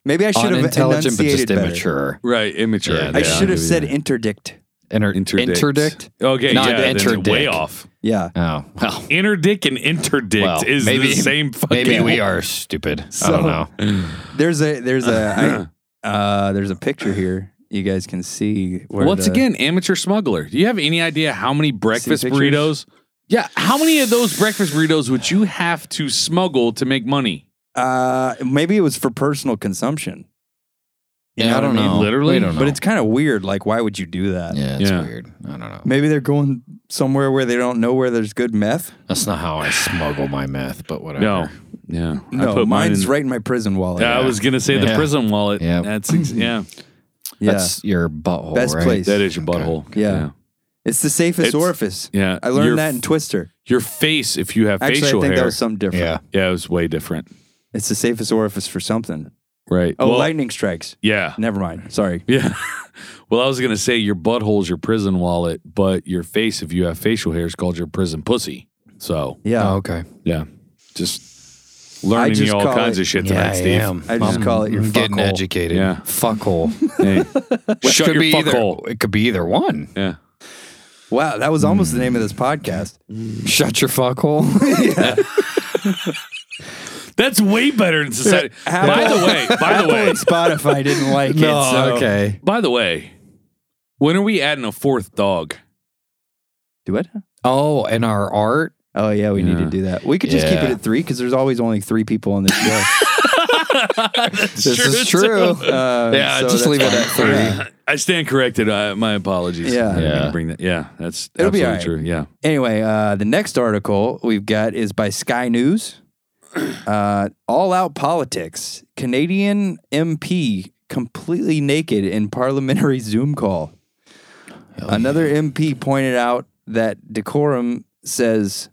Speaker 2: Maybe I should have
Speaker 4: unintelligent, but
Speaker 2: enunciated
Speaker 4: just
Speaker 2: better.
Speaker 4: immature.
Speaker 3: Right, immature.
Speaker 4: Yeah,
Speaker 2: I
Speaker 4: Yeah,
Speaker 2: should have
Speaker 3: maybe,
Speaker 2: said
Speaker 3: yeah.
Speaker 2: interdict.
Speaker 4: Inter-
Speaker 3: interdict.
Speaker 4: interdict?
Speaker 3: Okay,
Speaker 4: Not
Speaker 3: yeah, then it's
Speaker 4: interdict.
Speaker 3: way off.
Speaker 2: Yeah.
Speaker 4: Oh well.
Speaker 3: Interdict and interdict
Speaker 4: Well,
Speaker 3: is
Speaker 4: maybe-
Speaker 3: the *laughs* same fucking.
Speaker 4: Maybe we are stupid. I
Speaker 2: So-
Speaker 4: don't know.
Speaker 2: There's a there's a
Speaker 4: *laughs*
Speaker 2: I, uh, there's a picture here. You guys can see where
Speaker 3: Once
Speaker 2: the-
Speaker 3: again, amateur smuggler. Do you have any idea how many breakfast
Speaker 2: pictures?
Speaker 3: burritos? Yeah, how many of those breakfast burritos would you have to smuggle to make money?
Speaker 2: uh, maybe it was for personal consumption. You
Speaker 4: Yeah, I
Speaker 2: what
Speaker 4: don't
Speaker 2: mean?
Speaker 4: know.
Speaker 3: literally?
Speaker 4: We don't
Speaker 2: But
Speaker 4: know.
Speaker 2: it's kind of weird. Like, why would you do that?
Speaker 4: yeah, it's
Speaker 3: Yeah.
Speaker 4: weird. I don't know.
Speaker 2: Maybe they're going somewhere where they don't know where there's good meth.
Speaker 4: That's not how I smuggle my meth, but whatever.
Speaker 3: No, yeah,
Speaker 2: No,
Speaker 3: mine
Speaker 2: mine's
Speaker 3: in-
Speaker 2: right in my prison wallet.
Speaker 3: Yeah, I was gonna say the
Speaker 4: Yeah.
Speaker 3: prison wallet.
Speaker 4: Yeah.
Speaker 2: *laughs*
Speaker 3: that's ex- yeah,
Speaker 2: Yeah.
Speaker 4: That's your butthole.
Speaker 2: Best
Speaker 4: right?
Speaker 2: place.
Speaker 3: that is your butthole.
Speaker 2: Yeah. It's the safest
Speaker 3: It's-
Speaker 2: orifice.
Speaker 3: yeah,
Speaker 2: I learned
Speaker 3: your
Speaker 2: that
Speaker 3: f-
Speaker 2: in Twister.
Speaker 3: Your face, if you have
Speaker 2: Actually, I
Speaker 3: facial
Speaker 2: think that
Speaker 3: hair,
Speaker 2: was something different.
Speaker 4: Yeah.
Speaker 3: yeah, it was way different.
Speaker 2: It's the safest orifice for something.
Speaker 3: Right.
Speaker 2: Oh,
Speaker 3: Well,
Speaker 2: lightning strikes.
Speaker 3: Yeah.
Speaker 2: Never mind. Sorry.
Speaker 3: Yeah. *laughs* Well, I was gonna say your butthole's your prison wallet, but your face, if you have facial hair, is called your prison pussy. So
Speaker 2: Yeah.
Speaker 4: Oh, okay.
Speaker 3: yeah, just learning
Speaker 2: just
Speaker 3: you all
Speaker 2: call
Speaker 3: kinds
Speaker 2: it-
Speaker 3: of shit tonight, Steve.
Speaker 2: I just call it your
Speaker 4: I'm getting
Speaker 2: fuckhole.
Speaker 4: educated.
Speaker 3: Yeah.
Speaker 2: *laughs*
Speaker 4: Fuckhole.
Speaker 3: Hey,
Speaker 4: Which
Speaker 3: shut
Speaker 4: could
Speaker 3: your
Speaker 4: be
Speaker 3: fuck
Speaker 4: either,
Speaker 3: hole.
Speaker 4: It could be either one.
Speaker 3: Yeah.
Speaker 2: Wow, that was almost the
Speaker 4: Hmm.
Speaker 2: name of this podcast.
Speaker 4: Shut
Speaker 2: *laughs*
Speaker 4: your fuckhole.
Speaker 3: That's way better in society.
Speaker 2: Apple-
Speaker 3: by the way, by the way,
Speaker 2: Spotify didn't
Speaker 4: *laughs*
Speaker 2: like it. So.
Speaker 4: okay.
Speaker 3: by the way, when are we adding a fourth dog?
Speaker 2: Do it.
Speaker 4: Oh, and our art.
Speaker 2: Oh yeah, we need to
Speaker 3: Yeah.
Speaker 2: do that. We could just keep
Speaker 4: Yeah.
Speaker 2: it at three because there's always only three people
Speaker 4: *laughs*
Speaker 2: on this show.
Speaker 4: This is true. *laughs*
Speaker 2: Uh,
Speaker 4: yeah,
Speaker 2: so
Speaker 4: just
Speaker 2: that's
Speaker 4: leave it
Speaker 2: fine.
Speaker 4: at three.
Speaker 2: Yeah.
Speaker 3: I stand corrected. I, my apologies.
Speaker 2: Yeah.
Speaker 3: I didn't mean to
Speaker 4: Yeah.
Speaker 3: Bring that. Yeah, that's
Speaker 2: It'll be
Speaker 3: absolutely
Speaker 2: all right.
Speaker 3: true. Yeah.
Speaker 2: Anyway, uh, the next article we've got is by Sky News. Uh, All out politics. Canadian MP completely naked in parliamentary *laughs* Zoom call. Another MP pointed out that decorum says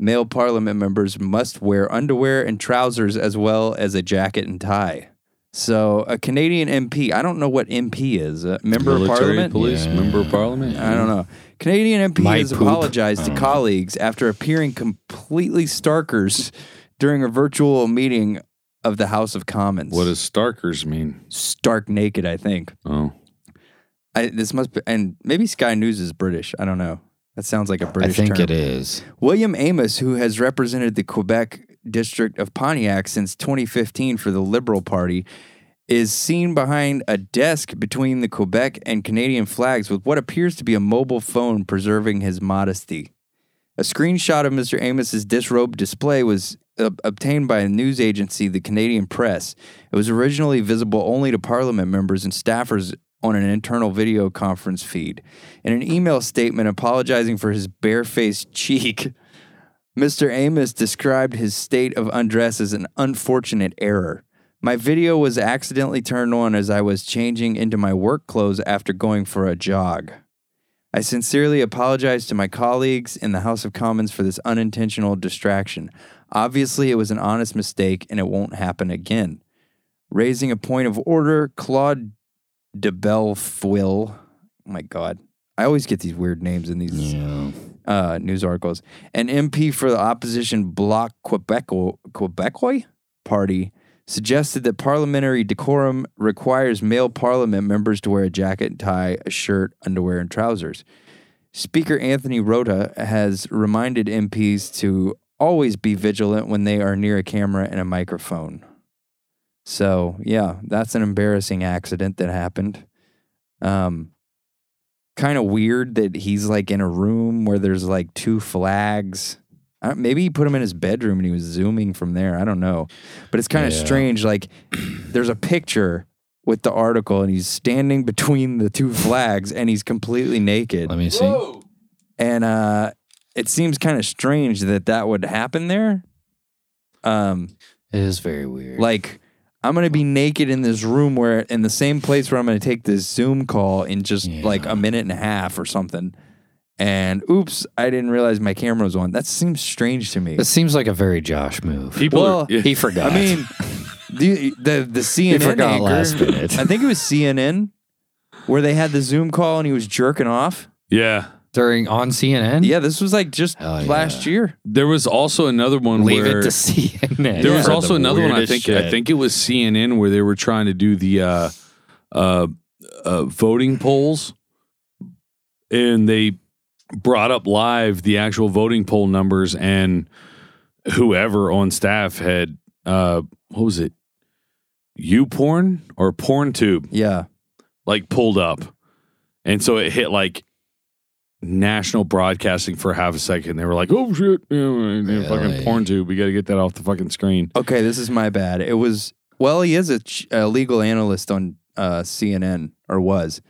Speaker 2: male parliament members must wear underwear and trousers as well as a jacket and tie. So, a Canadian MP, I don't know what MP is, a member of parliament?
Speaker 3: police, member of parliament.
Speaker 2: I don't know. Canadian MP
Speaker 4: My
Speaker 2: has
Speaker 4: poop. Oh.
Speaker 2: apologized to colleagues after appearing completely starkers during a virtual meeting of the House of Commons.
Speaker 3: What does Starkers mean?
Speaker 2: stark naked? I think
Speaker 3: Oh,
Speaker 2: I, this must be, and maybe Sky News is British. I don't know. That sounds like a
Speaker 4: I
Speaker 2: British.
Speaker 4: think
Speaker 2: term.
Speaker 4: it is.
Speaker 2: William Amos, who has represented the Quebec district of Pontiac since 2015 for the Liberal Party, is seen behind a desk between the Quebec and Canadian flags with what appears to be a mobile phone preserving his modesty. A screenshot of Mr. Amos's disrobed display was ob- obtained by a news agency, the Canadian Press. It was originally visible only to parliament members and staffers on an internal video conference feed. In an email statement apologizing for his barefaced cheek, *laughs* Mr. Amos described his state of undress as an unfortunate error. My video was accidentally turned on as I was changing into my work clothes after going for a jog. I sincerely apologize to my colleagues in the House of Commons for this unintentional distraction. Obviously, it was an honest mistake and it won't happen again. Raising a point of order, Claude de Bellefuil. Oh my God. I always get these weird names in these uh, news articles. An MP for the opposition Bloc Quebeco- Quebecois party suggested that parliamentary decorum requires male parliament members to wear a jacket, tie, a shirt, underwear, and trousers. Speaker Anthony Rota has reminded MPs to always be vigilant when they are near a camera and a microphone. So, yeah, that's an embarrassing accident that happened. Um, kind of weird that he's like in a room where there's like two flags. I don't, maybe he put him in his bedroom and he was zooming from there. I don't know. But it's kind of strange. Like, there's a picture with the article and he's standing between the two flags and he's completely naked.
Speaker 4: Let me see.
Speaker 2: And uh, it seems kind of strange that that would happen there. Um,
Speaker 4: It is very weird.
Speaker 2: like I'm gonna be naked in this room where in the same place where I'm gonna take this Zoom call in just
Speaker 4: Yeah.
Speaker 2: like a minute and a half or something. And oops, I didn't realize my camera was on. That seems strange to me.
Speaker 4: it seems like a very Josh move.
Speaker 3: people.
Speaker 2: Well,
Speaker 3: are, yeah.
Speaker 4: he forgot.
Speaker 2: I mean, the the the
Speaker 4: he
Speaker 2: CNN
Speaker 4: forgot
Speaker 2: anchor-
Speaker 4: last minute.
Speaker 2: I think it was CNN where they had the Zoom call and he was jerking off.
Speaker 3: yeah.
Speaker 4: During on CNN.
Speaker 2: Yeah, this was like just
Speaker 4: Hell yeah.
Speaker 2: last year.
Speaker 3: There was also another one
Speaker 4: Leave
Speaker 3: where
Speaker 4: it to *laughs* CNN.
Speaker 3: there was
Speaker 4: for the
Speaker 3: also another one. I
Speaker 4: weirdest
Speaker 3: think I
Speaker 4: shit.
Speaker 3: think it was CNN where they were trying to do the uh, uh, uh, voting polls, and they brought up live the actual voting poll numbers, and whoever on staff had uh, what was it, you porn or porn tube,
Speaker 2: Yeah.
Speaker 3: like pulled up, and so it hit like national broadcasting for half a second. They were like, "Oh shit, yeah, yeah, fucking
Speaker 4: Really?
Speaker 3: porn tube, we got to get that off the fucking screen."
Speaker 2: Okay, this is my bad. It was well, he is a, ch- a legal analyst on uh, CNN or was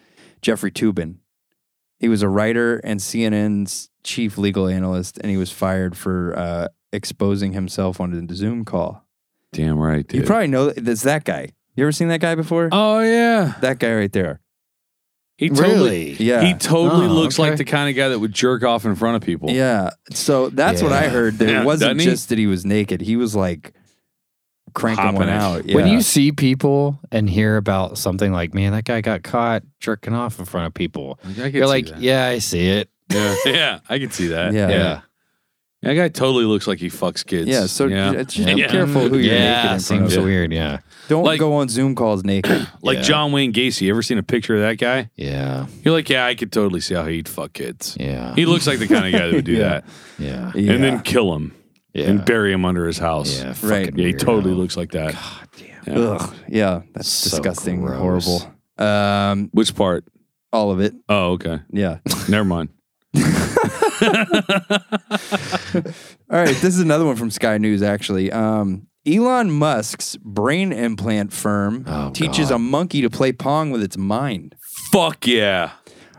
Speaker 2: Jeffrey Tubin. He was a writer and CNN's chief legal analyst, and he was fired for uh, exposing himself on a Zoom call.
Speaker 3: Damn right, dude. Uh,
Speaker 2: You probably know that's that guy. You ever seen that guy before?
Speaker 3: oh yeah,
Speaker 2: That guy right there.
Speaker 3: He totally,
Speaker 4: Really?
Speaker 2: Yeah.
Speaker 3: he totally
Speaker 4: Oh,
Speaker 3: looks like
Speaker 4: okay.
Speaker 3: the kind of guy that would jerk off in front of people.
Speaker 2: Yeah. So that's what I
Speaker 4: Yeah.
Speaker 2: heard. That
Speaker 3: *laughs* Yeah,
Speaker 2: it wasn't
Speaker 3: doesn't he?
Speaker 2: just that he was naked. He was like cranking
Speaker 3: Hopping
Speaker 2: one
Speaker 3: it.
Speaker 2: out.
Speaker 4: When
Speaker 2: Yeah.
Speaker 4: you see people and hear about something like, man, that guy got caught jerking off in front of people,
Speaker 3: I could
Speaker 4: you're
Speaker 3: see
Speaker 4: like,
Speaker 3: that.
Speaker 4: yeah, I see it.
Speaker 3: yeah, *laughs* yeah, I can see that.
Speaker 2: Yeah.
Speaker 4: Yeah.
Speaker 3: that guy totally looks like he fucks kids.
Speaker 2: yeah. So
Speaker 3: yeah.
Speaker 2: it's just be
Speaker 3: Yeah.
Speaker 2: careful who you're naked in
Speaker 4: Yeah.
Speaker 2: front
Speaker 4: Seems
Speaker 2: of.
Speaker 4: weird. Yeah.
Speaker 2: Don't
Speaker 3: Like-
Speaker 2: go on Zoom calls naked.
Speaker 3: like
Speaker 4: yeah.
Speaker 3: John Wayne Gacy. Ever seen a picture of that guy?
Speaker 4: Yeah.
Speaker 3: You're like, yeah, I could totally see how he'd fuck kids.
Speaker 4: Yeah.
Speaker 3: He looks like the kind of guy that would do
Speaker 2: Yeah.
Speaker 3: that,
Speaker 4: Yeah.
Speaker 2: Yeah.
Speaker 3: and then kill him
Speaker 4: Yeah.
Speaker 3: and bury him under his house.
Speaker 4: yeah.
Speaker 2: Right.
Speaker 4: fucking
Speaker 3: Yeah, he
Speaker 4: weirdo.
Speaker 3: totally looks like that. Yeah.
Speaker 2: Ugh. Yeah. That's
Speaker 4: So
Speaker 2: disgusting. and
Speaker 4: gross.
Speaker 2: Horrible. Um,
Speaker 3: Which part?
Speaker 2: all of it.
Speaker 3: Oh, okay.
Speaker 2: Yeah.
Speaker 3: Never mind.
Speaker 2: All right, this is another one from Sky News, actually. Um, Elon Musk's brain implant firm
Speaker 4: Oh,
Speaker 2: teaches
Speaker 4: God.
Speaker 2: a monkey to play Pong with its mind.
Speaker 3: Fuck yeah.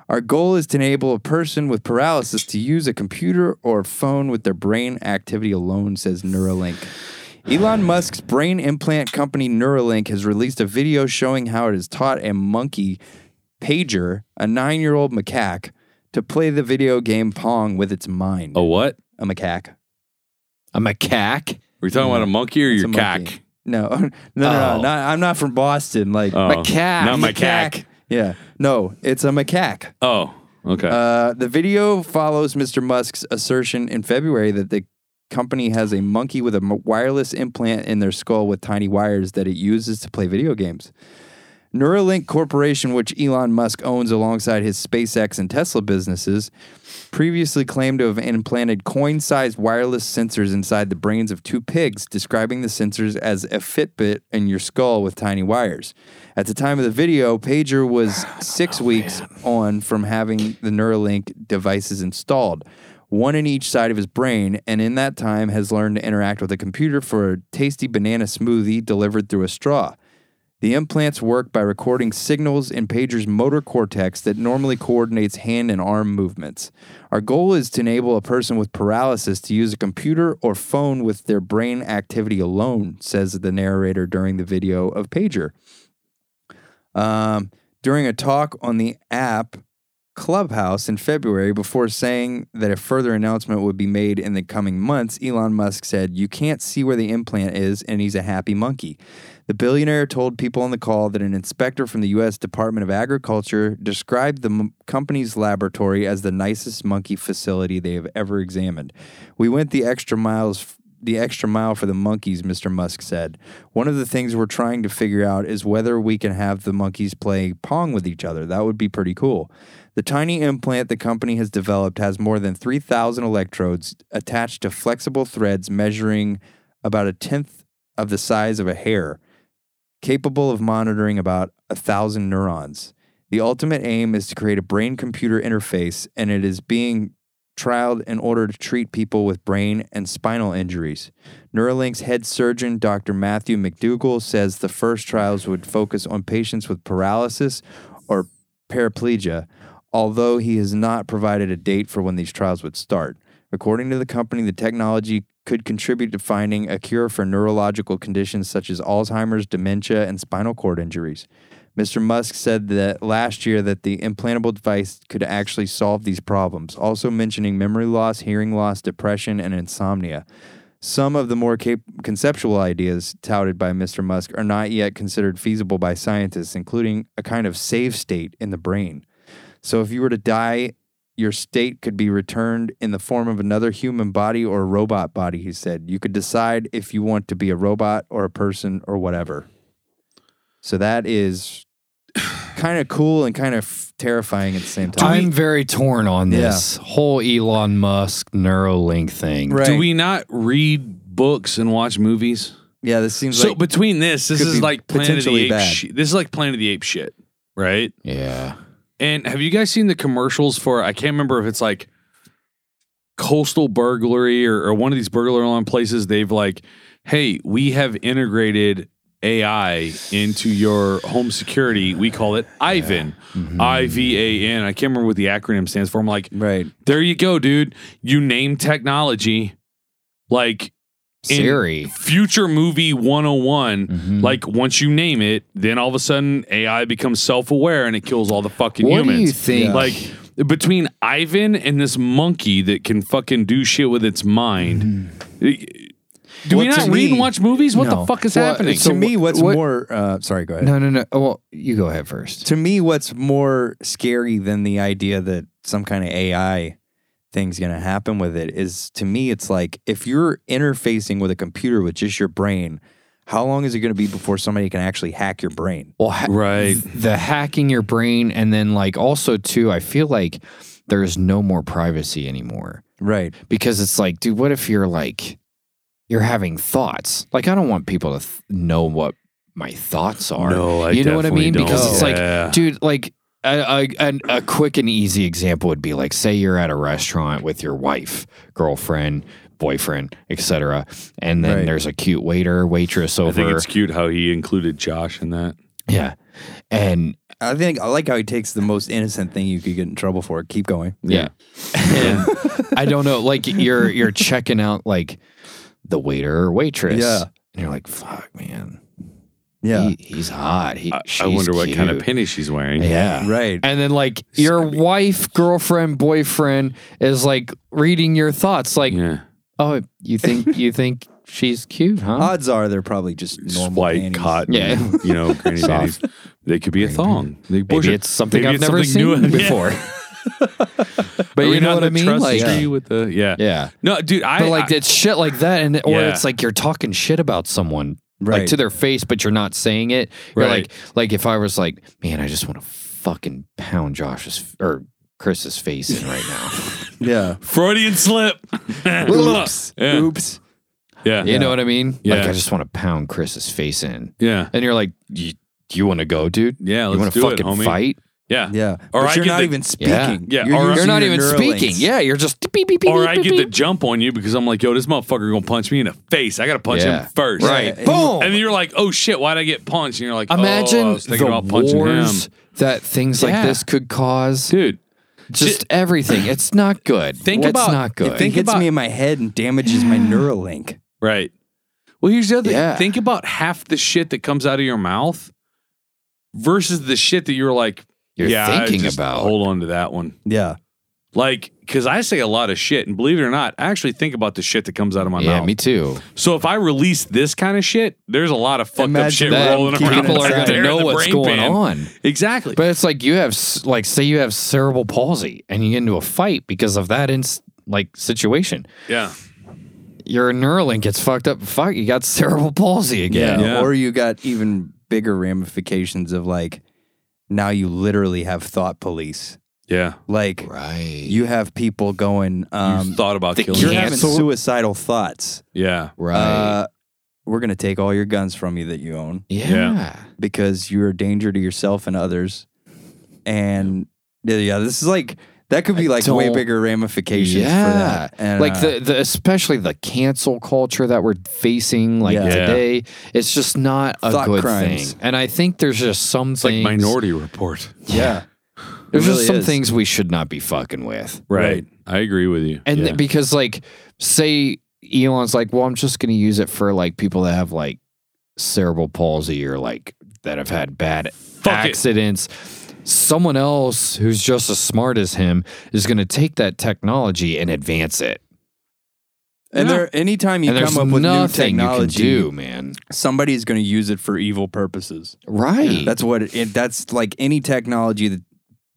Speaker 2: Our goal is to enable a person with paralysis to use a computer or phone with their brain activity alone, says Neuralink. Elon Musk's brain implant company Neuralink has released a video showing how it has taught a monkey, Pager, a nine year old macaque, to play the video game Pong with its mind.
Speaker 3: A what?
Speaker 2: A macaque.
Speaker 4: A macaque.
Speaker 3: Were you talking about a monkey or
Speaker 2: It's
Speaker 3: your
Speaker 2: a
Speaker 3: cack?
Speaker 2: monkey. No, *laughs* no, no, no,
Speaker 4: Oh.
Speaker 2: not, I'm not from Boston. Like
Speaker 3: Oh,
Speaker 4: Macaque.
Speaker 3: Not my cack.
Speaker 2: Yeah, no, it's a macaque.
Speaker 3: Oh, okay.
Speaker 2: Uh, the video follows Mr. Musk's assertion in February that the company has a monkey with a m- wireless implant in their skull with tiny wires that it uses to play video games. Neuralink Corporation, which Elon Musk owns alongside his SpaceX and Tesla businesses, previously claimed to have implanted coin sized wireless sensors inside the brains of two pigs, describing the sensors as a Fitbit in your skull with tiny wires. At the time of the video, Pager was six weeks on from having the Neuralink devices installed, one in each side of his brain, and in that time has learned to interact with a computer for a tasty banana smoothie delivered through a straw. The implants work by recording signals in Pager's motor cortex that normally coordinates hand and arm movements. Our goal is to enable a person with paralysis to use a computer or phone with their brain activity alone, says the narrator during the video of Pager. Um, during a talk on the app Clubhouse in February, before saying that a further announcement would be made in the coming months, Elon Musk said, You can't see where the implant is, and he's a happy monkey. The billionaire told people on the call that an inspector from the U.S. Department of Agriculture described the m- company's laboratory as the nicest monkey facility they have ever examined. We went the extra miles. f- the extra mile for the monkeys, Mr. Musk said. One of the things we're trying to figure out is whether we can have the monkeys play Pong with each other. That would be pretty cool. The tiny implant the company has developed has more than 3,000 electrodes attached to flexible threads measuring about a tenth of the size of a hair capable of monitoring about a thousand neurons. The ultimate aim is to create a brain computer interface, and it is being trialed in order to treat people with brain and spinal injuries. Neuralink's head surgeon, Dr. Matthew McDougall, says the first trials would focus on patients with paralysis or paraplegia, although he has not provided a date for when these trials would start. According to the company, the technology could contribute to finding a cure for neurological conditions such as Alzheimer's, dementia, and spinal cord injuries. Mr. Musk said that last year that the implantable device could actually solve these problems, also mentioning memory loss, hearing loss, depression, and insomnia. Some of the more cap- conceptual ideas touted by Mr. Musk are not yet considered feasible by scientists, including a kind of save state in the brain. So if you were to die, your state could be returned in the form of another human body or a robot body, he said. You could decide if you want to be a robot or a person or whatever. So that
Speaker 4: *sighs*
Speaker 2: is kind of cool and kind of terrifying at the same time.
Speaker 4: I'm very torn on this whole Elon Musk Neuralink thing.
Speaker 3: Do we not read books and watch movies?
Speaker 2: Yeah, this seems
Speaker 3: so
Speaker 2: like
Speaker 3: between this, this
Speaker 2: could be
Speaker 3: is like Planet of
Speaker 2: potentially
Speaker 3: the Apes.
Speaker 2: bad.
Speaker 3: shi- This is like Planet of the Apes shit, right?
Speaker 4: Yeah.
Speaker 3: And have you guys seen the commercials for? I can't remember if it's like coastal burglary or, or one of these burglar alarm places. They've like, hey, we have integrated AI into your home security. We call it Ivan,
Speaker 4: Mm-hmm.
Speaker 3: I V A N. I can't remember what the acronym stands for. I'm like,
Speaker 2: right.
Speaker 3: there you go, dude. You name technology. Like in
Speaker 4: Siri. Mm-hmm.
Speaker 3: future movie 101 like once you name it then all of a sudden ai becomes self-aware and it kills all the fucking
Speaker 4: What do
Speaker 3: humans
Speaker 4: you think?
Speaker 3: like between ivan and this monkey that can fucking do shit with its mind do we
Speaker 4: Well, to
Speaker 3: not read
Speaker 4: me-
Speaker 3: and watch movies what the
Speaker 2: no.
Speaker 3: fuck is
Speaker 4: Well,
Speaker 3: happening
Speaker 2: to
Speaker 4: So
Speaker 2: me,
Speaker 4: wh-
Speaker 2: what's
Speaker 4: what-
Speaker 2: more? Uh, sorry, go ahead.
Speaker 4: No, no, no. Oh, well, you go ahead first.
Speaker 2: To me, what's more scary than the idea that some kind of AI thing's going to happen with it is to me, it's like if you're interfacing with a computer with just your brain, how long is it going to be before somebody can actually hack your brain?
Speaker 4: Well, ha-
Speaker 3: Right.
Speaker 4: The hacking your brain, and then like also too, I feel like there's no more privacy anymore
Speaker 2: Right.
Speaker 4: because it's like, dude, what if you're like, you're having thoughts? Like, I don't want people to th- know what my thoughts are.
Speaker 3: No, I
Speaker 4: you know what I
Speaker 3: definitely
Speaker 4: mean? Because
Speaker 3: don't.
Speaker 4: it's like,
Speaker 3: Yeah.
Speaker 4: dude, like. A, a, an- a quick and easy example would be like say you're at a restaurant with your wife girlfriend boyfriend etc and then
Speaker 2: Right.
Speaker 4: there's a cute waiter waitress
Speaker 3: i
Speaker 4: over
Speaker 3: think it's cute how he included josh in that
Speaker 4: yeah and
Speaker 2: I think I like how he takes the most innocent thing you could get in trouble for. Keep going.
Speaker 4: *laughs* Yeah. And I don't know.
Speaker 2: *laughs*
Speaker 4: Like you're you're checking out like the waiter or waitress.
Speaker 2: Yeah.
Speaker 4: And you're like, fuck, man.
Speaker 2: Yeah.
Speaker 4: He, he's hot. He,
Speaker 3: I, I
Speaker 4: she's
Speaker 3: wonder what kind of
Speaker 4: cute."
Speaker 3: penny she's wearing
Speaker 4: Yeah.
Speaker 2: Right.
Speaker 4: And then like your wife, girlfriend, boyfriend is like reading your thoughts. Like,
Speaker 3: yeah
Speaker 4: oh,
Speaker 2: *laughs*
Speaker 4: you think you think she's cute, huh?
Speaker 2: Odds are they're probably just normal
Speaker 3: white
Speaker 2: panties.
Speaker 3: cotton,
Speaker 4: Yeah.
Speaker 3: you know,
Speaker 4: *laughs*
Speaker 3: granny panties. They could be a thong. They push
Speaker 4: Maybe
Speaker 3: it.
Speaker 4: it's something
Speaker 3: Maybe
Speaker 4: I've
Speaker 3: it's
Speaker 4: never
Speaker 3: something
Speaker 4: seen
Speaker 3: new. *laughs*
Speaker 4: before. but
Speaker 3: Are we
Speaker 4: you know
Speaker 3: not
Speaker 4: what I
Speaker 3: in the
Speaker 4: mean?
Speaker 3: trust
Speaker 4: Like,
Speaker 3: tree with the yeah,
Speaker 4: yeah.
Speaker 3: No, dude, I
Speaker 4: but like
Speaker 3: I-
Speaker 4: it's shit like that, and or
Speaker 3: Yeah.
Speaker 4: it's like you're talking shit about someone
Speaker 2: Right.
Speaker 4: like to their face, but you're not saying it. You're
Speaker 3: Right.
Speaker 4: like, like if I was like, man, I just want to fucking pound Josh's f- or Chris's face in right
Speaker 3: *laughs*
Speaker 4: now.
Speaker 2: Yeah.
Speaker 3: Freudian slip. *laughs*
Speaker 2: Oops.
Speaker 3: Yeah.
Speaker 2: Oops.
Speaker 3: Yeah,
Speaker 4: You know what I mean? Like
Speaker 3: Yeah.
Speaker 4: I just want to pound Chris's face in,
Speaker 3: yeah,
Speaker 4: and you're like, you, you want to go, dude?
Speaker 3: Yeah,
Speaker 4: you
Speaker 3: let's
Speaker 4: wanna
Speaker 3: do it,
Speaker 4: fucking
Speaker 3: homie."
Speaker 4: fight?
Speaker 3: yeah,
Speaker 2: Yeah. but
Speaker 3: Or I
Speaker 2: you're
Speaker 3: get
Speaker 2: not
Speaker 3: the-
Speaker 2: even
Speaker 4: Yeah.
Speaker 2: speaking.
Speaker 3: Yeah,
Speaker 2: You're,
Speaker 3: or
Speaker 2: using
Speaker 4: You're not
Speaker 2: your
Speaker 4: even
Speaker 2: neural
Speaker 4: speaking.
Speaker 2: links.
Speaker 4: Yeah, you're just beep, beep, beep,
Speaker 3: Or
Speaker 4: beep,
Speaker 3: I
Speaker 4: beep,
Speaker 3: get the
Speaker 4: beep.
Speaker 3: jump on you because I'm like, yo, this motherfucker gonna punch me in the face. I gotta punch
Speaker 4: Yeah.
Speaker 3: him first,
Speaker 4: Right.
Speaker 2: Yeah,
Speaker 4: Boom.
Speaker 3: And then you're like, oh shit, why'd I get punched? And you're like,
Speaker 4: Imagine
Speaker 3: oh, I was
Speaker 4: the
Speaker 3: thinking about punching
Speaker 4: wars
Speaker 3: him,
Speaker 4: that things like
Speaker 3: Yeah.
Speaker 4: this could cause.
Speaker 3: dude.
Speaker 4: just everything. It's not good.
Speaker 3: Think
Speaker 4: it's
Speaker 3: about-
Speaker 4: not good.
Speaker 2: It
Speaker 3: Think
Speaker 2: hits
Speaker 3: about-
Speaker 2: me in my head and damages
Speaker 3: *gasps*
Speaker 2: my neural link.
Speaker 3: Right. Well, here's the other
Speaker 4: Yeah.
Speaker 3: thing. Think about half the shit that comes out of your mouth versus the shit that you're like,
Speaker 4: You're
Speaker 3: yeah, I
Speaker 4: thinking
Speaker 3: just
Speaker 4: about.
Speaker 3: Hold on to that one.
Speaker 2: Yeah.
Speaker 3: Like, because I say a lot of shit, and believe it or not, I actually think about the shit that comes out of my
Speaker 4: yeah,
Speaker 3: mouth.
Speaker 4: me too.
Speaker 3: So if I release this kind of shit, there's a lot of fucked up
Speaker 2: Imagine
Speaker 3: shit
Speaker 2: that.
Speaker 3: rolling
Speaker 2: Keeping
Speaker 3: around. *laughs*
Speaker 4: People are
Speaker 3: inside
Speaker 4: going
Speaker 2: gonna
Speaker 4: to
Speaker 3: there in
Speaker 4: know
Speaker 3: the
Speaker 4: what's
Speaker 3: brain
Speaker 4: going
Speaker 3: pan.
Speaker 4: on.
Speaker 3: Exactly.
Speaker 4: But it's like you have, s- like, say you have cerebral palsy and you get into a fight because of that, ins- like, situation.
Speaker 3: yeah.
Speaker 4: Your Neuralink gets fucked up. Fuck, you got cerebral palsy again.
Speaker 3: Yeah.
Speaker 2: Or you got even bigger ramifications of like now you literally have thought police.
Speaker 3: Yeah.
Speaker 2: Like
Speaker 4: Right.
Speaker 2: you have people going,
Speaker 3: you
Speaker 2: um,
Speaker 3: thought about killing
Speaker 2: you're
Speaker 3: me.
Speaker 2: having suicidal thoughts.
Speaker 3: Yeah.
Speaker 4: Right.
Speaker 2: Uh, we're going to take all your guns from you that you own
Speaker 4: yeah.
Speaker 3: yeah.
Speaker 2: because you're a danger to yourself and others. And yeah, yeah, this is like, that could be like way
Speaker 4: don't-
Speaker 2: bigger ramifications for
Speaker 4: Yeah.
Speaker 2: that. And,
Speaker 4: like
Speaker 2: uh,
Speaker 4: the, the especially the cancel culture that we're facing like
Speaker 2: Yeah.
Speaker 3: Yeah.
Speaker 4: today. It's just not a
Speaker 2: Thought
Speaker 4: good
Speaker 2: crimes.
Speaker 4: thing. And I think there's just some
Speaker 3: It's like
Speaker 4: things
Speaker 3: Minority Report.
Speaker 2: yeah.
Speaker 4: There's
Speaker 2: It
Speaker 4: just
Speaker 2: really
Speaker 4: some
Speaker 2: is.
Speaker 4: things we should not be fucking with.
Speaker 3: Right. I agree with you.
Speaker 4: And
Speaker 3: yeah.
Speaker 4: th- because like say Elon's like, well, I'm just gonna use it for like people that have like cerebral palsy or like that have had bad
Speaker 3: it.
Speaker 4: accidents. Someone else who's just as smart as him is gonna take that technology and advance it.
Speaker 2: And
Speaker 3: Yeah.
Speaker 2: there, anytime you
Speaker 4: and there's
Speaker 2: come up with new
Speaker 4: nothing
Speaker 2: technology,
Speaker 4: you can do, man.
Speaker 2: somebody's going to use it for evil purposes.
Speaker 4: Right.
Speaker 2: That's what it, it- that's like any technology that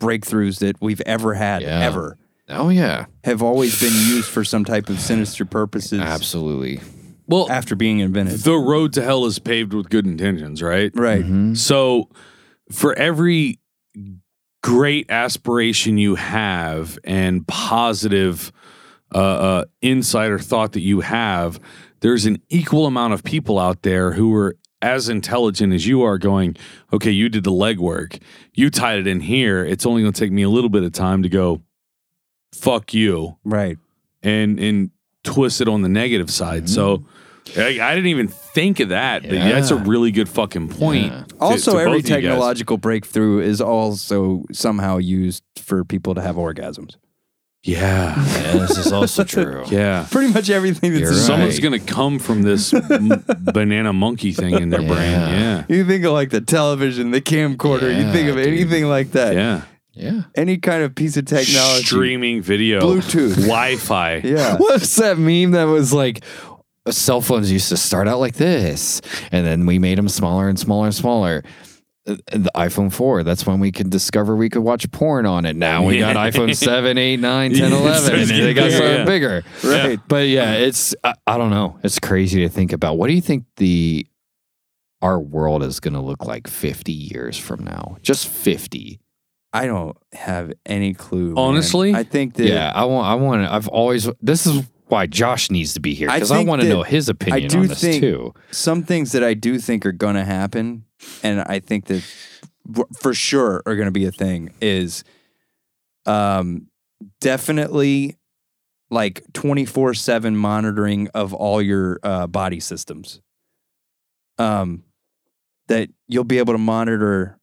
Speaker 2: breakthroughs that we've ever had
Speaker 4: Yeah.
Speaker 2: ever
Speaker 4: oh yeah.
Speaker 2: have always been used for some type of sinister purposes
Speaker 4: Absolutely.
Speaker 3: well,
Speaker 2: after being invented.
Speaker 3: the road to hell is paved with good intentions, right?
Speaker 4: Mm-hmm.
Speaker 2: right.
Speaker 3: So, for every great aspiration you have and positive uh, uh, insight or thought that you have, there's an equal amount of people out there who are as intelligent as you are going, okay, you did the legwork, you tied it in here. It's only going to take me a little bit of time to go, fuck you,
Speaker 2: Right.
Speaker 3: and and twist it on the negative side. So. I, I didn't even think of that. but That's a
Speaker 4: Mm-hmm. Yeah.
Speaker 3: really good fucking point.
Speaker 4: Yeah.
Speaker 3: to-
Speaker 2: Also,
Speaker 3: to
Speaker 2: every
Speaker 3: both of you guys.
Speaker 2: technological breakthrough is also somehow used for people to have orgasms.
Speaker 3: Yeah.
Speaker 4: this
Speaker 2: *laughs*
Speaker 4: is also true.
Speaker 3: Yeah.
Speaker 2: Pretty much everything that's
Speaker 4: *laughs* You're
Speaker 2: in-
Speaker 4: right.
Speaker 3: Someone's going to come from
Speaker 2: *laughs*
Speaker 3: this m- banana monkey thing in their
Speaker 4: Yeah.
Speaker 3: brain.
Speaker 2: You think of like the television, the camcorder, you
Speaker 4: Yeah,
Speaker 2: think of
Speaker 4: dude.
Speaker 2: anything like
Speaker 3: Yeah.
Speaker 2: that.
Speaker 3: Yeah.
Speaker 4: Yeah.
Speaker 2: Any kind of piece of technology.
Speaker 3: Streaming video,
Speaker 2: Bluetooth.
Speaker 3: Wi Fi.
Speaker 2: *laughs* Yeah.
Speaker 4: *laughs* What's that meme that was like cell phones used to start out like this and then we made them smaller and smaller and smaller. Uh, The iPhone 4, that's when we could discover we could watch porn on it. Now
Speaker 3: *laughs*
Speaker 4: we got iPhone 7, 8, 9, 10,
Speaker 3: Yeah, it
Speaker 4: 11.
Speaker 3: starts
Speaker 4: they
Speaker 3: getting
Speaker 4: got
Speaker 3: bigger,
Speaker 4: something
Speaker 3: yeah.
Speaker 4: bigger.
Speaker 2: Right.
Speaker 4: But yeah, it's, I, I don't know. It's crazy to think about. What do you think the, our world is going to look like 50 years from now? Just 50.
Speaker 2: I don't have any clue. man.
Speaker 3: Honestly?
Speaker 2: I think that
Speaker 4: Yeah, I want. I want. to I've always. This is why Josh needs to be here
Speaker 2: I
Speaker 4: because I,
Speaker 2: think
Speaker 4: want to
Speaker 2: that-
Speaker 4: know his opinion
Speaker 2: do
Speaker 4: on this
Speaker 2: think-
Speaker 4: too.
Speaker 2: some things that I do think are going to happen, and I think that w- for sure are going to be a thing, is um, definitely like 24 7 monitoring of all your uh, body systems. Um, that you'll be able to monitor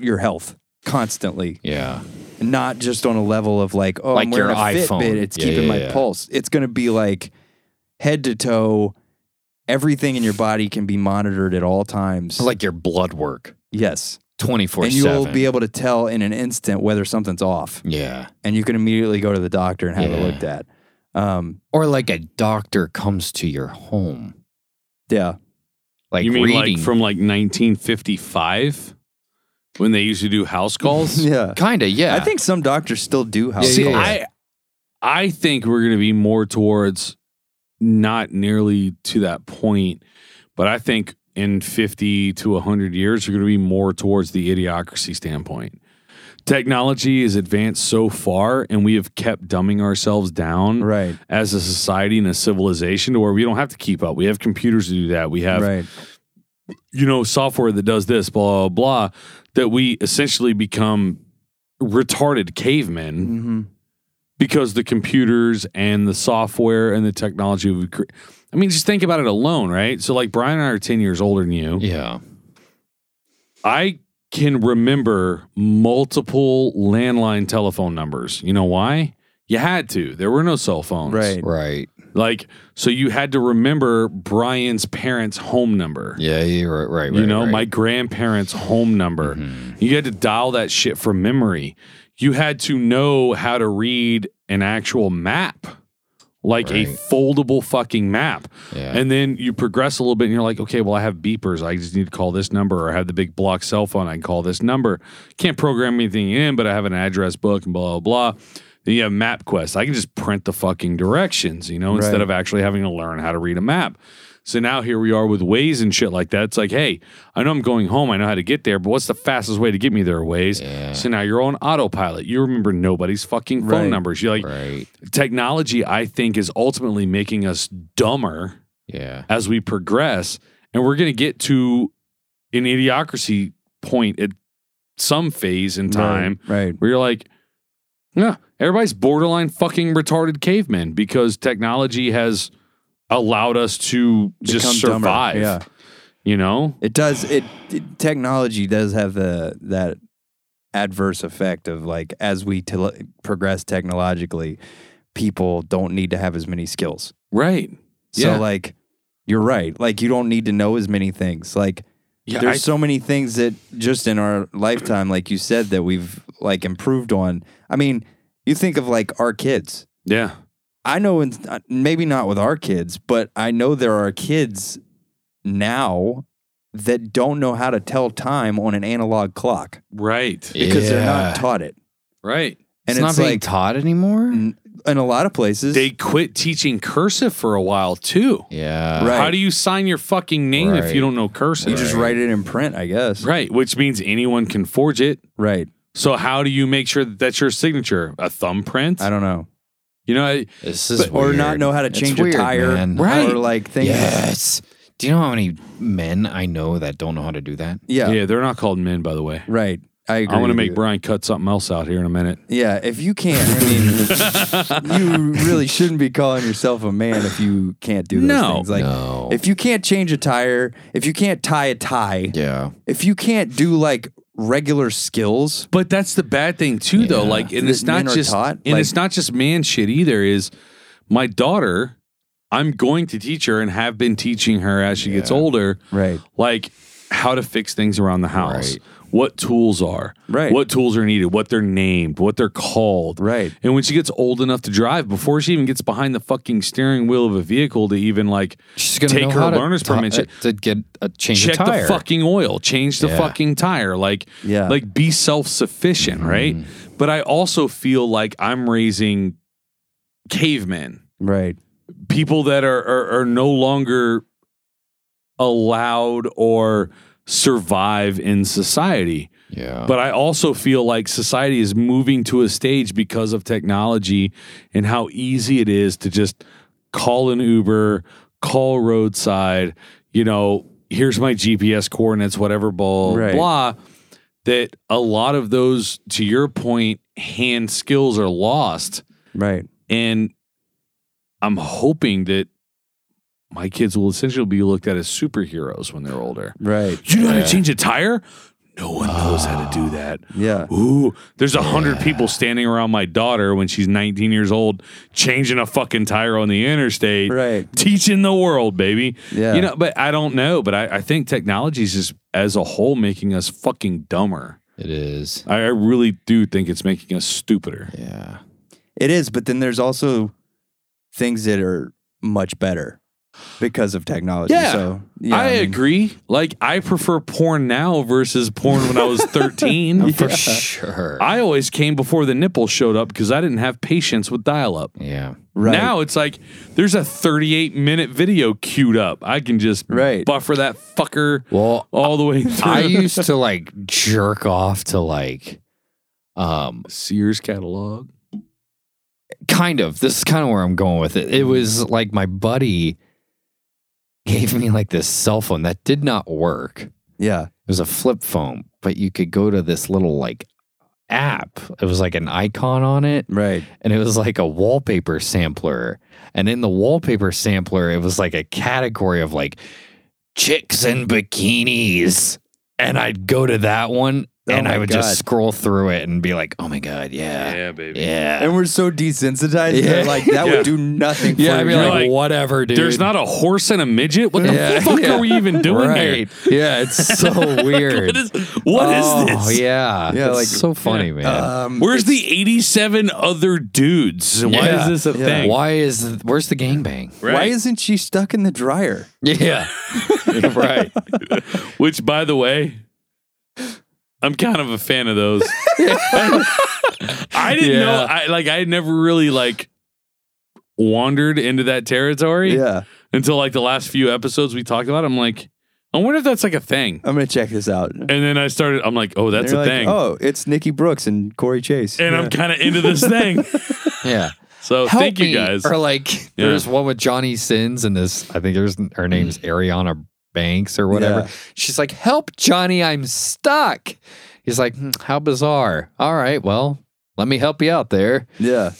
Speaker 2: your health constantly
Speaker 4: Yeah,
Speaker 2: not just on a level of like, oh,
Speaker 4: Like
Speaker 2: I'm wearing
Speaker 4: your
Speaker 2: a
Speaker 4: iPhone.
Speaker 2: Fitbit, it's
Speaker 4: Yeah,
Speaker 2: keeping
Speaker 4: yeah,
Speaker 2: my
Speaker 4: yeah.
Speaker 2: pulse. It's going to be like head to toe, everything in your body can be monitored at all times.
Speaker 4: like your blood work,
Speaker 2: yes,
Speaker 4: twenty four
Speaker 2: and you'll be
Speaker 4: seven.
Speaker 2: able to tell in an instant whether something's off,
Speaker 4: Yeah,
Speaker 2: and you can immediately go to the doctor and have it
Speaker 4: Yeah.
Speaker 2: looked at. Um,
Speaker 4: or like a doctor comes to your home,
Speaker 2: yeah,
Speaker 4: like
Speaker 3: you mean
Speaker 4: reading.
Speaker 3: like from like 1955 when they used to do house calls?
Speaker 2: *laughs* yeah.
Speaker 4: Kinda, *laughs* yeah.
Speaker 2: I think some doctors still do house
Speaker 3: See,
Speaker 4: yeah,
Speaker 2: calls.
Speaker 3: I I think we're going to be more towards not nearly to that point, but I think in 50 to 100 years we're going to be more towards the idiocracy standpoint. Technology is advanced so far and we have kept dumbing ourselves down
Speaker 2: Right,
Speaker 3: as a society and a civilization to where we don't have to keep up. We have computers to do that. We have
Speaker 2: right,
Speaker 3: you know, software that does this, blah, blah, blah, that we essentially become retarded cavemen
Speaker 2: hmm
Speaker 3: because the computers and the software and the technology we cre- I mean, just think about it alone, right? So, like, Brian and I are 10 years older than you.
Speaker 4: yeah,
Speaker 3: I can remember multiple landline telephone numbers. You know why? You had to. There were no cell phones.
Speaker 2: right.
Speaker 4: right.
Speaker 3: Like, so you had to remember Brian's parents' home number.
Speaker 4: Yeah, yeah, right, right.
Speaker 3: you
Speaker 4: right,
Speaker 3: know,
Speaker 4: right. Mm-hmm.
Speaker 3: my grandparents' home number. You had to dial that shit from memory. You had to know how to read an actual map, like a
Speaker 4: Right.
Speaker 3: foldable fucking map.
Speaker 4: Yeah.
Speaker 3: And then you progress a little bit and you're like, okay, well, I have beepers. I just need to call this number or I have the big block cell phone. I can call this number. Can't program anything in, but I have an address book and blah, blah, blah. Then you have MapQuest. I can just print the fucking directions, you know, instead
Speaker 2: Right.
Speaker 3: of actually having to learn how to read a map. So now here we are with Waze and shit like that. It's like, hey, I know I'm going home. I know how to get there, but what's the fastest way to get me there, Waze?
Speaker 4: Yeah.
Speaker 3: So now you're on autopilot. You remember nobody's fucking phone
Speaker 2: Right.
Speaker 3: numbers. You're like,
Speaker 4: right.
Speaker 3: technology, I think, is ultimately making us dumber
Speaker 4: Yeah,
Speaker 3: as we progress, and we're going to get to an idiocracy point at some phase in time
Speaker 2: Right.
Speaker 3: where you're like, yeah, everybody's borderline fucking retarded cavemen because technology has allowed us to just
Speaker 2: Become dumber.
Speaker 3: survive.
Speaker 2: Yeah.
Speaker 3: You know?
Speaker 2: It does. It, it- technology does have the that adverse effect of like as we tele progress technologically, people don't need to have as many skills.
Speaker 3: Right.
Speaker 2: So
Speaker 3: Yeah.
Speaker 2: like, you're right. Like you don't need to know as many things. Like
Speaker 3: Yeah.
Speaker 2: there's
Speaker 3: I-
Speaker 2: so many things that just in our lifetime, like you said, that we've like improved on. I mean, you think of like our kids.
Speaker 3: yeah.
Speaker 2: I know, in, uh, maybe not with our kids, but I know there are kids now that don't know how to tell time on an analog clock
Speaker 3: Right.
Speaker 2: because they're not
Speaker 4: Yeah.
Speaker 2: taught it.
Speaker 3: Right.
Speaker 2: And
Speaker 4: it's,
Speaker 2: it's,
Speaker 4: not being
Speaker 2: like Mm.
Speaker 4: taught anymore.
Speaker 2: n- in a lot of places,
Speaker 3: They quit teaching cursive for a while too.
Speaker 4: Yeah,
Speaker 2: Right.
Speaker 3: How do you sign your fucking name if
Speaker 4: Right.
Speaker 3: you don't know cursive?
Speaker 2: you just write it in print, I guess.
Speaker 3: Right, which means anyone can forge it.
Speaker 2: Right.
Speaker 3: So how do you make sure that that's your signature? A thumbprint?
Speaker 2: I don't know.
Speaker 3: You know, I-
Speaker 4: This is
Speaker 2: or not
Speaker 4: weird.
Speaker 2: know how to
Speaker 4: It's
Speaker 2: change a
Speaker 4: weird,
Speaker 2: tire.
Speaker 4: man.
Speaker 3: Right.
Speaker 2: Or like things.
Speaker 4: Yes. Do you know how many men I know that don't know how to do that?
Speaker 2: Yeah.
Speaker 3: yeah. they're not called men, by the way.
Speaker 2: Right. I agree.
Speaker 3: I want to
Speaker 2: with
Speaker 3: make
Speaker 2: you.
Speaker 3: Brian cut something else out here in a minute.
Speaker 2: Yeah, if you can't, I
Speaker 3: *laughs*
Speaker 2: mean, you really shouldn't be calling yourself a man if you can't do those
Speaker 3: No.
Speaker 2: things. Like,
Speaker 4: No.
Speaker 2: if you can't change a tire, if you can't tie a tie,
Speaker 4: Yeah.
Speaker 2: if you can't do like regular skills.
Speaker 3: But that's the bad thing too, though.
Speaker 2: Yeah.
Speaker 3: Like, and
Speaker 2: That
Speaker 3: it's not
Speaker 2: men are
Speaker 3: just
Speaker 2: taught,
Speaker 3: and
Speaker 2: like-
Speaker 3: it's not just man shit either. Is my daughter? I'm going to teach her and have been teaching her as she gets older,
Speaker 2: Right.
Speaker 3: Like how to fix things around the house,
Speaker 4: Right.
Speaker 3: what tools are,
Speaker 2: Right.
Speaker 3: What tools are needed, what they're named, what they're called,
Speaker 2: Right.
Speaker 3: And when she gets old enough to drive, before she even gets behind the fucking steering wheel of a vehicle to even like
Speaker 4: She's gonna
Speaker 3: take
Speaker 4: know
Speaker 3: her
Speaker 4: how to
Speaker 3: learner's
Speaker 4: ti-
Speaker 3: permit,
Speaker 4: uh, to get a change
Speaker 3: check
Speaker 4: of tire.
Speaker 3: the fucking oil, change the
Speaker 4: Yeah.
Speaker 3: fucking tire, like
Speaker 2: Yeah.
Speaker 3: like be self sufficient, right? But I also feel like I'm raising cavemen,
Speaker 2: Right.
Speaker 3: people that are are, are no longer allowed or survive in society.
Speaker 4: Yeah,
Speaker 3: But I also feel like society is moving to a stage because of technology and how easy it is to just call an Uber, call roadside, you know, here's my GPS coordinates, whatever, blah,
Speaker 2: Right.
Speaker 3: blah. That a lot of those, to your point, hand skills are lost.
Speaker 2: Right.
Speaker 3: And I'm hoping that my kids will essentially be looked at as superheroes when they're older.
Speaker 2: Right.
Speaker 3: You know how to change a tire? No one knows how to do that.
Speaker 2: Yeah.
Speaker 3: Ooh, there's a hundred people standing around my daughter when she's 19 years old, changing a fucking tire on the interstate,
Speaker 2: Right.
Speaker 3: Teaching the world, baby.
Speaker 2: Yeah.
Speaker 3: you know. But I don't know. But I, I think technology is just as a whole making us fucking dumber.
Speaker 4: it is.
Speaker 3: I, I really do think it's making us stupider.
Speaker 4: Yeah,
Speaker 2: It is, but then there's also things that are much better because of technology.
Speaker 3: Yeah.
Speaker 2: So
Speaker 3: I,
Speaker 2: mean,
Speaker 3: agree. Like I prefer porn now versus porn when
Speaker 2: *laughs*
Speaker 3: I was 13.
Speaker 4: for sure.
Speaker 3: I always came before the nipple showed up because I didn't have patience with dial-up.
Speaker 4: yeah,
Speaker 2: Right.
Speaker 3: Now it's like there's a 38 minute video queued up. I can just
Speaker 2: Right.
Speaker 3: buffer that fucker
Speaker 4: Well,
Speaker 3: all the way through. *laughs*
Speaker 4: I used to like jerk off to like, um,
Speaker 3: Sears catalog.
Speaker 4: kind of. This is kind of where I'm going with it. It
Speaker 3: Mm.
Speaker 4: was like my buddy gave me like this cell phone that did not work.
Speaker 2: Yeah.
Speaker 4: It was a flip phone, but you could go to this little like app. It was like an icon on it,
Speaker 2: Right.
Speaker 4: and it was like a wallpaper sampler. And in the wallpaper sampler, it was like a category of like chicks and bikinis. And I'd go to that one
Speaker 2: Oh
Speaker 4: and
Speaker 2: my
Speaker 4: I would
Speaker 2: God.
Speaker 4: just scroll through it and be like, oh my God, yeah.
Speaker 3: baby.
Speaker 4: Yeah.
Speaker 2: And we're so desensitized
Speaker 4: Yeah.
Speaker 2: that like that
Speaker 3: Yeah.
Speaker 2: would do nothing for
Speaker 4: Yeah, I'd be
Speaker 2: you.
Speaker 4: like,
Speaker 3: like,
Speaker 4: whatever, dude.
Speaker 3: There's not a horse and a midget. What the
Speaker 4: Yeah.
Speaker 3: fuck
Speaker 4: Yeah.
Speaker 3: are we even doing here?
Speaker 4: right. Yeah, it's *laughs* so weird.
Speaker 3: What is, what is
Speaker 4: oh,
Speaker 3: this?
Speaker 4: yeah. Uh,
Speaker 2: Yeah,
Speaker 4: it's
Speaker 2: like-
Speaker 4: so funny, man.
Speaker 2: um,
Speaker 3: Where's the 87 other dudes? Why
Speaker 4: Yeah.
Speaker 3: is this a
Speaker 2: Yeah.
Speaker 3: thing?
Speaker 4: Why is where's the gangbang?
Speaker 2: why
Speaker 3: Right.
Speaker 2: isn't she stuck in the dryer?
Speaker 4: Yeah. *laughs* right.
Speaker 3: *laughs* Which, by the way, I'm kind of a fan of those. I didn't know. I like. I had never really like wandered into that territory
Speaker 2: Yeah.
Speaker 3: until like the last few episodes we talked about. it. I'm like, I wonder if that's like a thing.
Speaker 2: I'm gonna check this out.
Speaker 3: And then I started. I'm like, oh, that's
Speaker 2: They're
Speaker 3: a
Speaker 2: like,
Speaker 3: thing.
Speaker 2: Oh, it's Nikki Brooks and Corey Chase.
Speaker 3: And I'm kind of into this
Speaker 4: *laughs*
Speaker 3: thing.
Speaker 4: Yeah.
Speaker 3: So
Speaker 4: Help
Speaker 3: Oh, thank
Speaker 4: me.
Speaker 3: you guys.
Speaker 4: Or like there's one with Johnny Sins and this I think there's her name's Ariana Banks or whatever.
Speaker 2: Mm-hmm. Yeah.
Speaker 4: She's like, "Help Johnny, I'm stuck." He's like, "Hmm, "How bizarre." All right, well, let me help you out there.
Speaker 2: yeah.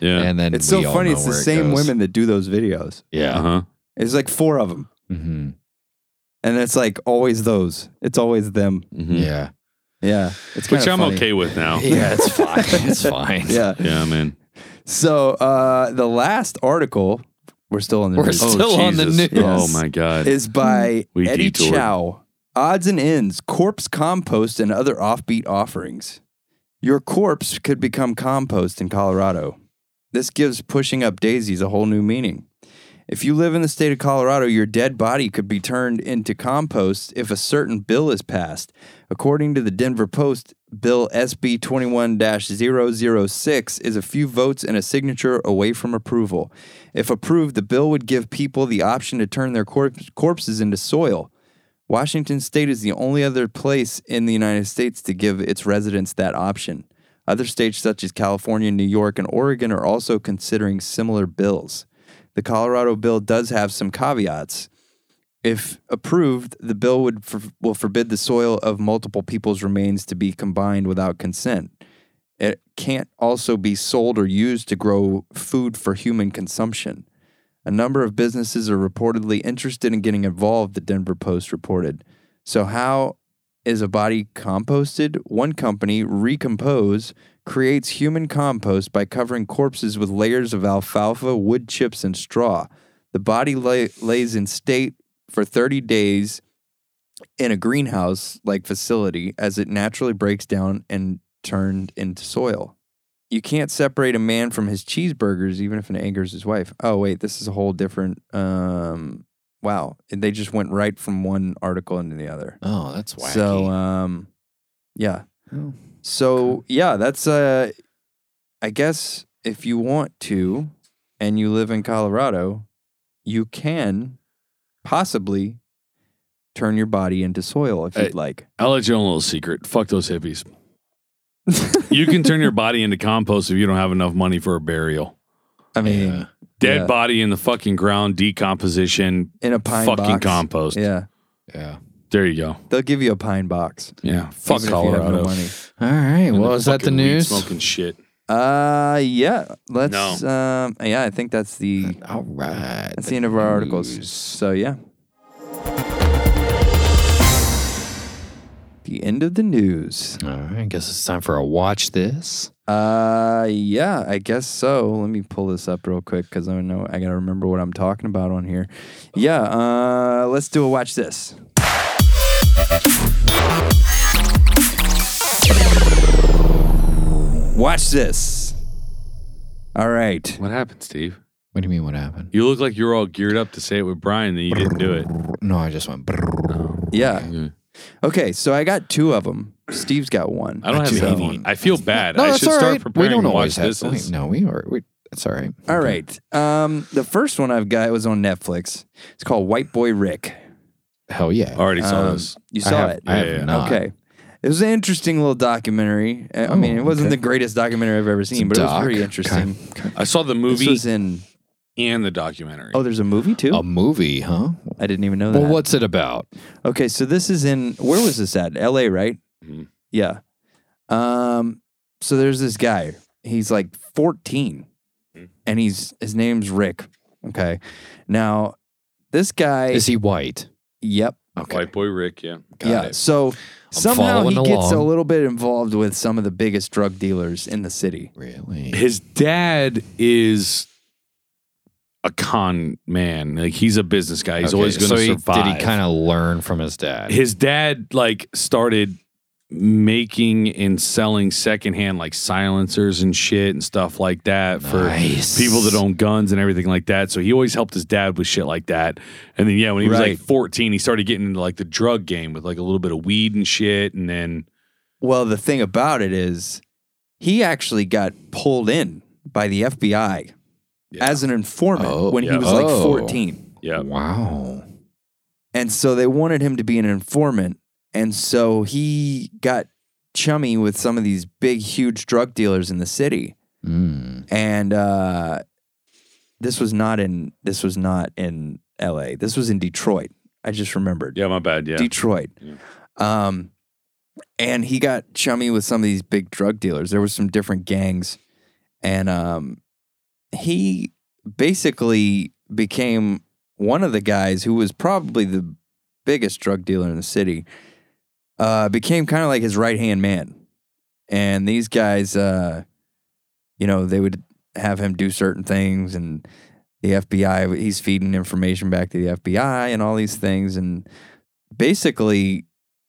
Speaker 3: yeah.
Speaker 4: And then
Speaker 2: It's
Speaker 4: we
Speaker 2: so
Speaker 4: all
Speaker 2: funny.
Speaker 4: know
Speaker 2: It's the
Speaker 4: where it
Speaker 2: same
Speaker 4: goes.
Speaker 2: women that do those videos.
Speaker 3: uh
Speaker 4: Yeah.
Speaker 3: huh.
Speaker 2: It's like four of them,
Speaker 4: hmm
Speaker 2: and it's like always those. It's always them.
Speaker 4: Mm.
Speaker 3: Mm-hmm.
Speaker 4: Yeah.
Speaker 2: Yeah. It's
Speaker 3: Which
Speaker 2: kinda
Speaker 3: I'm
Speaker 2: funny.
Speaker 3: okay with
Speaker 4: *laughs*
Speaker 3: now.
Speaker 4: Yeah, it's fine. *laughs* it's fine.
Speaker 2: Yeah.
Speaker 3: Yeah, man.
Speaker 2: So uh, the last article we're still on the
Speaker 4: We're
Speaker 2: news,
Speaker 4: still- on the
Speaker 3: Jesus.
Speaker 4: news.
Speaker 3: Oh my god.
Speaker 2: is
Speaker 4: *laughs*
Speaker 2: by
Speaker 3: We
Speaker 2: Eddie
Speaker 3: detoured.
Speaker 2: Chow. Odds and ends, corpse compost and other offbeat offerings. Your corpse could become compost in Colorado. This gives pushing up daisies a whole new meaning. If you live in the state of Colorado, your dead body could be turned into compost if a certain bill is passed. According to the Denver Post, Bill SB 21 006 is a few votes and a signature away from approval. If approved, the bill would give people the option to turn their corp- corpses into soil. Washington state is the only other place in the United States to give its residents that option. Other states such as California, New York, and Oregon are also considering similar bills. The Colorado bill does have some caveats. If approved, the bill would for, will forbid the soil of multiple people's remains to be combined without consent. It can't also be sold or used to grow food for human consumption. A number of businesses are reportedly interested in getting involved, the Denver Post reported. So, how is a body composted, one company, Recompose, creates human compost by covering corpses with layers of alfalfa, wood chips, and straw. The body lay, lays in state for 30 days in a greenhouse like facility as it naturally breaks down and turned into soil. You can't separate a man from his cheeseburgers even if it angers his wife. Oh wait, this is a whole different um wow. And They just went right from one article into the other.
Speaker 4: Oh, that's wacky.
Speaker 2: So um yeah.
Speaker 4: Oh.
Speaker 2: So yeah, that's uh I guess if you want to and you live in Colorado, you can possibly turn your body into soil if you'd
Speaker 3: Hey.
Speaker 2: like.
Speaker 3: I'll let you on a little secret. Fuck those hippies. you can turn your body into compost if you don't have enough money for a burial.
Speaker 2: I mean,
Speaker 3: Dead
Speaker 2: Yeah.
Speaker 3: body in the fucking ground, decomposition,
Speaker 2: in a pine
Speaker 3: fucking
Speaker 2: box.
Speaker 3: compost.
Speaker 2: Yeah.
Speaker 4: yeah.
Speaker 3: There you go.
Speaker 2: They'll give you a pine box.
Speaker 3: Yeah. Fuck
Speaker 2: even if you have no
Speaker 3: Colorado.
Speaker 2: money.
Speaker 4: All right.
Speaker 3: And
Speaker 4: Well,
Speaker 3: the
Speaker 4: is that the
Speaker 3: fucking weed
Speaker 4: news?
Speaker 3: Smoking shit.
Speaker 2: Uh yeah. Let's um yeah, I think that's the
Speaker 4: All right.
Speaker 2: that's the end of our articles.
Speaker 4: news.
Speaker 2: So yeah. The end of the news.
Speaker 4: All right. I guess it's time for a watch this.
Speaker 2: Uh, yeah, I guess so. Let me pull this up real quick because I know I gotta remember what I'm talking about on here. Yeah, uh, let's do a watch this. Watch this. All right.
Speaker 3: What happened, Steve?
Speaker 4: What do you mean? What happened?
Speaker 3: You look like you're all geared up to say it with Brian, then you didn't do it.
Speaker 4: No, I just went.
Speaker 2: Yeah.
Speaker 3: Mm.
Speaker 2: Okay, so I got two of them. Steve's got one.
Speaker 3: I don't have
Speaker 4: do have
Speaker 3: any.
Speaker 4: one.
Speaker 3: I feel bad.
Speaker 4: No,
Speaker 3: I
Speaker 4: that's
Speaker 3: should
Speaker 4: all
Speaker 3: start
Speaker 4: right. We
Speaker 3: preparing
Speaker 4: don't
Speaker 3: to
Speaker 4: always
Speaker 3: watch
Speaker 4: have.
Speaker 3: this.
Speaker 4: wait, no, we are. We, that's all right.
Speaker 2: All right. Um, the first one I've got was on Netflix. It's called White Boy Rick.
Speaker 4: Hell yeah.
Speaker 3: I already saw
Speaker 2: Um,
Speaker 3: this.
Speaker 2: You
Speaker 4: I
Speaker 2: saw
Speaker 4: have,
Speaker 2: it.
Speaker 4: I have
Speaker 3: Yeah, yeah.
Speaker 4: not.
Speaker 2: Okay. It was an interesting little documentary. I- I mean,
Speaker 4: Oh,
Speaker 2: it wasn't
Speaker 4: okay.
Speaker 2: the greatest documentary I've ever seen, but it was
Speaker 4: doc.
Speaker 2: pretty
Speaker 4: Okay.
Speaker 2: interesting.
Speaker 3: I saw the
Speaker 2: This
Speaker 3: movie
Speaker 2: was in.
Speaker 3: and the documentary.
Speaker 2: Oh, there's a movie too.
Speaker 4: A movie, huh?
Speaker 2: I didn't even know that.
Speaker 4: Um, Well, what's it about?
Speaker 2: Okay, so this is in where was this at? L.A. Right?
Speaker 4: Mm-hmm.
Speaker 3: Mhm.
Speaker 2: Yeah. Um. So there's this guy. He's like 14,
Speaker 4: Mm-hmm.
Speaker 2: and he's his name's Rick. Okay. Now, this guy.
Speaker 4: Is he white?
Speaker 2: yep.
Speaker 3: White Boy Rick, yeah.
Speaker 4: Got
Speaker 2: yeah.
Speaker 4: it.
Speaker 2: So somehow he
Speaker 4: following
Speaker 2: gets a
Speaker 4: along.
Speaker 2: little bit involved with some of the biggest drug dealers in the city.
Speaker 4: Really?
Speaker 3: His dad is a con man. Like he's a business guy. He's
Speaker 4: Okay,
Speaker 3: always going to
Speaker 4: so he-
Speaker 3: survive.
Speaker 4: Did he kind of learn from his dad?
Speaker 3: his dad like started making and selling secondhand like silencers and shit and stuff like that for
Speaker 4: Nice.
Speaker 3: people that own guns and everything like that. So he always helped his dad with shit like that. And then yeah, when he was
Speaker 2: Right.
Speaker 3: like 14, he started getting into like the drug game with like a little bit of weed and shit and then
Speaker 2: Well, the thing about it is, he actually got pulled in by the FBI
Speaker 3: Yeah.
Speaker 2: as an informant
Speaker 4: Oh,
Speaker 2: when he
Speaker 3: yeah.
Speaker 2: was like
Speaker 4: Oh.
Speaker 2: 14.
Speaker 3: yeah.
Speaker 4: Wow.
Speaker 2: And so they wanted him to be an informant. And so he got chummy with some of these big, huge drug dealers in the city.
Speaker 4: Mm.
Speaker 2: And uh, this was not in this was not in L.A. This was in Detroit. I just remembered.
Speaker 3: Yeah, my bad. Yeah.
Speaker 2: Detroit.
Speaker 3: Yeah.
Speaker 2: Um, and he got chummy with some of these big drug dealers. There was some different gangs, and um, he basically became one of the guys who was probably the biggest drug dealer in the city. Uh, became kind of like his right hand man, and these guys, uh, you know, they would have him do certain things, and the FBI, he's feeding information back to the FBI, and all these things, and basically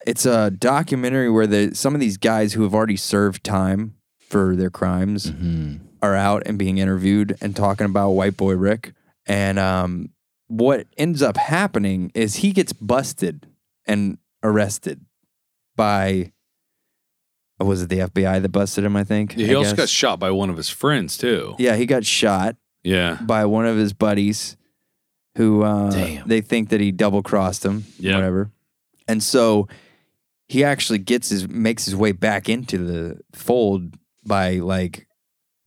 Speaker 2: it's a documentary where the some of these guys who have already served time for their crimes
Speaker 4: Mhm.
Speaker 2: are out and being interviewed and talking about white boy Rick. And um, what ends up happening is he gets busted and arrested by was it the FBI that busted him? I think
Speaker 3: He
Speaker 2: I
Speaker 3: also got
Speaker 2: guess?
Speaker 3: shot by one of his friends too.
Speaker 2: yeah he got shot
Speaker 3: Yeah.
Speaker 2: by one of his buddies who uh,
Speaker 4: Damn.
Speaker 2: they think that he double crossed him,
Speaker 3: Yeah.
Speaker 2: whatever. And so he actually gets his makes his way back into the fold by like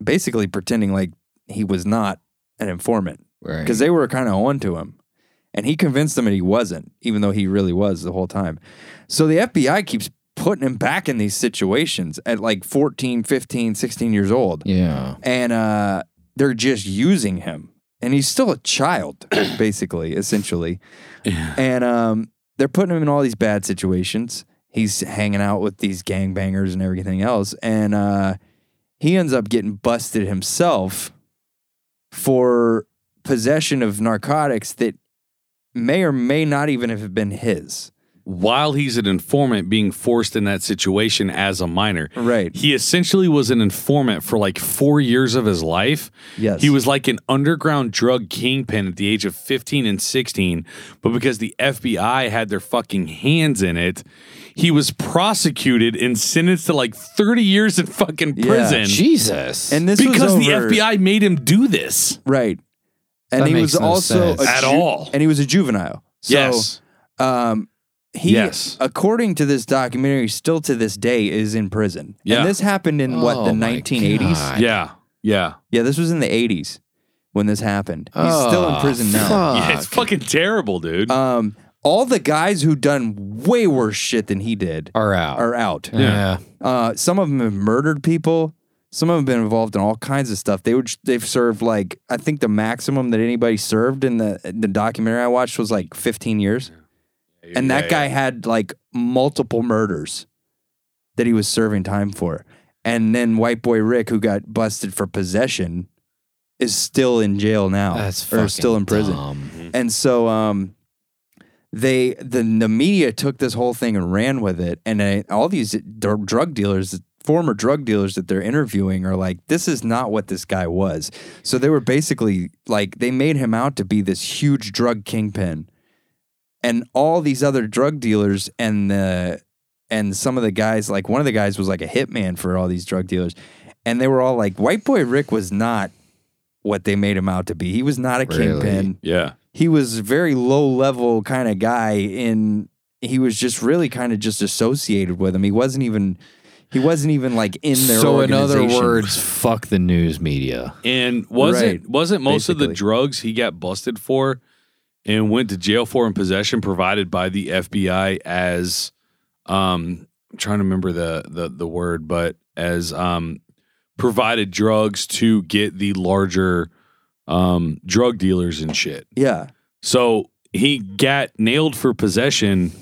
Speaker 2: basically pretending like he was not an informant
Speaker 4: Right.
Speaker 2: because they were kind of on to him. And he convinced them that he wasn't, even though he really was the whole time. So the FBI keeps putting him back in these situations at like 14, 15, 16 years old
Speaker 4: yeah.
Speaker 2: and uh, they're just using him. And he's still a
Speaker 3: *clears throat*
Speaker 2: child, basically, essentially. And um, they're putting him in all these bad situations. he's hanging out with these gangbangers and everything else. And uh, he ends up getting busted himself for possession of narcotics that may or may not even have been his.
Speaker 3: While he's an informant being forced in that situation as a minor,
Speaker 2: Right.
Speaker 3: He essentially was an informant for like four years of his life.
Speaker 2: Yes.
Speaker 3: He was like an underground drug kingpin at the age of 15 and 16, but because the FBI had their fucking hands in it, he was prosecuted and sentenced to like 30 years in fucking
Speaker 2: Yeah.
Speaker 3: prison.
Speaker 4: Jesus.
Speaker 2: And this
Speaker 3: because
Speaker 2: was
Speaker 3: the
Speaker 2: over-
Speaker 3: FBI made him do this
Speaker 2: right? And
Speaker 4: That
Speaker 2: he
Speaker 4: makes
Speaker 2: was
Speaker 4: no
Speaker 2: also a
Speaker 4: sense.
Speaker 3: at
Speaker 2: ju-
Speaker 3: all.
Speaker 2: and he was a juvenile. So,
Speaker 3: yes.
Speaker 2: Um, he,
Speaker 3: Yes.
Speaker 2: according to this documentary, still to this day is in prison.
Speaker 3: Yeah.
Speaker 2: And this happened in what, the
Speaker 4: Oh my
Speaker 2: 1980s?
Speaker 4: God.
Speaker 3: Yeah. Yeah.
Speaker 2: Yeah, this was in the 80s when this happened. He's still in
Speaker 4: Oh,
Speaker 2: prison now.
Speaker 3: yeah. It's fucking terrible, dude.
Speaker 2: Um, all the guys who done way worse shit than he did
Speaker 4: Are out.
Speaker 2: are out.
Speaker 4: Uh, yeah.
Speaker 2: Uh, some of them have murdered people. Some of them have been involved in all kinds of stuff. They would they've served like I think the maximum that anybody served in the the documentary I watched was like 15 years. And that
Speaker 3: Yeah,
Speaker 2: guy had like multiple murders that he was serving time for. And then White Boy Rick, who got busted for possession, is still in jail now.
Speaker 4: That's
Speaker 2: or
Speaker 4: fucking
Speaker 2: still in prison.
Speaker 4: dumb.
Speaker 2: And so um they the the media took this whole thing and ran with it and uh, all these dr- drug dealers former drug dealers that they're interviewing are like this is not what this guy was. So they were basically like they made him out to be this huge drug kingpin. And all these other drug dealers and the and some of the guys like one of the guys was like a hitman for all these drug dealers and they were all like white boy Rick was not what they made him out to be. He was not a
Speaker 4: Really?
Speaker 2: kingpin
Speaker 3: Yeah.
Speaker 2: he was a very low level kind of guy and he was just really kind of just associated with him he wasn't even he wasn't even like in their
Speaker 4: so in other
Speaker 2: organization.
Speaker 4: words, fuck the news media.
Speaker 3: And wasn't
Speaker 2: Right.
Speaker 3: wasn't most of the
Speaker 2: Basically.
Speaker 3: drugs he got busted for and went to jail for in possession provided by the FBI as um I'm trying to remember the the the word, but as um provided drugs to get the larger um drug dealers and shit.
Speaker 2: yeah
Speaker 3: So he got nailed for possession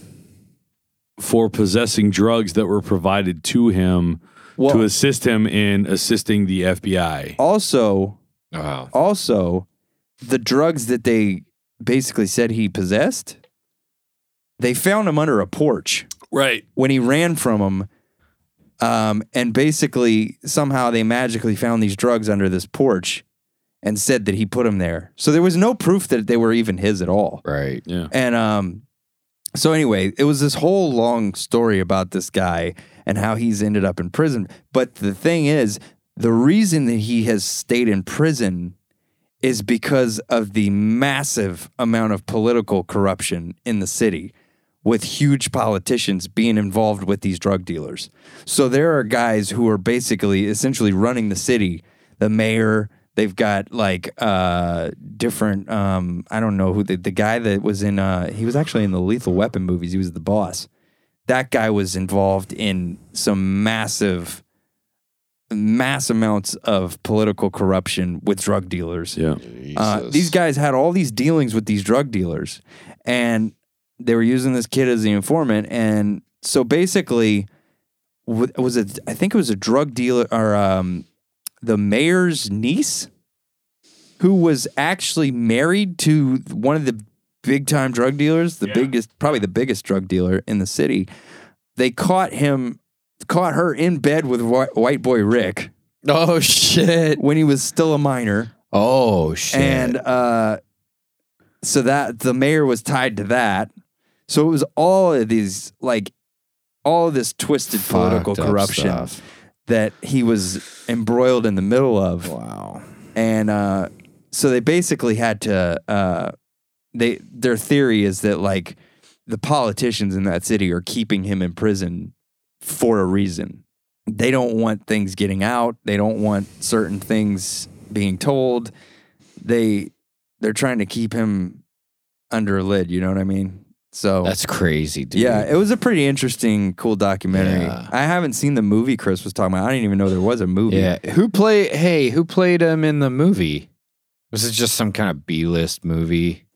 Speaker 3: for possessing drugs that were provided to him
Speaker 2: well
Speaker 3: to assist him in assisting the FBI.
Speaker 2: also
Speaker 4: Wow.
Speaker 2: also the drugs that they basically said he possessed they found him under a porch
Speaker 3: Right.
Speaker 2: when he ran from them. Um, and basically, somehow they magically found these drugs under this porch and said that he put them there. So there was no proof that they were even his at all.
Speaker 4: Right.
Speaker 3: Yeah.
Speaker 2: And um, so, anyway, it was this whole long story about this guy and how he's ended up in prison. But the thing is, the reason that he has stayed in prison is because of the massive amount of political corruption in the city with huge politicians being involved with these drug dealers. So there are guys who are basically essentially running the city, the mayor, they've got like uh different um I don't know who the, the guy that was in uh he was actually in the Lethal Weapon movies, he was the boss. That guy was involved in some massive mass amounts of political corruption with drug dealers.
Speaker 3: Yeah.
Speaker 2: Uh, these guys had all these dealings with these drug dealers, and they were using this kid as the informant. And so basically, wa- was it? I think it was a drug dealer or um, the mayor's niece, who was actually married to one of the big time drug dealers, the biggest, probably the biggest drug dealer in the city. They caught him, caught her in bed with Whi- White Boy Rick
Speaker 4: Oh shit.
Speaker 2: when he was still a minor.
Speaker 4: Oh shit.
Speaker 2: And uh, so that the mayor was tied to that. So it was all of these like all of this twisted political
Speaker 4: Fucked up
Speaker 2: corruption
Speaker 4: stuff.
Speaker 2: that he was embroiled in the middle of.
Speaker 4: Wow.
Speaker 2: And uh, so they basically had to uh, they their theory is that like the politicians in that city are keeping him in prison for a reason. They don't want things getting out. They don't want certain things being told. They they're trying to keep him under a lid, you know what I mean? So
Speaker 4: That's crazy, dude.
Speaker 2: yeah, it was a pretty interesting, cool documentary.
Speaker 4: Yeah.
Speaker 2: I haven't seen the movie Chris was talking about. I didn't even know there was a movie.
Speaker 4: Yeah. Who played? Hey, who played him in the movie? Was it just some kind of B list movie?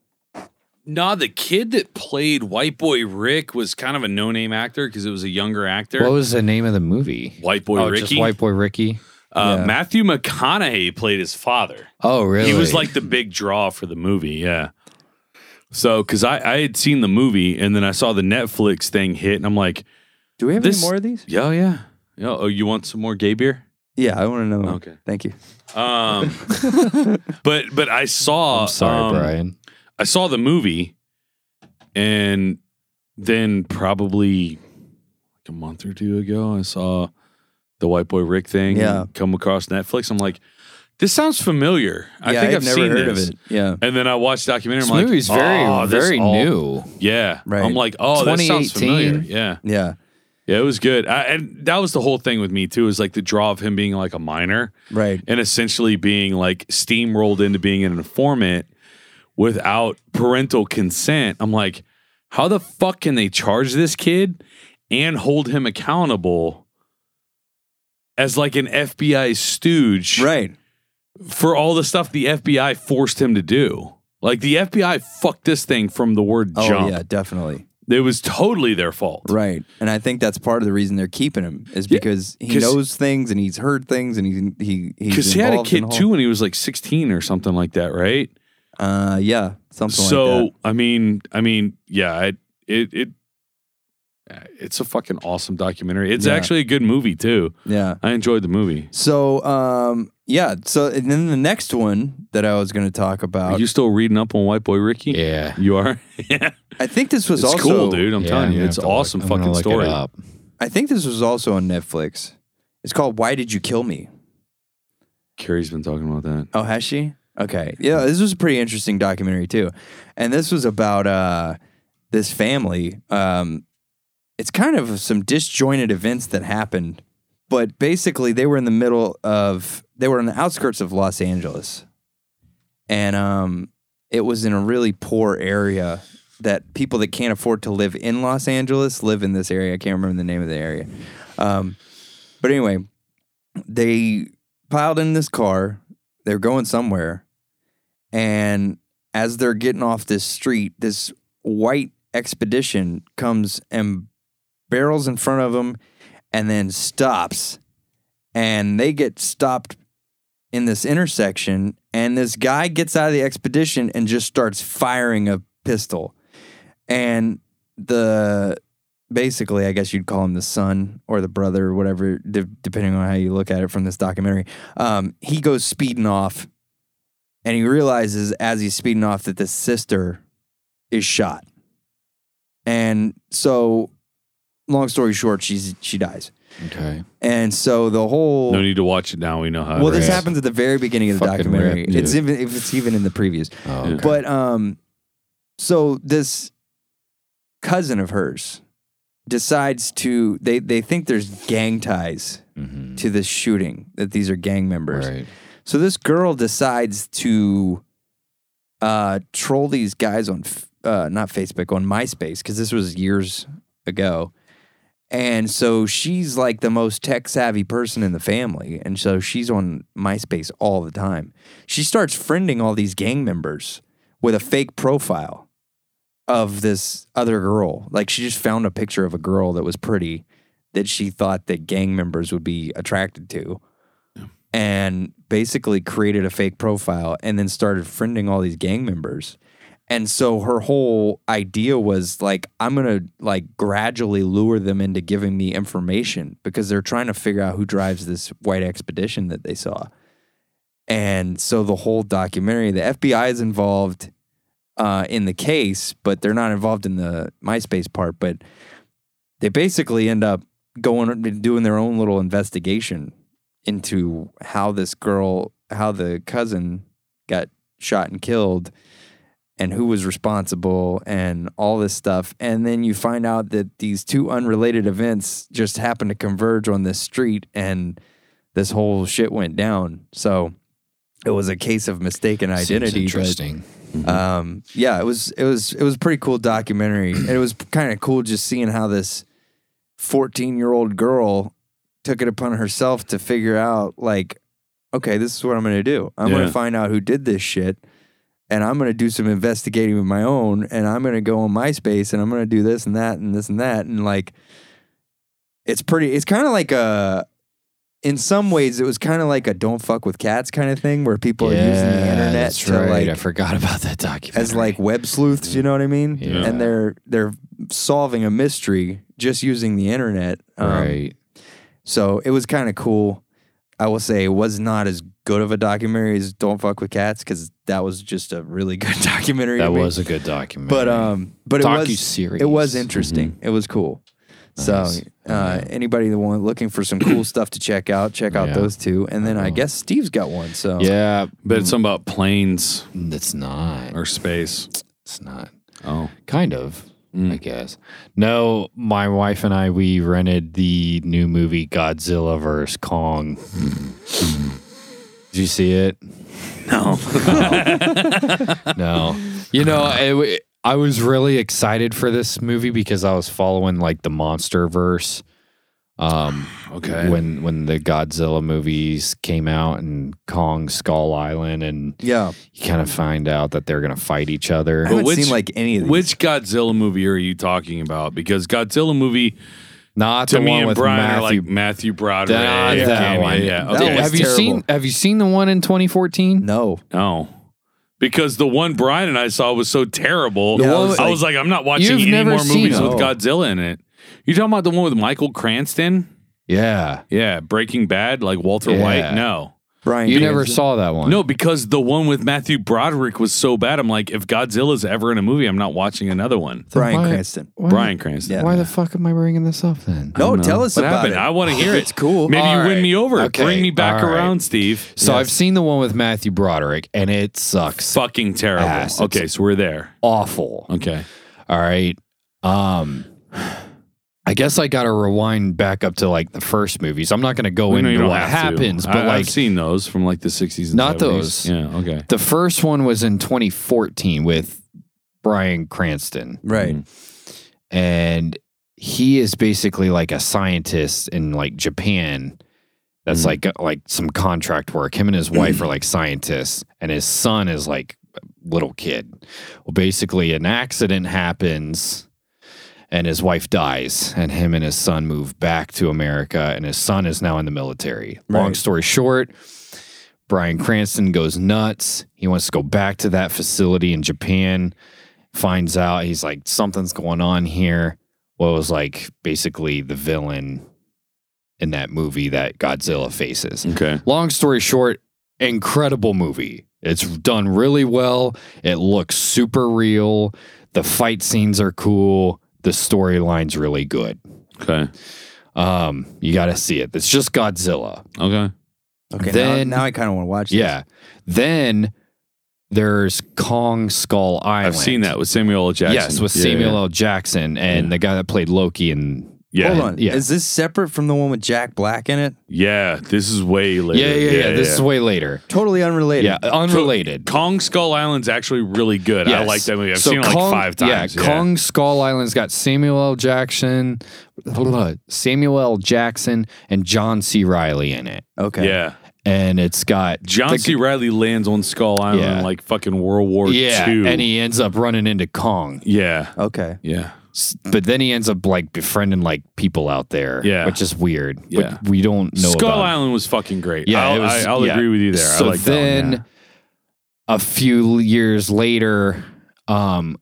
Speaker 3: nah, the kid that played White Boy Rick was kind of a no-name actor because it was a younger actor.
Speaker 4: What was the name of the movie?
Speaker 3: White Boy
Speaker 4: oh,
Speaker 3: Ricky.
Speaker 4: just White Boy Ricky.
Speaker 3: Uh,
Speaker 2: Yeah.
Speaker 3: Matthew McConaughey played his father.
Speaker 4: Oh, really?
Speaker 3: He was like the big draw for the movie, yeah. So, because I, I had seen the movie and then I saw the Netflix thing hit, and I'm like,
Speaker 2: Do we have
Speaker 3: This-
Speaker 2: any more of these?
Speaker 3: yeah, yeah, yeah. Oh, you want some more gay beer?
Speaker 2: Yeah, I want to
Speaker 4: Oh.
Speaker 2: know.
Speaker 3: Okay.
Speaker 2: Thank you.
Speaker 3: Um, *laughs* but but I saw.
Speaker 4: I'm sorry,
Speaker 3: um,
Speaker 4: Brian.
Speaker 3: I saw the movie, and then probably like a month or two ago, I saw the White Boy Rick thing.
Speaker 2: Yeah.
Speaker 3: come across Netflix. I'm like, this sounds familiar. I
Speaker 2: yeah,
Speaker 3: think I've,
Speaker 2: I've, never
Speaker 3: seen
Speaker 2: heard
Speaker 3: this.
Speaker 2: of it. Yeah.
Speaker 3: And then I watched the documentary.
Speaker 4: This
Speaker 3: I'm like,
Speaker 4: movie's very,
Speaker 3: "Oh, this
Speaker 4: very
Speaker 3: all-
Speaker 4: new.
Speaker 3: *laughs* Yeah,
Speaker 2: Right.
Speaker 3: I'm like, oh, that sounds
Speaker 4: 2018.
Speaker 3: familiar. Yeah,
Speaker 2: Yeah.
Speaker 3: yeah, it was good. I, and that was the whole thing with me too. Is like the draw of him being like a minor
Speaker 2: Right.
Speaker 3: and essentially being like steamrolled into being an informant without parental consent. I'm like, how the fuck can they charge this kid and hold him accountable as like an FBI stooge
Speaker 2: Right.
Speaker 3: for all the stuff the FBI forced him to do? Like the FBI fucked this thing from the word
Speaker 2: Oh
Speaker 3: jump.
Speaker 2: yeah, definitely.
Speaker 3: It was totally their fault.
Speaker 2: Right. And I think that's part of the reason they're keeping him is because he
Speaker 3: 'cause-
Speaker 2: knows things and he's heard things and he he he's
Speaker 3: Because he had a
Speaker 2: involved in
Speaker 3: kid
Speaker 2: all-
Speaker 3: too when he was like 16 or something like that, right?
Speaker 2: Uh yeah, something
Speaker 3: so
Speaker 2: like
Speaker 3: I mean, I mean, yeah, it, it it it's a fucking awesome documentary. It's
Speaker 2: Yeah.
Speaker 3: actually a good movie too.
Speaker 2: that. Yeah.
Speaker 3: I enjoyed the movie.
Speaker 2: So um yeah, so and then the next one that I was going to talk
Speaker 3: Are
Speaker 2: about
Speaker 3: you still reading up on White Boy Ricky?
Speaker 4: Yeah.
Speaker 3: You are. *laughs* yeah,
Speaker 2: I think this was
Speaker 3: it's
Speaker 2: also
Speaker 3: cool, dude. I'm
Speaker 4: Yeah,
Speaker 3: telling
Speaker 4: I'm
Speaker 3: you,
Speaker 4: gonna
Speaker 3: it's
Speaker 4: have to look-
Speaker 3: awesome
Speaker 4: I'm gonna
Speaker 3: fucking
Speaker 4: look it
Speaker 3: story.
Speaker 4: up.
Speaker 2: I think this was also on Netflix. It's called Why Did You Kill Me?
Speaker 3: Carrie's been talking about that.
Speaker 2: Oh, has she? Okay. Yeah, this was a pretty interesting documentary too. And this was about uh this family. Um it's kind of some disjointed events that happened, but basically they were in the middle of they were on the outskirts of Los Angeles. And um it was in a really poor area that people that can't afford to live in Los Angeles live in this area. I can't remember the name of the area. Um but anyway, they piled in this car. They're going somewhere. And as they're getting off this street, this white expedition comes and barrels in front of them and then stops. And they get stopped in this intersection. And this guy gets out of the expedition and just starts firing a pistol. And the basically, I guess you'd call him the son or the brother or whatever, de- depending on how you look at it from this documentary. Um, he goes speeding off, and he realizes as he's speeding off that the sister is shot. And so, long story short, she's she dies.
Speaker 4: Okay.
Speaker 2: And so the whole
Speaker 3: No need to watch it now. We know how.
Speaker 2: well,
Speaker 3: it
Speaker 2: this
Speaker 3: is.
Speaker 4: Rip.
Speaker 2: happens at the very beginning of the
Speaker 4: Fucking
Speaker 2: documentary.
Speaker 4: rip, dude.
Speaker 2: it's even if it's even in the previews.
Speaker 4: Oh, okay.
Speaker 2: But um, so this cousin of hers decides to they they think there's gang ties
Speaker 4: Mhm.
Speaker 2: to this shooting that these are gang members.
Speaker 4: Right.
Speaker 2: So this girl decides to uh, troll these guys on f- uh, not Facebook on MySpace because this was years ago, and so she's like the most tech savvy person in the family, and so she's on MySpace all the time. She starts friending all these gang members with a fake profile of this other girl. Like she just found a picture of a girl that was pretty that she thought that gang members would be attracted to and basically created a fake profile and then started friending all these gang members. And so her whole idea was like, I'm gonna like gradually lure them into giving me information because they're trying to figure out who drives this white expedition that they saw. And so the whole documentary, the FBI is involved uh, in the case, but they're not involved in the MySpace part. But they basically end up going doing their own little investigation into how this girl, how the cousin got shot and killed, and who was responsible, and all this stuff. And then you find out that these two unrelated events just happened to converge on this street, and this whole shit went down. So it was a case of mistaken
Speaker 4: Seems
Speaker 2: identity. but-
Speaker 4: Interesting.
Speaker 2: um, yeah, it was it was it was a pretty cool documentary. And it was kind of cool just seeing how this 14 year old girl took it upon herself to figure out like, okay, this is what I'm gonna do. I'm
Speaker 3: Yeah.
Speaker 2: gonna find out who did this shit, and I'm going to do some investigating with my own and I'm going to go on MySpace and I'm going to do this and that and this and that and like it's pretty it's kind of like a in some ways it was kind of like a don't fuck with cats kind of thing where people are using the internet
Speaker 4: That's
Speaker 2: to
Speaker 4: right.
Speaker 2: like
Speaker 4: I forgot about that documentary.
Speaker 2: as like web sleuths, you know what I mean?
Speaker 4: Yeah.
Speaker 2: And they're they're solving a mystery just using the internet. Um,
Speaker 4: right.
Speaker 2: So it was kind of cool. I will say it was not as good of a documentary as Don't Fuck with Cats because that was just a really *laughs* good documentary.
Speaker 4: That
Speaker 2: to me.
Speaker 4: was a good documentary.
Speaker 2: but um, but it was
Speaker 4: Docuseries. Mm-hmm.
Speaker 2: it was interesting. It was cool.
Speaker 4: Nice.
Speaker 2: So uh, anybody that want looking for some cool stuff to check out, check out
Speaker 4: Yeah. Uh-huh.
Speaker 2: those two, and then I guess Steve's got one. So
Speaker 4: yeah,
Speaker 3: But it's something about planes
Speaker 4: it's not.
Speaker 3: or space.
Speaker 4: It's not.
Speaker 3: Oh,
Speaker 4: Kind of, I guess. No, my wife and I we rented the new movie Godzilla vs Kong. Did you see it? *laughs* No. no. You know, I w- I was really excited for this movie because I was following like the monster verse. Um,
Speaker 3: okay.
Speaker 4: when when the Godzilla movies came out and Kong Skull Island and
Speaker 2: yeah.
Speaker 4: you kind of find out that they're gonna fight each other.
Speaker 2: I haven't
Speaker 3: which-
Speaker 2: seen like any of these.
Speaker 3: Which Godzilla movie are you talking about? Because Godzilla movie
Speaker 4: Not
Speaker 3: to
Speaker 4: the
Speaker 3: me
Speaker 4: one
Speaker 3: and
Speaker 4: with
Speaker 3: Brian
Speaker 4: Matthew
Speaker 3: are like Matthew Broderick.
Speaker 4: Not
Speaker 3: yeah,
Speaker 4: that
Speaker 3: yeah,
Speaker 4: one.
Speaker 3: Yeah.
Speaker 2: That
Speaker 3: okay.
Speaker 2: one-
Speaker 4: have you
Speaker 2: terrible.
Speaker 4: seen Have you seen the one in 2014?
Speaker 2: no.
Speaker 3: No. Because the one Brian and I saw was so terrible.
Speaker 2: Yeah,
Speaker 3: I,
Speaker 2: I
Speaker 3: was
Speaker 2: was
Speaker 3: like, I'm not watching
Speaker 4: You've
Speaker 3: any
Speaker 4: never
Speaker 3: more
Speaker 4: seen
Speaker 3: movies
Speaker 4: it.
Speaker 2: No.
Speaker 3: with Godzilla in it. You talking about the one with Michael Cranston?
Speaker 4: Yeah,
Speaker 3: Yeah, Breaking Bad, like Walter
Speaker 4: Yeah.
Speaker 3: White. No.
Speaker 2: Brian,
Speaker 4: you
Speaker 2: James-
Speaker 4: never saw that one.
Speaker 3: No, because the one with Matthew Broderick was so bad. I'm like, if Godzilla's ever in a movie, I'm not watching another one.
Speaker 2: Brian
Speaker 4: Why-
Speaker 2: Cranston.
Speaker 4: Why,
Speaker 3: Brian Cranston.
Speaker 4: Why the fuck am I bringing this up then?
Speaker 2: No, tell us
Speaker 3: What
Speaker 2: about
Speaker 3: happened?
Speaker 2: it.
Speaker 3: I want to hear it.
Speaker 2: It's cool.
Speaker 3: Maybe you
Speaker 4: All
Speaker 3: win
Speaker 4: right.
Speaker 3: me over.
Speaker 4: Okay.
Speaker 3: Bring me back
Speaker 4: All right.
Speaker 3: around, Steve.
Speaker 4: So I've seen the one with Matthew Broderick, and it sucks.
Speaker 3: Fucking terrible.
Speaker 4: Ass.
Speaker 3: Okay, so we're there.
Speaker 4: Awful.
Speaker 3: Okay.
Speaker 4: All right. Um, I guess I gotta rewind back up to like the first movies. I'm not gonna go
Speaker 3: We know you
Speaker 4: into
Speaker 3: don't
Speaker 4: what
Speaker 3: have to.
Speaker 4: happens,
Speaker 3: I,
Speaker 4: but
Speaker 3: I've
Speaker 4: like
Speaker 3: seen those from like the 60s and
Speaker 4: Not
Speaker 3: 70s.
Speaker 4: those.
Speaker 3: Yeah, okay.
Speaker 4: the first one was in 2014 with Brian Cranston.
Speaker 2: Right.
Speaker 4: and he is basically like a scientist in like Japan. That's like uh, like some contract work. Him and his wife are like scientists, and his son is like a little kid. Well, basically, an accident happens, and his wife dies, and him and his son move back to America, and his son is now in the military. Long
Speaker 2: Right.
Speaker 4: story short, Brian Cranston goes nuts. He wants to go back to that facility in Japan finds out he's like something's going on here what was like basically the villain in that movie that godzilla faces
Speaker 3: Okay.
Speaker 4: long story short incredible movie it's done really well it looks super real the fight scenes are cool the storyline's really good
Speaker 3: Okay.
Speaker 4: um you gotta see it it's just godzilla
Speaker 3: Okay.
Speaker 2: Okay.
Speaker 4: Then-
Speaker 2: now, now I kind of want to watch. this.
Speaker 4: yeah then there's kong skull island
Speaker 3: I've seen that with Samuel L. Jackson.
Speaker 4: yes with
Speaker 3: Yeah,
Speaker 4: samuel
Speaker 3: yeah.
Speaker 4: l jackson and
Speaker 3: Yeah.
Speaker 4: the guy that played loki and
Speaker 3: Yeah.
Speaker 2: Hold on.
Speaker 4: yeah.
Speaker 2: Is this separate from the one with Jack Black in it?
Speaker 3: Yeah, this is way later.
Speaker 4: Yeah, yeah, yeah. This is way later.
Speaker 2: Totally unrelated.
Speaker 4: Yeah, unrelated.
Speaker 3: Kong Skull Island's actually really good. I
Speaker 4: Yes.
Speaker 3: like that movie. I've
Speaker 4: So
Speaker 3: seen it like
Speaker 4: Kong-
Speaker 3: five times.
Speaker 4: Yeah, Kong Skull Island's got Samuel L. Jackson, Samuel L. Jackson, and John C. Riley in it,
Speaker 2: Okay.
Speaker 3: Yeah.
Speaker 4: and it's got
Speaker 3: John
Speaker 4: the-
Speaker 3: C. Riley lands on Skull Island
Speaker 4: Yeah.
Speaker 3: in, like fucking World War
Speaker 4: Yeah,
Speaker 3: II.
Speaker 4: and he ends up running into Kong,
Speaker 3: yeah.
Speaker 2: Okay.
Speaker 3: Yeah.
Speaker 4: S- but then he ends up like befriending like people out there,
Speaker 3: Yeah.
Speaker 4: which is weird. but
Speaker 3: Yeah.
Speaker 4: we don't know.
Speaker 3: Skull
Speaker 4: about
Speaker 3: Island was fucking great.
Speaker 4: Yeah,
Speaker 3: I'll,
Speaker 4: it was-
Speaker 3: I, will
Speaker 4: yeah.
Speaker 3: agree with you there.
Speaker 4: So
Speaker 3: I like
Speaker 4: then,
Speaker 3: that.
Speaker 4: a few years later, um,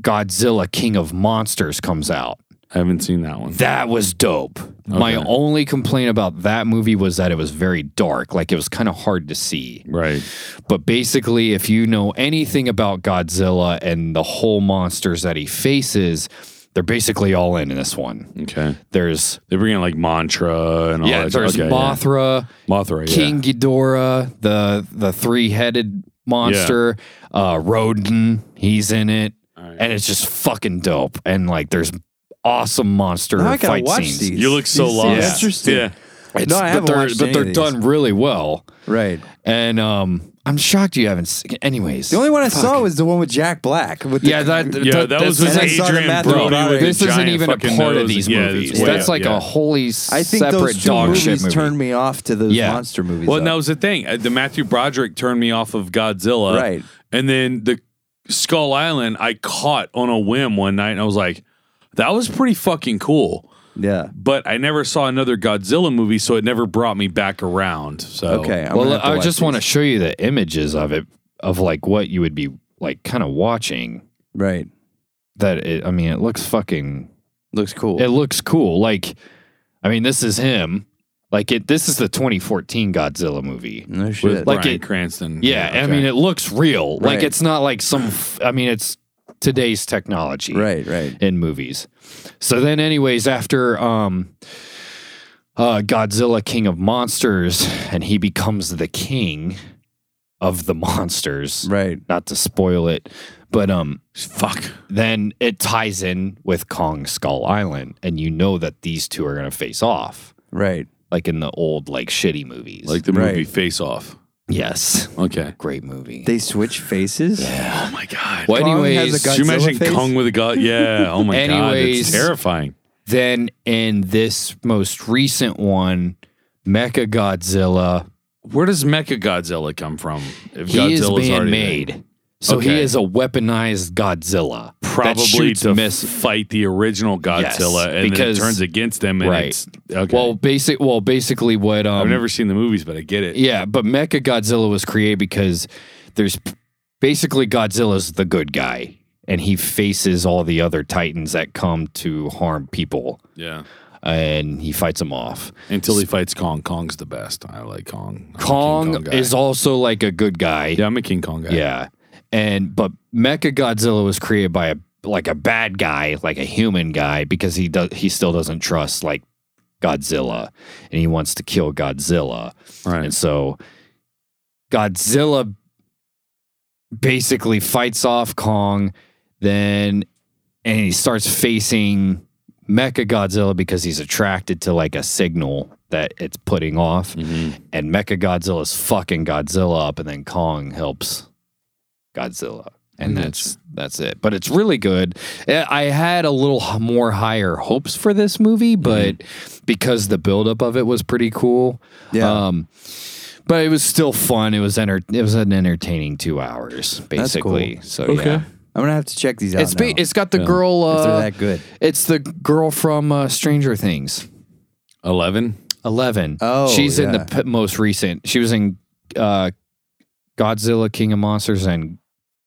Speaker 4: Godzilla King of Monsters comes out.
Speaker 3: I haven't seen that one.
Speaker 4: That was dope. My
Speaker 3: Okay.
Speaker 4: only complaint about that movie was that it was very dark, like it was kind of hard to see.
Speaker 3: right.
Speaker 4: But basically, if you know anything about Godzilla and the whole monsters that he faces, they're basically all in in this one.
Speaker 3: Okay.
Speaker 4: There's
Speaker 3: They bring in like Mantra and all
Speaker 4: yeah,
Speaker 3: that.
Speaker 4: there's
Speaker 3: okay, yeah.
Speaker 4: Mothra,
Speaker 3: Mothra.
Speaker 4: King Ghidorah, the the three headed monster, uh, Rodan, he's in it,
Speaker 3: Yeah. All right.
Speaker 4: and it's just fucking dope. And like, there's awesome monster
Speaker 2: Now I gotta
Speaker 4: fight
Speaker 2: watch
Speaker 4: scenes.
Speaker 2: these.
Speaker 3: You look so
Speaker 2: These seem
Speaker 3: lost.
Speaker 2: Interesting.
Speaker 3: Yeah.
Speaker 4: It's-
Speaker 2: No, I haven't
Speaker 4: but they're,
Speaker 2: watched
Speaker 4: but
Speaker 2: any
Speaker 4: they're
Speaker 2: of these.
Speaker 4: done really well.
Speaker 2: Right.
Speaker 4: And um, I'm shocked you haven't. Seen, anyways,
Speaker 2: The only one I saw was the one with Jack Black. With the,
Speaker 4: yeah, that,
Speaker 3: Yeah,
Speaker 4: that-
Speaker 3: that was
Speaker 4: that's-
Speaker 3: with
Speaker 2: and I saw the
Speaker 3: Adrian
Speaker 2: Matthew
Speaker 3: Brody.
Speaker 2: Broderick.
Speaker 3: with the
Speaker 4: This isn't
Speaker 3: giant
Speaker 4: even a
Speaker 3: fucking
Speaker 4: part of
Speaker 3: nose.
Speaker 4: these
Speaker 3: Yeah,
Speaker 4: movies.
Speaker 3: it's way
Speaker 4: That's
Speaker 3: up,
Speaker 4: like
Speaker 3: yeah.
Speaker 4: a wholly
Speaker 2: I think
Speaker 4: separate
Speaker 2: those two
Speaker 4: dog
Speaker 2: movies
Speaker 4: shit movie.
Speaker 2: turned me off to those
Speaker 4: Yeah.
Speaker 2: monster movies.
Speaker 3: Well,
Speaker 2: though.
Speaker 3: and that was the thing. Uh, The Matthew Broderick turned me off of Godzilla.
Speaker 2: Right.
Speaker 3: And then the Skull Island, I caught on a whim one night and I was like, that was pretty fucking cool.
Speaker 2: yeah.
Speaker 3: But I never saw another Godzilla movie, so it never brought me back around. So
Speaker 2: Okay. I'm gonna
Speaker 4: well,
Speaker 2: have to
Speaker 4: I
Speaker 2: watch
Speaker 4: just
Speaker 2: these.
Speaker 4: want to show you the images of it, of like what you would be like, kind of watching.
Speaker 2: Right.
Speaker 4: That it, I mean, it looks fucking.
Speaker 2: Looks cool.
Speaker 4: It looks cool. Like, I mean, this is him. Like it. This is the 2014 Godzilla movie.
Speaker 2: no
Speaker 3: with
Speaker 2: shit.
Speaker 4: like
Speaker 3: Bryan
Speaker 4: it-
Speaker 3: Cranston.
Speaker 4: Yeah, I
Speaker 3: okay.
Speaker 4: mean, it looks real. Like
Speaker 2: Right.
Speaker 4: it's not like some. f- I mean, it's today's technology.
Speaker 2: right. Right.
Speaker 4: in movies. So then, anyways, after um, uh, Godzilla, King of Monsters, and he becomes the king of the monsters.
Speaker 2: Right.
Speaker 4: Not to spoil it, but um,
Speaker 3: fuck.
Speaker 4: then it ties in with Kong Skull Island, and you know that these two are gonna face off,
Speaker 2: Right.
Speaker 4: like in the old like shitty movies.
Speaker 3: Like the
Speaker 2: Right.
Speaker 3: movie Face Off.
Speaker 4: yes,
Speaker 3: Okay.
Speaker 4: great movie.
Speaker 2: They switch faces.
Speaker 3: Oh my God.
Speaker 4: well,
Speaker 2: Kong has
Speaker 4: anyways,
Speaker 2: a
Speaker 3: Could you
Speaker 2: Godzilla
Speaker 3: imagine
Speaker 2: face?
Speaker 3: Kung with a god? Yeah. Oh my god. It's
Speaker 4: Anyways.
Speaker 3: terrifying.
Speaker 4: Then in this most recent one, Mecha Godzilla,
Speaker 3: Where does Mecha Godzilla come from? If
Speaker 4: he is
Speaker 3: Godzilla's
Speaker 4: being
Speaker 3: already there?
Speaker 4: made. So he
Speaker 3: Okay.
Speaker 4: is a weaponized Godzilla. that
Speaker 3: probably
Speaker 4: shoots
Speaker 3: to
Speaker 4: miss-
Speaker 3: fight the original
Speaker 4: Yes,
Speaker 3: Godzilla and
Speaker 4: because-
Speaker 3: then it turns against them. And
Speaker 4: Right.
Speaker 3: It's, okay.
Speaker 4: Well, basic. Well, basically, what um,
Speaker 3: I've never seen the movies, but I get it.
Speaker 4: Yeah, but Mecha Godzilla was created because there's basically Godzilla's the good guy, and he faces all the other titans that come to harm people,
Speaker 3: Yeah.
Speaker 4: and he fights them off.
Speaker 3: Until he fights Kong. Kong's the best. I like Kong. I'm a Oh, King
Speaker 4: Kong,
Speaker 3: guy.
Speaker 4: is also like a good guy.
Speaker 3: Yeah, I'm a King Kong guy.
Speaker 4: Yeah. And but Mecha Godzilla was created by a like a bad guy, like a human guy, because he does he still doesn't trust like Godzilla and he wants to kill Godzilla.
Speaker 3: Right.
Speaker 4: And so Godzilla basically fights off Kong, then and he starts facing Mecha Godzilla because he's attracted to like a signal that it's putting off. And Mecha Godzilla's fucking Godzilla up, and then Kong helps Godzilla. And that's that's it. But it's really good. Eh, I had a little h- more higher hopes for this movie, but because the buildup of it was pretty cool,
Speaker 2: Yeah.
Speaker 4: um, but it was still fun. It was enter- It was an entertaining two hours,
Speaker 2: cool.
Speaker 4: basically. So yeah,
Speaker 2: I'm gonna have to check these out.
Speaker 4: it's ba-
Speaker 2: now,
Speaker 4: it's got the girl.
Speaker 2: if
Speaker 4: Uh,
Speaker 2: they're that good.
Speaker 4: It's the girl from uh, Stranger Things.
Speaker 3: 11.
Speaker 4: Eleven.
Speaker 2: Oh,
Speaker 4: she's in the
Speaker 2: yeah.
Speaker 4: p- most recent. She was in uh, Godzilla, King of Monsters, and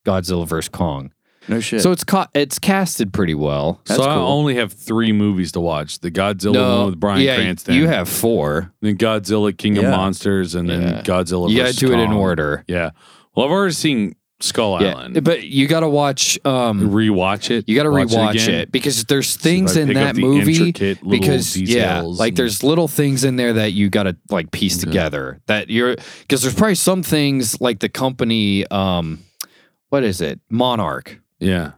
Speaker 4: Godzilla vs Kong.
Speaker 2: No shit.
Speaker 4: So it's ca- it's casted pretty well.
Speaker 3: so I only have three movies to watch the Godzilla one with Brian
Speaker 4: yeah,
Speaker 3: Cranston.
Speaker 4: You have four.
Speaker 3: Then Godzilla King of
Speaker 2: Yeah.
Speaker 3: Monsters and then
Speaker 4: Yeah.
Speaker 3: Godzilla.
Speaker 4: You got to
Speaker 3: versus
Speaker 4: do it in
Speaker 3: Kong.
Speaker 4: order.
Speaker 3: Yeah. Well, I've already seen Skull
Speaker 4: Yeah,
Speaker 3: Island.
Speaker 4: but you got to watch. Um,
Speaker 3: rewatch it.
Speaker 4: You got to
Speaker 3: Watch
Speaker 4: rewatch it,
Speaker 3: again.
Speaker 4: because there's
Speaker 3: if
Speaker 4: things
Speaker 3: I
Speaker 4: in
Speaker 3: pick up
Speaker 4: that
Speaker 3: the
Speaker 4: movie
Speaker 3: intricate little
Speaker 4: because yeah,
Speaker 3: details
Speaker 4: like
Speaker 3: and-
Speaker 4: there's little things in there that you got to like piece together that you're because there's probably some things like the company um what is it? Monarch.
Speaker 3: Yeah.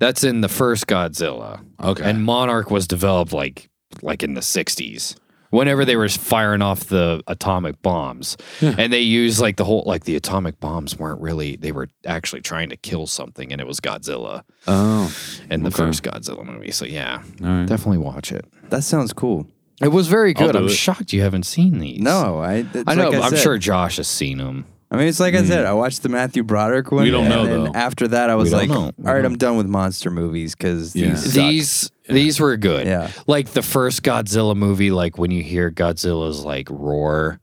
Speaker 4: That's in the first Godzilla.
Speaker 3: Okay.
Speaker 4: And Monarch was developed like like in the 60s whenever they were firing off the atomic bombs and they used like the whole like the atomic bombs weren't really they were actually trying to kill something and it was Godzilla
Speaker 3: oh.
Speaker 4: in the
Speaker 3: Okay.
Speaker 4: first Godzilla movie. So yeah,
Speaker 3: All right.
Speaker 4: definitely watch it.
Speaker 2: that sounds cool.
Speaker 4: It was very
Speaker 3: I'll
Speaker 4: good.
Speaker 3: do
Speaker 4: I'm
Speaker 3: it.
Speaker 4: shocked you haven't seen these.
Speaker 2: No, I. it's
Speaker 4: I know.
Speaker 2: like
Speaker 4: I am
Speaker 2: said.
Speaker 4: sure Josh has seen them.
Speaker 2: I mean, it's like I said. I watched the Matthew Broderick one.
Speaker 3: We don't
Speaker 2: and
Speaker 3: know,
Speaker 2: then
Speaker 3: though.
Speaker 2: After that, I was
Speaker 4: don't
Speaker 2: like,
Speaker 4: know.
Speaker 2: all right, I'm done with monster movies because
Speaker 3: Yeah.
Speaker 2: these. suck.
Speaker 4: These these were good.
Speaker 2: Yeah.
Speaker 4: Like the first Godzilla movie. Like when you hear Godzilla's like roar,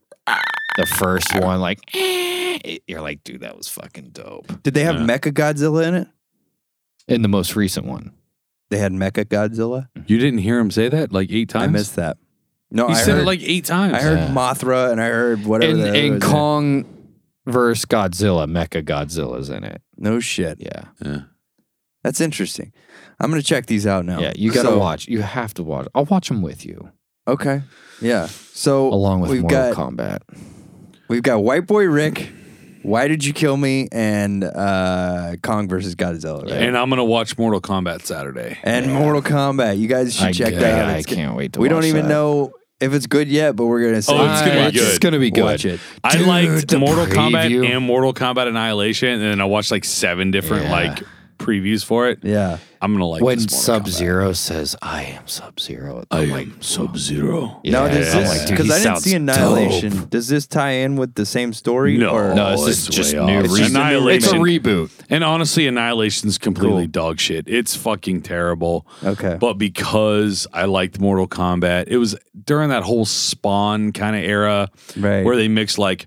Speaker 4: the first one, like eh, you're like, dude, that was fucking dope.
Speaker 2: Did they have
Speaker 3: Yeah.
Speaker 2: Mecha Godzilla in it?
Speaker 4: In the most recent one,
Speaker 2: They had Mecha Godzilla.
Speaker 3: You didn't hear him say that like eight times?
Speaker 2: I missed that. No,
Speaker 3: He
Speaker 2: I
Speaker 3: said
Speaker 2: heard,
Speaker 3: it like eight times.
Speaker 2: I heard
Speaker 4: Yeah.
Speaker 2: Mothra and I heard whatever.
Speaker 4: in
Speaker 2: the other
Speaker 4: in
Speaker 2: was
Speaker 4: Kong versus Godzilla, Mecha Godzilla's in it.
Speaker 2: No shit.
Speaker 4: Yeah,
Speaker 2: That's interesting. I'm gonna check these out now.
Speaker 4: yeah. You gotta
Speaker 2: So-
Speaker 4: watch. You have to watch. I'll watch them with you.
Speaker 2: Okay. Yeah. So
Speaker 4: along with
Speaker 2: we've
Speaker 4: Mortal
Speaker 2: got
Speaker 4: Kombat.
Speaker 2: we've got White Boy Rick, Why Did You Kill Me, and uh, Kong versus Godzilla, right?
Speaker 3: And I'm gonna watch Mortal Kombat Saturday.
Speaker 2: And Mortal Kombat. You guys should
Speaker 4: I,
Speaker 2: check
Speaker 4: I-
Speaker 2: that out.
Speaker 4: I
Speaker 2: It's-
Speaker 4: can't wait to.
Speaker 2: we don't
Speaker 4: watch
Speaker 2: even
Speaker 4: that.
Speaker 2: know if it's good yet, but we're gonna say
Speaker 3: Oh, it's gonna be
Speaker 2: watch
Speaker 3: good.
Speaker 2: it.
Speaker 4: It's gonna be good.
Speaker 2: Watch it.
Speaker 3: I
Speaker 4: Dude,
Speaker 3: liked
Speaker 4: the
Speaker 3: Mortal
Speaker 4: preview.
Speaker 3: Kombat and Mortal Kombat Annihilation, and then I watched like seven different
Speaker 4: Yeah.
Speaker 3: like previews for it.
Speaker 2: Yeah.
Speaker 3: I'm gonna like
Speaker 4: when
Speaker 3: this Mortal
Speaker 4: Sub
Speaker 3: Kombat.
Speaker 4: Zero says, "I am Sub Zero," I'm like,
Speaker 3: Sub Zero.
Speaker 4: yeah.
Speaker 2: Now, does
Speaker 4: I'm
Speaker 2: this-
Speaker 4: like, dude,
Speaker 2: because
Speaker 4: he
Speaker 2: I didn't
Speaker 4: sounds
Speaker 2: see Annihilation. Does this tie in with the same story?
Speaker 3: No.
Speaker 2: or-
Speaker 4: No, this
Speaker 3: Oh,
Speaker 4: is
Speaker 3: it's
Speaker 4: just
Speaker 3: way
Speaker 4: new.
Speaker 3: off. It's
Speaker 4: reboot.
Speaker 3: just a new
Speaker 4: It's a
Speaker 3: reboot.
Speaker 4: reboot.
Speaker 3: And honestly, Annihilation's completely
Speaker 2: Cool.
Speaker 3: dog shit. It's fucking terrible.
Speaker 2: Okay.
Speaker 3: But because I liked Mortal Kombat, it was during that whole Spawn kind of era
Speaker 2: Right.
Speaker 3: where they mixed like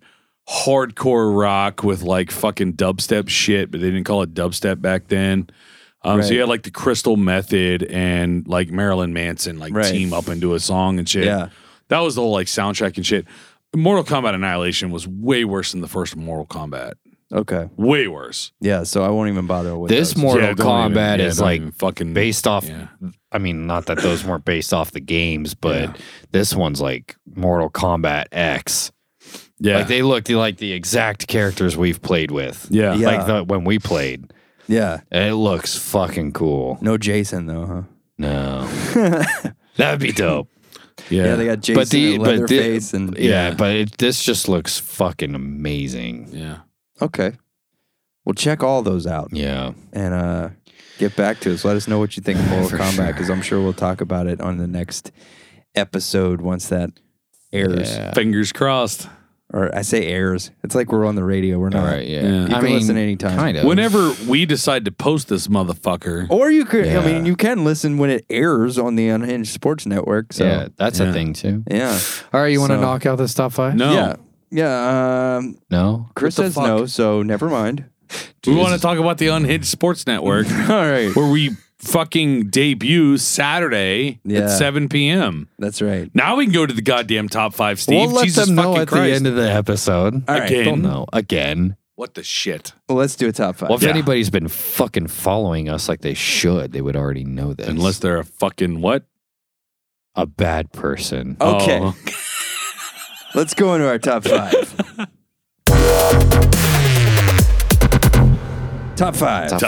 Speaker 3: hardcore rock with like fucking dubstep shit, but they didn't call it dubstep back then. Um, So
Speaker 2: Right.
Speaker 3: you had like the Crystal Method and like Marilyn Manson like
Speaker 2: Right.
Speaker 3: team up and do a song and shit.
Speaker 2: Yeah.
Speaker 3: That was the whole like soundtrack and shit. Mortal Kombat Annihilation was way worse than the first Mortal Kombat.
Speaker 2: okay.
Speaker 3: Way worse.
Speaker 2: Yeah. So I won't even bother with
Speaker 4: This
Speaker 2: those.
Speaker 4: Mortal
Speaker 3: Yeah, don't even-
Speaker 4: Kombat
Speaker 3: yeah,
Speaker 4: is
Speaker 3: don't
Speaker 4: like
Speaker 3: even fucking
Speaker 4: based off.
Speaker 3: Yeah.
Speaker 4: I mean, not that those weren't based off the games, but this one's like Mortal Kombat X.
Speaker 3: Yeah.
Speaker 4: Like they looked like the exact characters we've played with.
Speaker 3: yeah.
Speaker 2: Yeah.
Speaker 4: Like the, when we played,
Speaker 2: Yeah.
Speaker 4: and it looks fucking cool.
Speaker 2: No Jason though, huh? *laughs*
Speaker 4: No, that'd be dope.
Speaker 3: Yeah.
Speaker 2: Yeah, they got Jason,
Speaker 4: but the
Speaker 2: and
Speaker 4: but the-
Speaker 2: Leatherface, and
Speaker 4: yeah, but it, this just looks fucking amazing.
Speaker 3: yeah.
Speaker 2: okay. Well, check all those out
Speaker 4: Yeah,
Speaker 2: and uh, get back to us. Let us know what you think of Mortal
Speaker 4: For
Speaker 2: Kombat
Speaker 4: sure.
Speaker 2: because I'm sure we'll talk about it on the next episode once that airs.
Speaker 4: Yeah.
Speaker 3: Fingers crossed.
Speaker 2: Or I say airs. It's like we're on the radio. We're
Speaker 4: All
Speaker 2: not.
Speaker 4: right, yeah.
Speaker 3: Yeah. You
Speaker 2: can listen anytime.
Speaker 4: Kind of.
Speaker 3: Whenever we decide to post this
Speaker 4: Oh,
Speaker 3: motherfucker,
Speaker 2: Or you could. I
Speaker 4: Yeah.
Speaker 2: mean, you can listen when it airs on the Unhinged Sports Network. So
Speaker 4: yeah, that's
Speaker 3: Yeah.
Speaker 4: a thing too.
Speaker 2: yeah,
Speaker 4: All right, you want to
Speaker 2: So-
Speaker 4: knock out this top five?
Speaker 3: no.
Speaker 2: yeah, yeah. Um,
Speaker 4: No.
Speaker 2: Chris
Speaker 3: Oh. What
Speaker 2: says
Speaker 3: the fuck?
Speaker 2: no, so never mind.
Speaker 3: We want to talk about the Unhinged Sports
Speaker 4: *laughs*
Speaker 3: Network,
Speaker 2: All right,
Speaker 3: where we fucking debut Saturday
Speaker 2: Yeah.
Speaker 3: at 7 p.m.
Speaker 2: that's right.
Speaker 3: Now we can go to the goddamn top five, Steve.
Speaker 4: we'll let
Speaker 3: Jesus
Speaker 4: them know
Speaker 3: fucking
Speaker 4: at
Speaker 3: Christ.
Speaker 4: the end of the episode.
Speaker 2: All right,
Speaker 3: Again.
Speaker 4: They'll know again.
Speaker 3: What the shit?
Speaker 2: well, let's do a top five.
Speaker 4: Well, if
Speaker 3: Yeah.
Speaker 4: anybody's been fucking following us like they should, they would already know this.
Speaker 3: Unless they're a fucking what?
Speaker 4: a bad person.
Speaker 2: okay,
Speaker 3: Oh.
Speaker 2: *laughs* let's go into our top five. top five.
Speaker 4: Top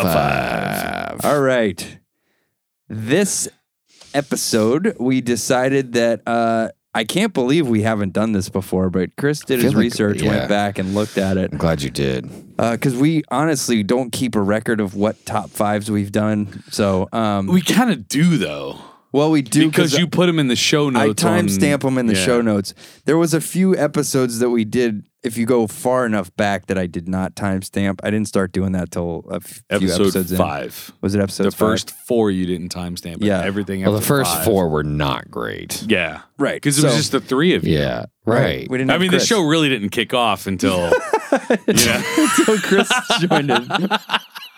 Speaker 3: five.
Speaker 2: All right. This episode, we decided that uh, I can't believe we haven't done this before, but Chris did
Speaker 4: feel
Speaker 2: his
Speaker 4: like-
Speaker 2: research,
Speaker 4: yeah.
Speaker 2: went back and looked at it.
Speaker 4: I'm glad you did.
Speaker 2: because we honestly don't keep a record of what top fives we've done. So, um,
Speaker 3: We kind of do, though.
Speaker 2: well, we do
Speaker 3: because you put them in the show
Speaker 2: I
Speaker 3: notes. on-
Speaker 2: timestamp them in the
Speaker 3: Yeah.
Speaker 2: show notes. There was a few episodes that we did. If you go far enough back, that I did not timestamp. I didn't start doing that till a f- few
Speaker 3: Episode
Speaker 2: episodes in.
Speaker 3: five.
Speaker 2: Was it episode
Speaker 3: The
Speaker 2: five?
Speaker 3: first four you didn't timestamp.
Speaker 2: Yeah.
Speaker 3: Yeah. Everything
Speaker 4: Well, the
Speaker 3: after
Speaker 4: first
Speaker 3: five.
Speaker 4: four were not great.
Speaker 3: Yeah.
Speaker 2: Right.
Speaker 3: Because it was
Speaker 2: So-
Speaker 3: just the three of you.
Speaker 4: Yeah. Right.
Speaker 2: We didn't.
Speaker 3: I
Speaker 2: have
Speaker 3: mean, the
Speaker 2: Chris. *laughs*
Speaker 3: show really didn't kick off until yeah,
Speaker 2: until Chris joined in.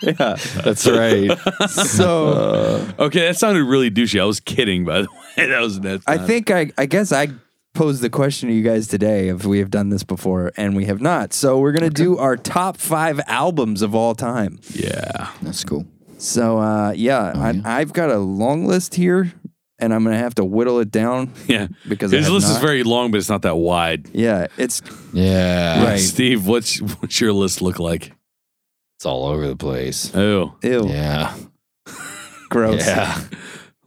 Speaker 2: Yeah.
Speaker 4: That's right.
Speaker 2: *laughs* So.
Speaker 3: Oh, Okay, that sounded really douchey. I was kidding, by the *laughs* way. That was that's
Speaker 2: I
Speaker 3: not-
Speaker 2: think I, I guess I posed the question to you guys today if we have done this before, and we have not. So we're gonna do our top five albums of all time.
Speaker 3: Yeah.
Speaker 4: *laughs* That's cool.
Speaker 2: So uh, yeah,
Speaker 3: Oh,
Speaker 2: I, I've got a long list here, and I'm gonna have to whittle it down.
Speaker 3: Yeah.
Speaker 2: Because I
Speaker 3: his
Speaker 2: have
Speaker 3: list is
Speaker 2: not-
Speaker 3: very long, but it's not that wide. *laughs*
Speaker 2: Yeah, it's
Speaker 4: Yeah.
Speaker 2: Right.
Speaker 3: Steve, what's what's your list look like?
Speaker 4: It's all over the place.
Speaker 3: Oh.
Speaker 2: ew,
Speaker 4: Yeah.
Speaker 2: gross.
Speaker 4: Yeah.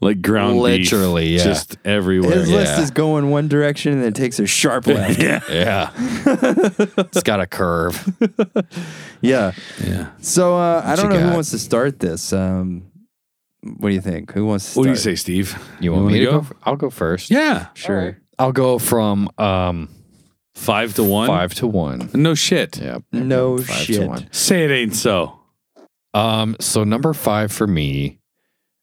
Speaker 3: Like ground beef,
Speaker 4: Literally, yeah.
Speaker 3: Just everywhere. *laughs*
Speaker 2: His list
Speaker 4: Yeah.
Speaker 2: is going one direction and it takes a sharp left. yeah.
Speaker 4: Yeah. *laughs* it's got a curve.
Speaker 2: yeah. So uh, I don't
Speaker 4: you
Speaker 2: know who
Speaker 4: got?
Speaker 2: wants to start this. Um, what do you think? Who wants to
Speaker 3: What
Speaker 2: start?
Speaker 3: do you say, Steve?
Speaker 4: You want
Speaker 3: wanna
Speaker 4: me to
Speaker 3: go?
Speaker 4: go? f- I'll go first.
Speaker 3: Yeah.
Speaker 2: Sure.
Speaker 4: I'll go from um
Speaker 3: Five to one?
Speaker 4: five to one.
Speaker 3: No shit.
Speaker 4: Yep.
Speaker 2: No
Speaker 4: Five to
Speaker 2: shit.
Speaker 4: one.
Speaker 3: Say it ain't so.
Speaker 4: Um, so number five for me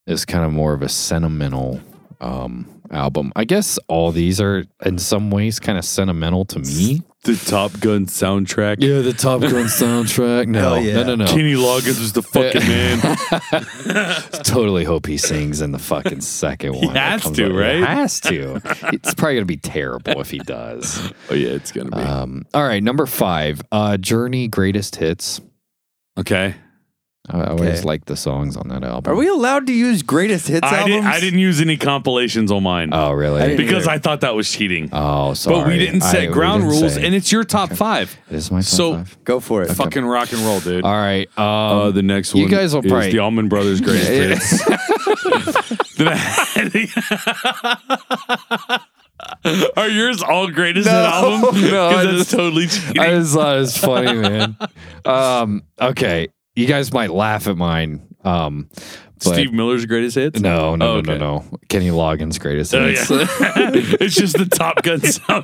Speaker 4: is kind of more of a sentimental um album. I guess all these are in some ways kind of sentimental to me.
Speaker 3: The Top Gun soundtrack.
Speaker 4: Yeah, the *laughs* Top Gun soundtrack. No,
Speaker 2: Hell yeah.
Speaker 4: no, no, no.
Speaker 3: Kenny Loggins was the fucking man.
Speaker 4: *laughs* totally hope he sings in the fucking second one. that
Speaker 3: has
Speaker 4: comes
Speaker 3: to,
Speaker 4: out.
Speaker 3: right?
Speaker 4: He has to. It's probably gonna be terrible if he *laughs* does.
Speaker 3: *laughs* Oh yeah, it's gonna be.
Speaker 4: Um, all right, number five, uh, Journey Greatest Hits.
Speaker 3: okay.
Speaker 4: I, I always
Speaker 2: Okay.
Speaker 4: like the songs on that album.
Speaker 2: Are we allowed to use greatest hits
Speaker 3: I
Speaker 2: albums?
Speaker 3: didn't I didn't use any compilations on mine.
Speaker 4: Oh, really?
Speaker 2: I didn't
Speaker 3: because
Speaker 2: either.
Speaker 3: I thought that was cheating.
Speaker 4: oh, sorry.
Speaker 3: but we didn't
Speaker 4: I-
Speaker 3: set
Speaker 4: we
Speaker 3: ground
Speaker 4: didn't
Speaker 3: rules,
Speaker 4: say.
Speaker 3: and it's your top five.
Speaker 4: it is my top
Speaker 3: so-
Speaker 4: five.
Speaker 2: Go for *laughs* it.
Speaker 3: Fucking rock and roll, dude.
Speaker 4: All right. Um,
Speaker 3: Uh, the next one,
Speaker 4: you guys will
Speaker 3: is
Speaker 4: probably-
Speaker 3: the Allman
Speaker 4: *laughs*
Speaker 3: Brothers greatest
Speaker 4: *laughs*
Speaker 3: hits. Then I- *laughs* Are yours all greatest hit album?
Speaker 4: *laughs* no, I
Speaker 3: 'Cause that's
Speaker 4: just-
Speaker 3: totally
Speaker 4: *laughs*
Speaker 3: cheating.
Speaker 4: I just thought it was funny, man. Um, okay, you guys might laugh at mine. Um, but
Speaker 3: Steve Miller's greatest hits?
Speaker 4: no,
Speaker 3: Oh,
Speaker 4: no, no,
Speaker 3: okay.
Speaker 4: no, no. Kenny Loggins' greatest
Speaker 3: Oh,
Speaker 4: hits.
Speaker 3: yeah. *laughs* it's just the Top
Speaker 4: *laughs*
Speaker 3: Gun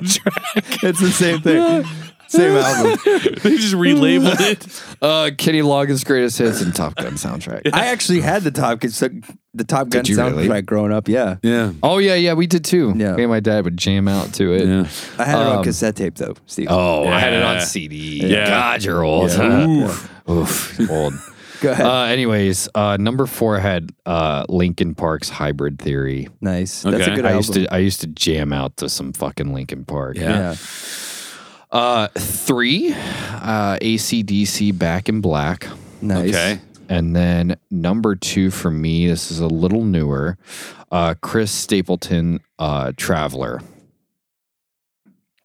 Speaker 3: soundtrack.
Speaker 2: It's the same thing. Same album.
Speaker 3: they just relabeled
Speaker 4: *laughs*
Speaker 3: it.
Speaker 4: Uh, Kenny Loggins' greatest hits and Top
Speaker 3: *laughs*
Speaker 4: Gun soundtrack.
Speaker 2: I actually had the Top Gun, the Top Gun
Speaker 4: you
Speaker 2: soundtrack
Speaker 4: really?
Speaker 2: growing up. Yeah,
Speaker 3: Yeah.
Speaker 4: Oh yeah, yeah, we did too.
Speaker 2: Yeah.
Speaker 4: Me and my dad would jam out to it.
Speaker 3: Yeah.
Speaker 2: I had it on
Speaker 4: Um,
Speaker 2: cassette tape though, Steve.
Speaker 4: Oh, I had it on
Speaker 3: Yeah.
Speaker 4: CD.
Speaker 3: Yeah.
Speaker 4: God, you're old.
Speaker 3: Oof.
Speaker 4: *laughs* Oof, old.
Speaker 2: Go *laughs* ahead.
Speaker 4: Uh, anyways, uh, number four had uh, Linkin Park's Hybrid Theory.
Speaker 2: nice. That's
Speaker 3: okay.
Speaker 2: a good
Speaker 4: I
Speaker 2: album.
Speaker 4: used to I used to jam out to some fucking Linkin Park.
Speaker 3: Yeah.
Speaker 2: yeah.
Speaker 4: Uh, three, uh, ACDC Back in Black.
Speaker 2: Nice.
Speaker 3: Okay.
Speaker 4: And then number two for me, this is a little newer, uh, Chris Stapleton, uh, Traveler.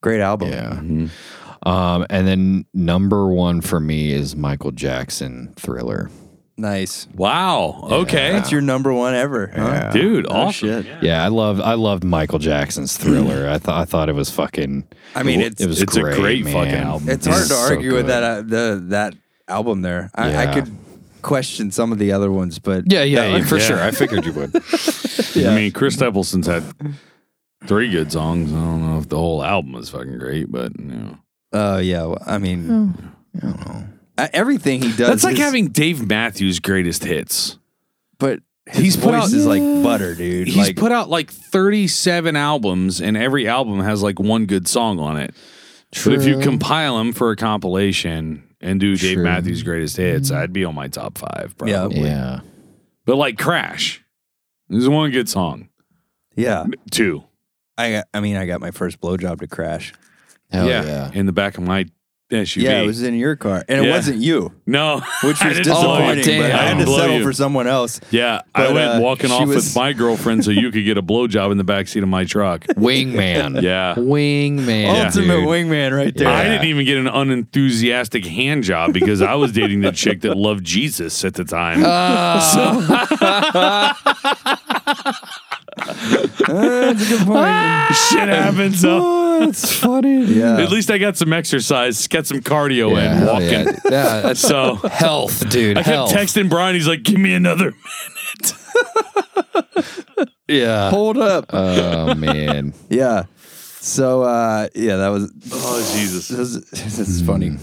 Speaker 2: Great album. Mm-hmm.
Speaker 4: Um, and then number one for me is Michael Jackson, Thriller.
Speaker 2: Nice.
Speaker 3: Wow. Okay.
Speaker 2: That's your number one ever, huh?
Speaker 3: Dude,
Speaker 2: Oh,
Speaker 3: awesome.
Speaker 2: shit.
Speaker 4: Yeah, I love I loved Michael Jackson's
Speaker 2: *laughs*
Speaker 4: Thriller. I thought I thought it was fucking.
Speaker 2: I mean,
Speaker 4: it
Speaker 2: it's-
Speaker 4: was
Speaker 3: it's a great
Speaker 4: man.
Speaker 3: fucking album.
Speaker 2: It's hard to
Speaker 4: so
Speaker 2: argue with
Speaker 4: good.
Speaker 2: that uh, the that album there. I, I
Speaker 4: Yeah.
Speaker 2: could question some of the other ones, but
Speaker 4: Yeah, yeah, yeah, for
Speaker 3: Yeah.
Speaker 4: sure. I figured you would.
Speaker 3: I mean, Chris Stapleton's had three good songs. I don't know if the whole album is fucking great, but you know.
Speaker 2: uh, yeah. well, I mean, Uh, everything he does.
Speaker 3: Oh. That's like
Speaker 2: is-
Speaker 3: having Dave Matthews' greatest hits.
Speaker 2: but his
Speaker 3: He's put
Speaker 2: voice
Speaker 3: out-
Speaker 2: is like butter, dude.
Speaker 3: He's
Speaker 2: like,
Speaker 3: put out like 37 albums, and every album has like one good song on it. But if you compile them for a compilation and do Dave
Speaker 4: True.
Speaker 3: Matthews' greatest hits, I'd be on my top five, probably.
Speaker 2: Mm-hmm. Yeah.
Speaker 4: Yeah.
Speaker 3: But like Crash, there's one good song.
Speaker 2: yeah.
Speaker 3: Two.
Speaker 2: I got, I mean, I got my first blowjob to crash.
Speaker 4: Hell yeah.
Speaker 3: In the back of my SUV.
Speaker 2: Yeah, it was in your car, and it
Speaker 3: Yeah.
Speaker 2: wasn't you,
Speaker 3: no.
Speaker 2: which
Speaker 3: *laughs* I
Speaker 2: was
Speaker 3: didn't blow you.
Speaker 2: disappointing. but I
Speaker 3: didn't
Speaker 2: had to
Speaker 3: blow
Speaker 2: settle
Speaker 3: you.
Speaker 2: for someone else.
Speaker 3: Yeah,
Speaker 2: But,
Speaker 3: I went
Speaker 2: uh,
Speaker 3: walking
Speaker 2: she
Speaker 3: off
Speaker 2: was-
Speaker 3: with my girlfriend so you could get a blowjob in the backseat of my
Speaker 4: *laughs*
Speaker 3: truck.
Speaker 4: Wingman.
Speaker 3: Yeah.
Speaker 4: Wingman.
Speaker 2: Ultimate
Speaker 4: dude.
Speaker 2: wingman, right there.
Speaker 3: I didn't even get an unenthusiastic hand job because I was dating the chick that loved Jesus at the time.
Speaker 4: Uh,
Speaker 2: That's a good point. *laughs*
Speaker 3: Shit happens.
Speaker 4: *laughs*
Speaker 3: though.
Speaker 2: Oh,
Speaker 4: That's funny.
Speaker 2: Yeah.
Speaker 3: At least I got some exercise, got some cardio in
Speaker 4: hell
Speaker 3: walking.
Speaker 4: Yeah, *laughs* Yeah, that's
Speaker 3: So
Speaker 4: health, dude.
Speaker 3: I kept
Speaker 4: health.
Speaker 3: texting Brian. He's like, "Give me another." *laughs*
Speaker 4: yeah.
Speaker 2: Hold up.
Speaker 4: *laughs* Oh man.
Speaker 2: Yeah. So uh, yeah, that was
Speaker 3: Oh Jesus!
Speaker 2: this, is- *laughs* this is funny.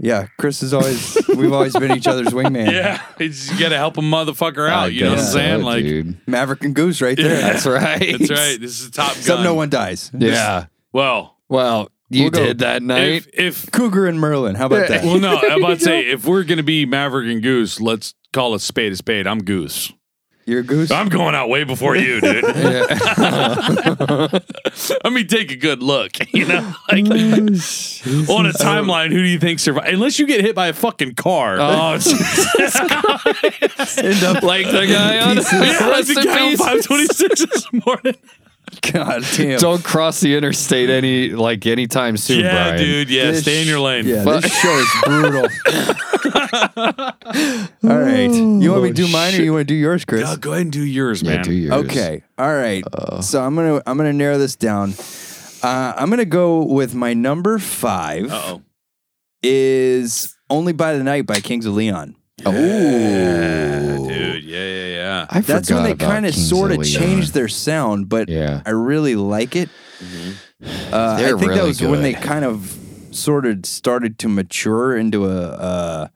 Speaker 2: Yeah, Chris is always we've always been each other's wingman.
Speaker 3: Yeah, you just gotta help a motherfucker out.
Speaker 4: I
Speaker 3: Oh, you know what I'm
Speaker 4: guess
Speaker 3: saying?
Speaker 4: so,
Speaker 3: like,
Speaker 4: dude.
Speaker 2: Maverick and Goose right there.
Speaker 4: that's right.
Speaker 3: that's right. This is Top Gun.
Speaker 2: Except no one dies.
Speaker 4: Yeah.
Speaker 3: Well,
Speaker 4: Well, you
Speaker 2: We'll go-
Speaker 4: did that night.
Speaker 3: if *laughs* if
Speaker 2: Cougar and Merlin. How about that?
Speaker 3: well, no, I'm
Speaker 4: *laughs*
Speaker 3: about to say if we're gonna be Maverick and Goose, let's call a spade a spade. I'm Goose.
Speaker 2: You're a goose.
Speaker 3: I'm going out way before you,
Speaker 4: *laughs*
Speaker 3: dude. I mean, take a good look. *laughs* You know, like
Speaker 4: Oh,
Speaker 3: *laughs* on a timeline, who do you think survived? Unless you get hit by a fucking car.
Speaker 4: oh,
Speaker 3: *laughs*
Speaker 2: End up
Speaker 4: like the guy on
Speaker 2: Pieces.
Speaker 3: *laughs* Yeah, I
Speaker 4: Rest
Speaker 3: think
Speaker 4: in
Speaker 3: I'm
Speaker 4: peace.
Speaker 3: 526 this morning.
Speaker 2: *laughs* God damn.
Speaker 4: Don't cross the interstate any like anytime soon,
Speaker 3: yeah,
Speaker 4: Brian.
Speaker 3: dude. Yeah,
Speaker 2: This-
Speaker 3: stay in your lane.
Speaker 2: Yeah, this show is brutal.
Speaker 3: *laughs*
Speaker 2: All right. You
Speaker 3: Oh,
Speaker 2: want me to do mine or you want to do yours, Chris?
Speaker 3: Uh, go ahead and do yours,
Speaker 4: Yeah,
Speaker 3: man.
Speaker 4: do yours.
Speaker 2: Okay. All right.
Speaker 3: Uh.
Speaker 2: so I'm gonna I'm gonna narrow this down. Uh, I'm gonna go with my number 5
Speaker 3: Uh-oh.
Speaker 2: is Only by the Night by Kings of Leon.
Speaker 4: Oh,
Speaker 3: Dude, yeah, yeah, yeah.
Speaker 4: I
Speaker 2: That's when
Speaker 4: forgot
Speaker 2: they
Speaker 4: about
Speaker 2: kind of
Speaker 4: Kings
Speaker 2: sort of
Speaker 4: Leon.
Speaker 2: changed their sound, but
Speaker 4: Yeah. Mm-hmm.
Speaker 2: I really like it. Uh, I
Speaker 4: They're
Speaker 2: think that
Speaker 4: really
Speaker 2: was when
Speaker 4: good.
Speaker 2: they kind of sort of started to mature into a uh,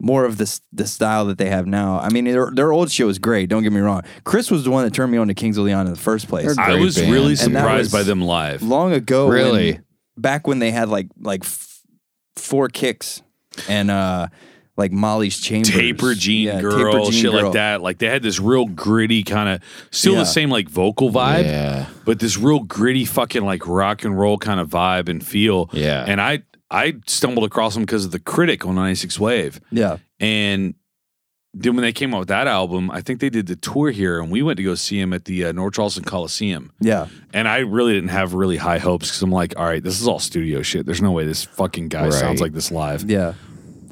Speaker 2: more of the s- the style that they have now. I mean, their, their old shit was great. Don't get me wrong. Chris was the one that turned me on to Kings of Leon in the first place.
Speaker 4: They're-
Speaker 3: I
Speaker 4: Great
Speaker 3: was
Speaker 4: band.
Speaker 3: really
Speaker 4: And that
Speaker 2: was-
Speaker 3: surprised by them live.
Speaker 2: Long ago, when-
Speaker 4: Really?
Speaker 2: back when they had like like f- four kicks and uh like Molly's Chambers,
Speaker 3: Taper Jean
Speaker 2: Yeah, Taper
Speaker 3: Girl,
Speaker 2: Jean
Speaker 3: shit
Speaker 2: Girl.
Speaker 3: like that. Like they had this real gritty kind of, still
Speaker 2: Yeah.
Speaker 3: the same like vocal vibe,
Speaker 4: Yeah.
Speaker 3: but this real gritty fucking like rock and roll kind of vibe and feel.
Speaker 4: Yeah.
Speaker 3: And I I stumbled across them because of the critic on 96 Wave.
Speaker 2: Yeah,
Speaker 3: And then when they came out with that album, I think they did the tour here, and we went to go see him at the uh, North Charleston Coliseum.
Speaker 2: yeah.
Speaker 3: And I really didn't have really high hopes because I'm like, all right, this is all studio shit. There's no way this fucking guy
Speaker 4: Right.
Speaker 3: sounds like this live.
Speaker 2: Yeah.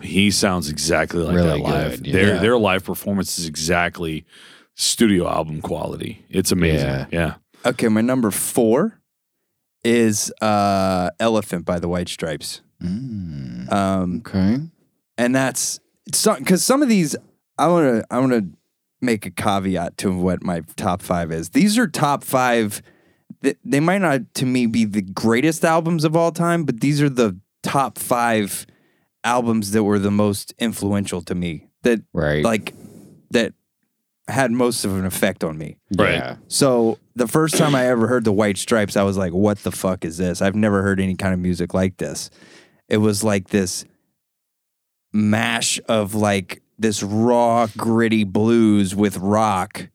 Speaker 3: He sounds exactly like
Speaker 4: Really
Speaker 3: that live.
Speaker 4: good, yeah.
Speaker 3: Their
Speaker 2: Yeah.
Speaker 3: their live performance is exactly studio album quality. It's amazing.
Speaker 4: Yeah.
Speaker 3: Yeah.
Speaker 2: Okay, my number four is uh, "Elephant" by the White Stripes, um,
Speaker 4: Okay.
Speaker 2: and that's because some of these I want to I want to make a caveat to what my top five is. These are top five. th- They might not to me be the greatest albums of all time, but these are the top five albums that were the most influential to me. That
Speaker 4: Right.
Speaker 2: like that had most of an effect on me.
Speaker 3: Right.
Speaker 4: Yeah.
Speaker 2: So the first time I ever heard the White Stripes, I was like, "What the fuck is this? I've never heard any kind of music like this." It was like this mash of like this raw, gritty blues with rock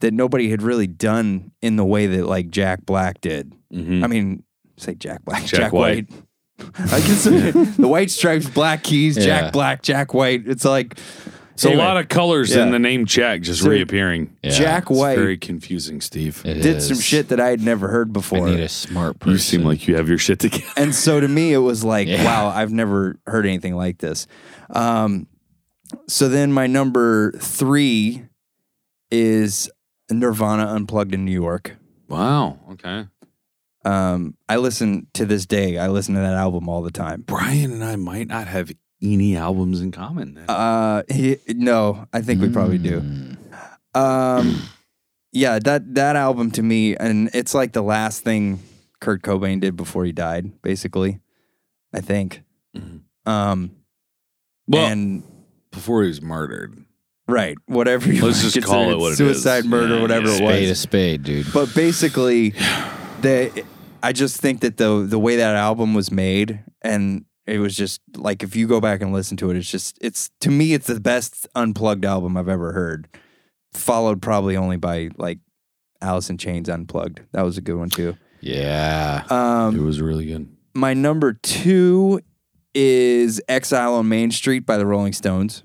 Speaker 2: that nobody had really done in the way that like Jack Black did.
Speaker 3: Mhm.
Speaker 2: I mean, say Jack Black,
Speaker 3: Jack
Speaker 2: Jack, White. *laughs* I guess the White Stripes, Black Keys,
Speaker 4: Yeah.
Speaker 2: Jack Black, Jack White. It's like
Speaker 3: So a lot of colors
Speaker 2: Yeah.
Speaker 3: in the name Jack just
Speaker 2: So-
Speaker 3: reappearing.
Speaker 4: Yeah.
Speaker 2: Jack
Speaker 3: It's
Speaker 2: White
Speaker 3: very confusing, Steve.
Speaker 4: It
Speaker 2: did some
Speaker 4: is.
Speaker 2: shit that I had never heard
Speaker 4: I
Speaker 2: before.
Speaker 4: need a smart person.
Speaker 3: You seem like you have your shit together. *laughs*
Speaker 2: and so to me it was like
Speaker 4: Yeah.
Speaker 2: wow i've never heard anything like this um, so then my number three is nirvana unplugged in new york
Speaker 3: Wow. Okay.
Speaker 2: um, i listen to this day i listen to that album all the time
Speaker 3: Brian and I might not have any albums in common. Then.
Speaker 2: uh, he- no i think we probably do
Speaker 4: Mm.
Speaker 2: um, yeah that, that album to me and it's like the last thing kurt cobain did before he died basically i think um,
Speaker 3: well,
Speaker 2: and
Speaker 3: before he was murdered.
Speaker 2: Right. Whatever you
Speaker 3: Let's
Speaker 2: wanna
Speaker 3: just
Speaker 2: consider
Speaker 3: call it what it
Speaker 2: Suicide,
Speaker 3: is.
Speaker 2: murder,
Speaker 3: Yeah,
Speaker 2: whatever
Speaker 3: yeah.
Speaker 2: it
Speaker 4: spade
Speaker 2: was.
Speaker 4: a spade, dude.
Speaker 2: But
Speaker 3: *sighs*
Speaker 2: basically, the I just think that the the way that album was made, and it was just like if you go back and listen to it, it's just it's to me it's the best unplugged album I've ever heard, followed probably only by like Alice in Chains Unplugged. That was a good one too.
Speaker 4: yeah.
Speaker 2: Um,
Speaker 3: It was really good.
Speaker 2: my number two is Exile on Main Street by the Rolling Stones.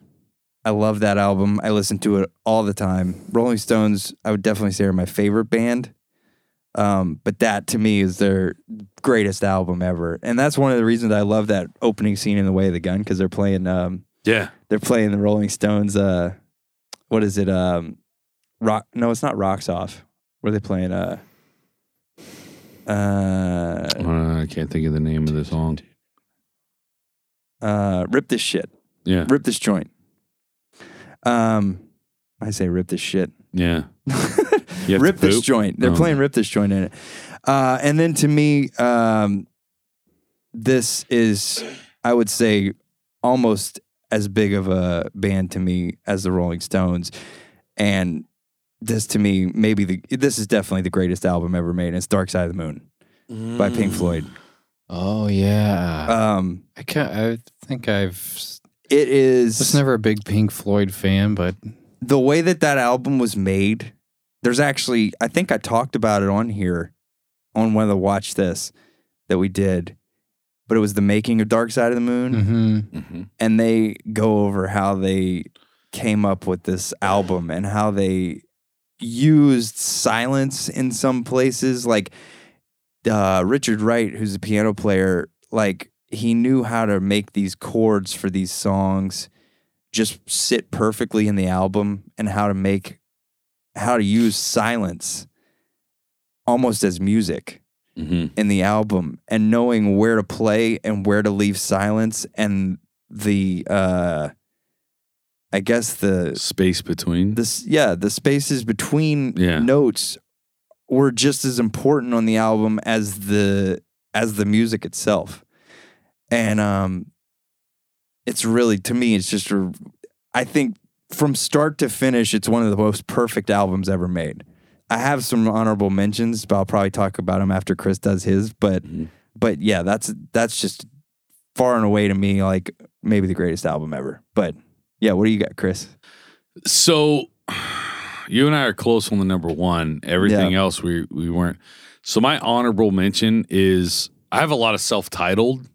Speaker 2: I love that album. I listen to it all the time. Rolling Stones, I would definitely say, are my favorite band. Um, but that to me is their greatest album ever, and that's one of the reasons I love that opening scene in The Way of the Gun because they're playing um,
Speaker 3: Yeah.
Speaker 2: they're playing the Rolling Stones. Uh, what is it? Um, rock? No, it's not Rocks Off. What are they playing? Uh, uh,
Speaker 3: Uh, I can't think of the name of the song.
Speaker 2: uh, rip this shit,
Speaker 3: Yeah.
Speaker 2: rip this joint. Um, I say rip this shit,
Speaker 3: Yeah. *laughs* You have to
Speaker 2: rip this
Speaker 3: poop?
Speaker 2: joint. They're
Speaker 3: Oh.
Speaker 2: playing rip this joint in it. Uh, and then to me, um, this is, I would say, almost as big of a band to me as the Rolling Stones, and this to me maybe the this is definitely the greatest album ever made. And it's Dark Side of the Moon by Pink
Speaker 3: Mm.
Speaker 2: Floyd.
Speaker 4: Oh yeah.
Speaker 2: Um,
Speaker 4: I can't. I think I've s-
Speaker 2: it is.
Speaker 4: was never a big Pink Floyd fan, but
Speaker 2: the way that that album was made, there's actually, I think I talked about it on here on one of the Watch This that we did, but it was the making of Dark Side of the Moon.
Speaker 4: Mhm.
Speaker 3: hmm
Speaker 2: And they go over how they came up with this album and how they used silence in some places. Like uh, Richard Wright, who's a piano player, like he knew how to make these chords for these songs just sit perfectly in the album and how to make how to use silence almost as music
Speaker 3: hmm
Speaker 2: in the album and knowing where to play and where to leave silence and the uh i guess the
Speaker 3: Space between.
Speaker 2: this yeah the spaces between
Speaker 3: Yeah.
Speaker 2: notes were just as important on the album as the as the music itself and um it's really to me it's just a, i think from start to finish it's one of the most perfect albums ever made i have some honorable mentions but i'll probably talk about them after chris does his but
Speaker 3: Mhm.
Speaker 2: but yeah that's that's just far and away to me like maybe the greatest album ever but yeah what do you got chris
Speaker 3: So you and I are close on the number one. Everything else we we weren't. So my honorable mention is I have a lot of self-titled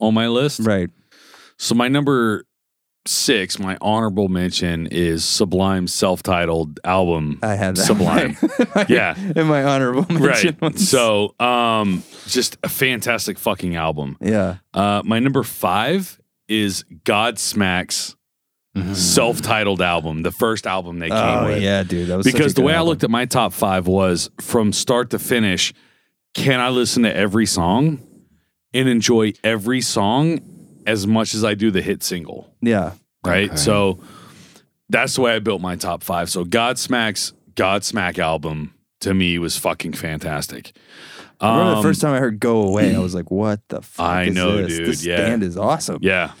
Speaker 3: on my list.
Speaker 2: right
Speaker 3: So my number six, my honorable mention is Sublime's self-titled album.
Speaker 2: *laughs* I had that.
Speaker 3: Sublime. yeah.
Speaker 2: In Uh, my honorable mention.
Speaker 3: Right.
Speaker 2: ones.
Speaker 3: So um just a fantastic fucking album.
Speaker 2: yeah.
Speaker 3: Uh my number five is Godsmack's self-titled album, the first album they came
Speaker 2: Mm-hmm. Oh
Speaker 3: with.
Speaker 2: yeah, dude. That was such
Speaker 3: because
Speaker 2: a
Speaker 3: the
Speaker 2: good
Speaker 3: way I
Speaker 2: album.
Speaker 3: looked at my top five was from start to finish, can I listen to every song and enjoy every song as much as I do the hit single?
Speaker 2: Yeah.
Speaker 3: Right. So that's the way I built my top five. So Godsmack's Godsmack album to me was fucking fantastic.
Speaker 2: I remember
Speaker 3: Um,
Speaker 2: the first time I heard "Go
Speaker 3: *clears throat*
Speaker 2: Away," I was like, "What the fuck?"
Speaker 3: I
Speaker 2: is
Speaker 3: know,
Speaker 2: this?
Speaker 3: dude,
Speaker 2: This
Speaker 3: yeah.
Speaker 2: band is awesome.
Speaker 3: Yeah.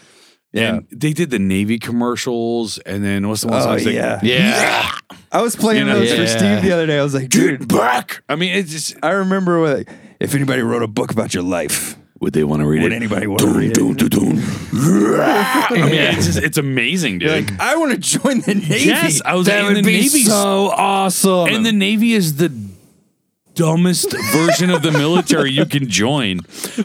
Speaker 2: Yeah.
Speaker 3: And they did the Navy commercials and then what's the one
Speaker 2: Oh,
Speaker 3: I was like,
Speaker 2: yeah.
Speaker 4: Yeah.
Speaker 2: I was playing
Speaker 3: You know,
Speaker 2: those for
Speaker 4: yeah.
Speaker 2: Steve the other day. I was like,
Speaker 3: Dude,
Speaker 2: "Dude,
Speaker 3: back. I mean, it's just
Speaker 2: I remember like, if anybody wrote a book about your life,
Speaker 3: would they want to read
Speaker 2: would
Speaker 3: it?
Speaker 2: anybody want to read it?"
Speaker 3: I mean, it's just it's amazing, dude.
Speaker 2: Oh, *laughs* Like, I want to join the navy.
Speaker 3: Yes, I was in the Navy.
Speaker 4: awesome.
Speaker 3: and the Navy is the dumbest version of the military you can join.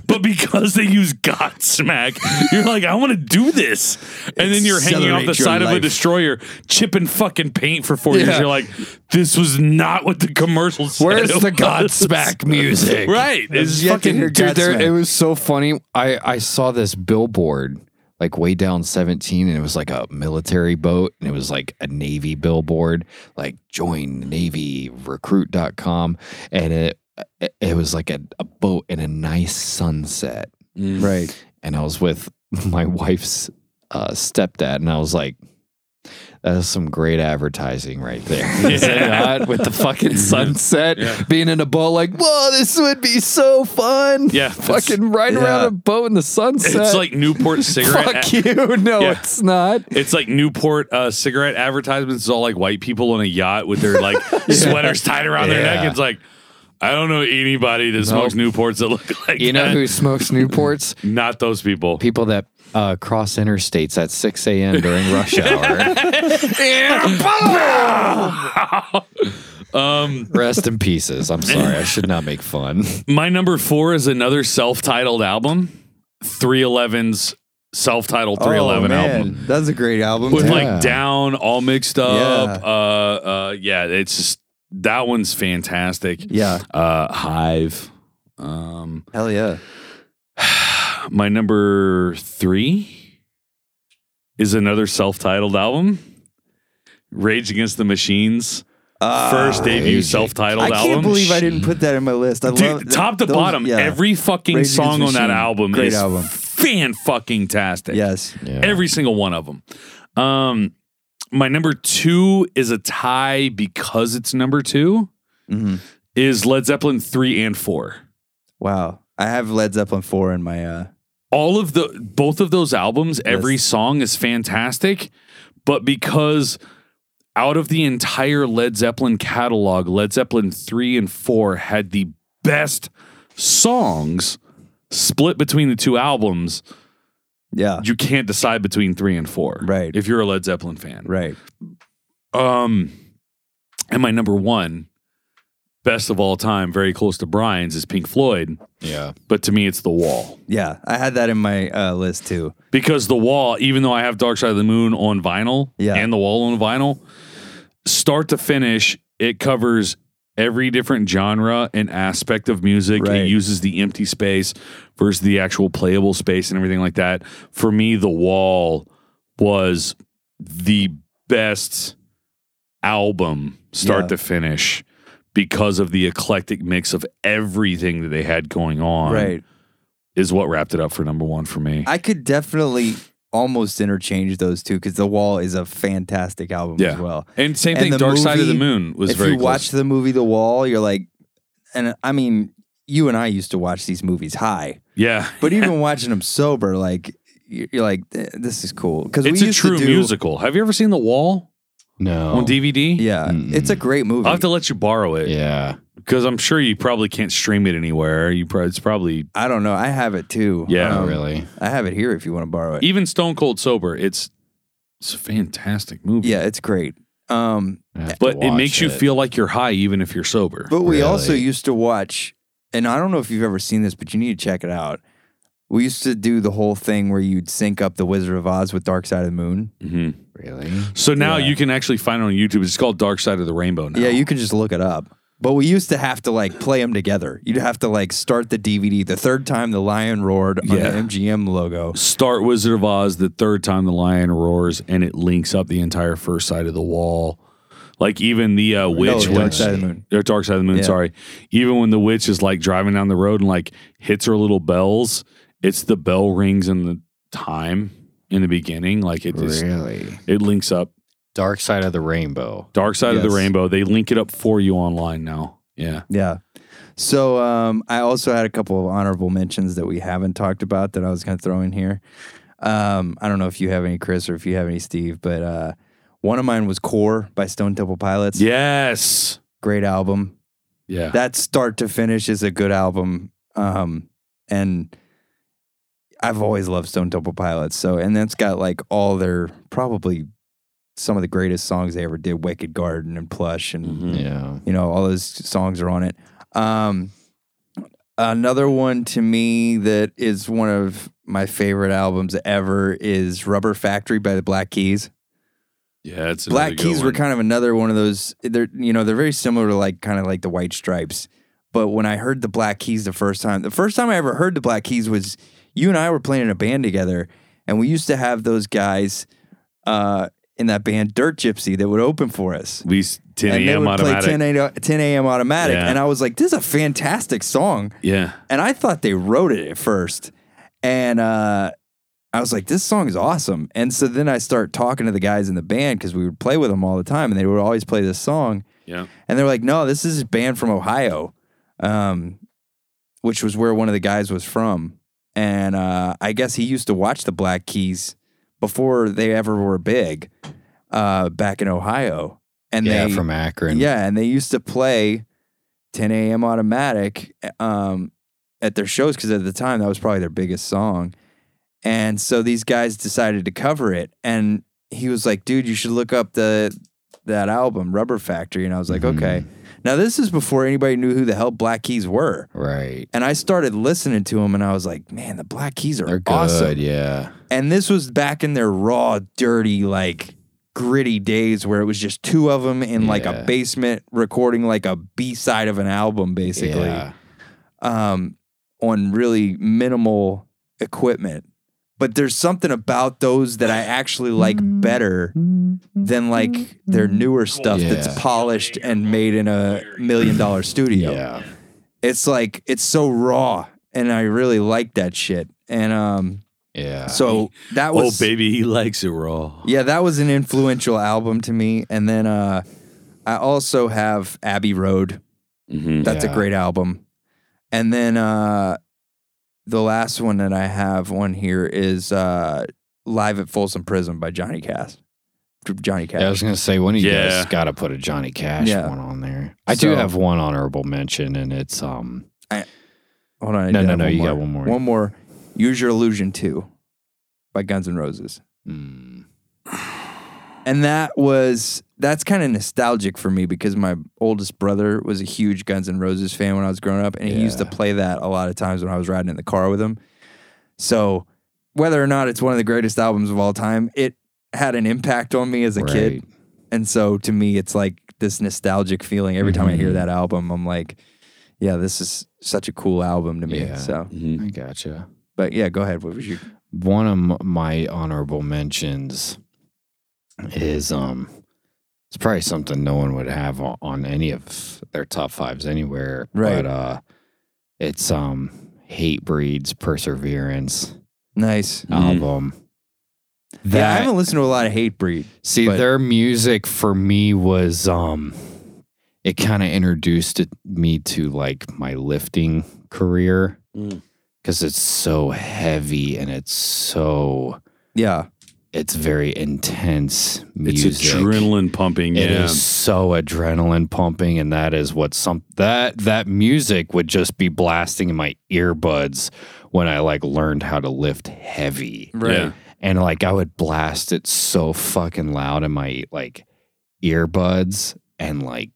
Speaker 3: But because they use Godsmack, you're like, I want to do this. And then you're hanging off the
Speaker 2: Accelerate your
Speaker 3: side of a
Speaker 2: life.
Speaker 3: destroyer, chipping fucking paint for four years.
Speaker 2: Yeah.
Speaker 3: You're like, this was not what the commercial said.
Speaker 4: Where's
Speaker 3: it
Speaker 4: the
Speaker 3: was."
Speaker 4: Godsmack music?
Speaker 3: Right. It's
Speaker 2: yet to
Speaker 3: fucking
Speaker 2: hear
Speaker 4: Dude, there,
Speaker 2: Godsmack.
Speaker 4: it was so funny. I, I saw this billboard like way down 17 and it was like a military boat and it was like a Navy billboard, like join the Navy recruit.com. And it, it, it was like a, a boat and a nice sunset.
Speaker 2: Right.
Speaker 4: And I was with *laughs* my wife's uh, stepdad and I was like, that is some great advertising right
Speaker 3: *laughs*
Speaker 4: there. Is it not? With the fucking sunset, being in a boat, like, whoa, this would be so fun.
Speaker 3: Yeah, it's-
Speaker 4: Fucking riding around a boat in the sunset.
Speaker 3: It's like Newport cigarette.
Speaker 4: fuck
Speaker 3: *laughs*
Speaker 4: you. *laughs* No,
Speaker 3: Yeah.
Speaker 4: it's not.
Speaker 3: It's like Newport uh, cigarette advertisements. It's all like white people on a yacht with their
Speaker 4: *laughs*
Speaker 3: like sweaters tied around their neck.
Speaker 4: Yeah.
Speaker 3: It's like I don't know anybody that smokes Newports that look like
Speaker 4: You know
Speaker 3: that.
Speaker 4: who
Speaker 3: *laughs*
Speaker 4: smokes Newports?
Speaker 3: Not those people. *laughs*
Speaker 4: People that uh, cross interstates at 6 a.m. during
Speaker 3: *laughs*
Speaker 4: rush hour.
Speaker 3: Um,
Speaker 4: Rest in pieces. I'm sorry. I should not
Speaker 3: *laughs*
Speaker 4: make fun.
Speaker 3: my number four is another self-titled album, 311's
Speaker 4: Oh,
Speaker 3: self-titled
Speaker 2: Oh,
Speaker 3: 311 album.
Speaker 2: That's a great album.
Speaker 3: With
Speaker 2: too.
Speaker 3: like down, all mixed up.
Speaker 2: Yeah.
Speaker 3: Uh, uh, yeah, it's just that one's fantastic.
Speaker 2: yeah.
Speaker 3: Uh, Hive. Um,
Speaker 2: Hell yeah.
Speaker 3: My number three is another self-titled album, Rage Against the Machines'
Speaker 2: Uh,
Speaker 3: first debut
Speaker 4: Rage
Speaker 3: self-titled
Speaker 2: I
Speaker 3: album.
Speaker 2: can't believe I didn't put that in my list. I love
Speaker 3: Dude, top to
Speaker 2: those-
Speaker 3: bottom,
Speaker 2: yeah.
Speaker 3: every fucking
Speaker 2: Rage Against
Speaker 3: song
Speaker 2: the
Speaker 3: on that
Speaker 2: Machine,
Speaker 3: album
Speaker 2: great
Speaker 3: is
Speaker 2: album.
Speaker 3: fan fucking tastic.
Speaker 2: Yes.
Speaker 4: Yeah.
Speaker 3: every single one of them. Um, my number two is a tie because it's number two.
Speaker 2: Mhm.
Speaker 3: Is Led Zeppelin three and four?
Speaker 2: Wow. I have Led Zeppelin four in my. uh
Speaker 3: all of the both of those albums every
Speaker 2: Yes.
Speaker 3: song is fantastic but because out of the entire led zeppelin catalog led zeppelin 3 and 4 had the best songs split between the two albums
Speaker 2: Yeah.
Speaker 3: you can't decide between 3 and 4
Speaker 2: Right.
Speaker 3: if you're a led zeppelin fan
Speaker 2: Right.
Speaker 3: um and my number 1 best of all time very close to Brian's is Pink Floyd
Speaker 4: Yeah.
Speaker 3: but to me it's The Wall
Speaker 2: Yeah. I had that in my uh list too.
Speaker 3: because the wall, even though I have Dark Side of the Moon on vinyl
Speaker 2: Yeah.
Speaker 3: and the wall on vinyl, start to finish, it covers every different genre and aspect of music.
Speaker 2: Right.
Speaker 3: It uses the empty space versus the actual playable space and everything like that. For me, the wall was the best album start
Speaker 2: Yeah.
Speaker 3: to finish because of the eclectic mix of everything that they had going on
Speaker 2: Right.
Speaker 3: is what wrapped it up for number one for me.
Speaker 2: I could definitely almost interchange those two because The Wall is a fantastic album as
Speaker 3: Yeah.
Speaker 2: well.
Speaker 3: And same
Speaker 2: And
Speaker 3: thing,
Speaker 2: the
Speaker 3: Dark Side of the
Speaker 2: movie,
Speaker 3: Moon was
Speaker 2: if
Speaker 3: very
Speaker 2: you
Speaker 3: close.
Speaker 2: watch the movie The Wall, you're like, and I mean, you and I used to watch these movies high,
Speaker 3: yeah.
Speaker 2: but even watching them sober, like you're you're like, "Eh, this is cool because
Speaker 3: It's
Speaker 2: we
Speaker 3: a
Speaker 2: used to
Speaker 3: true
Speaker 2: do,
Speaker 3: musical. Have you ever seen The Wall
Speaker 4: No.
Speaker 3: on DVD?
Speaker 2: Yeah, it's a great movie.
Speaker 3: I'll have to let you borrow it
Speaker 4: Yeah.
Speaker 3: because I'm sure you probably can't stream it anywhere. You probably it's probably
Speaker 2: I don't know. I have it too.
Speaker 3: Yeah. E-
Speaker 4: Oh,
Speaker 2: Um,
Speaker 4: really?
Speaker 2: I have it here if you want to borrow it.
Speaker 3: even Stone Cold Sober. It's it's a fantastic movie.
Speaker 2: Yeah, it's great. Um,
Speaker 4: I have to
Speaker 3: but it
Speaker 4: watch
Speaker 3: makes you
Speaker 4: it.
Speaker 3: feel like you're high even if you're sober.
Speaker 2: But we also
Speaker 4: Really?
Speaker 2: used to watch, and I don't know if you've ever seen this, but you need to check it out. We used to do the whole thing where you'd sync up the Wizard of Oz with Dark Side of the Moon.
Speaker 3: Mhm.
Speaker 4: Really?
Speaker 3: So now you can actually find it on YouTube. It's called Dark Side of the Rainbow now.
Speaker 2: Yeah, you can just look it up. But we used to have to like play them together. You'd have to like start the DVD the third time the lion roared on
Speaker 3: Yeah.
Speaker 2: the MGM logo.
Speaker 3: Start Wizard of Oz the third time the lion roars, and it links up the entire first side of the wall. Like even the uh, witch,
Speaker 2: Dark
Speaker 3: when-
Speaker 2: Side of the Moon.
Speaker 3: or Dark Side of the Moon.
Speaker 2: Yeah.
Speaker 3: Sorry, even when the witch is like driving down the road and like hits her little bells, it's the bell rings in the time in the beginning. Like it just
Speaker 4: Really?
Speaker 3: it links up.
Speaker 4: Dark Side of the Rainbow.
Speaker 3: Dark Side of the
Speaker 2: Yes.
Speaker 3: Rainbow. They link it up for you online now. Yeah.
Speaker 2: Yeah. So um, I also had a couple of honorable mentions that we haven't talked about that I was going to throw in here. Um, I don't know if you have any, Chris, or if you have any, Steve, but uh, one of mine was Core by Stone Temple Pilots.
Speaker 3: Yes.
Speaker 2: Great album.
Speaker 3: Yeah.
Speaker 2: that start to finish is a good album. Um, and I've always loved Stone Temple Pilots. So, and that's got like all their probably some of the greatest songs they ever did Wicked Garden and Plush and,
Speaker 3: Mhm.
Speaker 4: Mm. Yeah.
Speaker 2: you know, all those songs are on it. Um, another one to me that is one of my favorite albums ever is Rubber Factory by the Black Keys.
Speaker 3: Yeah. It's another
Speaker 2: Black
Speaker 3: good
Speaker 2: Keys were
Speaker 3: one.
Speaker 2: kind of another one of those. They're you know they're very similar to like kind of like the White Stripes. But when I heard the Black Keys the first time, the first time I ever heard the Black Keys was you and I were playing in a band together, and we used to have those guys uh, in that band Dirt Gypsy that would open for us.
Speaker 3: At least 10
Speaker 2: and they
Speaker 3: a.m.
Speaker 2: would play
Speaker 3: automatic.
Speaker 2: 10 a.m. 10 a.m. automatic,
Speaker 3: Yeah.
Speaker 2: and I was like, "This is a fantastic song."
Speaker 3: yeah.
Speaker 2: and I thought they wrote it at first, and uh, I was like, "This song is awesome." And so then I start talking to the guys in the band because we would play with them all the time, and they would always play this song.
Speaker 3: Yeah.
Speaker 2: And they're like, "No, this is a band from Ohio," um, which was where one of the guys was from, and uh, I guess he used to watch the Black Keys before they ever were big uh, back in Ohio. And
Speaker 4: yeah,
Speaker 2: they,
Speaker 4: from Akron.
Speaker 2: yeah, and they used to play 10 a.m. automatic um, at their shows because at the time that was probably their biggest song. And so these guys decided to cover it. And he was like, dude, you should look up the that album, Rubber Factory. And I was like,
Speaker 4: Mhm.
Speaker 2: okay. Now this is before anybody knew who the hell Black Keys were.
Speaker 4: Right.
Speaker 2: And I started listening to them and I was like, man, the Black Keys are
Speaker 4: They're good.
Speaker 2: awesome.
Speaker 4: Yeah.
Speaker 2: And this was back in their raw, dirty, like gritty days where it was just two of them in like
Speaker 4: Yeah.
Speaker 2: a basement recording like a B side of an album, basically,
Speaker 4: Yeah.
Speaker 2: um, on really minimal equipment. But there's something about those that I actually like better than like their newer stuff
Speaker 4: Yeah.
Speaker 2: that's polished and made in a million dollar studio.
Speaker 4: Yeah.
Speaker 2: It's like it's so raw, and I really like that shit. And um,
Speaker 4: Yeah.
Speaker 2: so that was
Speaker 3: oh, baby, he likes it raw.
Speaker 2: yeah, that was an influential album to me. And then uh, I also have Abbey Road.
Speaker 3: Mm-hmm.
Speaker 2: That's
Speaker 4: Yeah.
Speaker 2: a great album. And then uh, the last one that I have on here is uh, Live at Folsom Prison by Johnny Cash. Johnny Cash.
Speaker 4: Yeah, I was gonna say one of you
Speaker 3: Yeah.
Speaker 4: guys got to put a Johnny Cash
Speaker 2: Yeah.
Speaker 4: one on there. I do
Speaker 2: So-
Speaker 4: have one honorable mention, and it's um
Speaker 2: Hold on. I
Speaker 4: No,
Speaker 2: did
Speaker 4: no,
Speaker 2: have
Speaker 4: no, you got one more.
Speaker 2: One more. Use Your Illusion 2 by Guns N' Roses.
Speaker 4: mm,
Speaker 2: And that was that's kind of nostalgic for me because my oldest brother was a huge Guns N' Roses fan when I was growing up, and he used to
Speaker 4: Yeah.
Speaker 2: play that a lot of times when I was riding in the car with him. So whether or not it's one of the greatest albums of all time, it had an impact on me as a
Speaker 4: Right.
Speaker 2: kid. And so to me, it's like this nostalgic feeling. Every time I hear
Speaker 4: Mhm.
Speaker 2: that album, I'm like, yeah, this is such a cool album to me.
Speaker 4: Yeah.
Speaker 2: So,
Speaker 3: Mm-hmm.
Speaker 4: I gotcha.
Speaker 2: but yeah, go ahead. What was your
Speaker 4: One of m- my honorable mentions is um it's probably something no one would have on, on any of their top fives anywhere,
Speaker 2: Right.
Speaker 4: But uh, it's um hate breeds perseverance
Speaker 2: nice?
Speaker 4: album.
Speaker 2: yeah, I haven't listened to a lot of Hate Breed.
Speaker 4: See,
Speaker 2: But-
Speaker 4: their music for me was um it kind of introduced it, me to like my lifting career
Speaker 3: Mm.
Speaker 4: cuz it's so heavy and it's so
Speaker 2: Yeah.
Speaker 4: it's very intense
Speaker 3: It's
Speaker 4: music.
Speaker 3: adrenaline pumping.
Speaker 4: It
Speaker 3: yeah.
Speaker 4: is so adrenaline pumping and that is what some that that music would just be blasting in my earbuds when I like learned how to lift heavy
Speaker 2: Right.
Speaker 3: Yeah.
Speaker 4: and like I would blast it so fucking loud in my like earbuds and like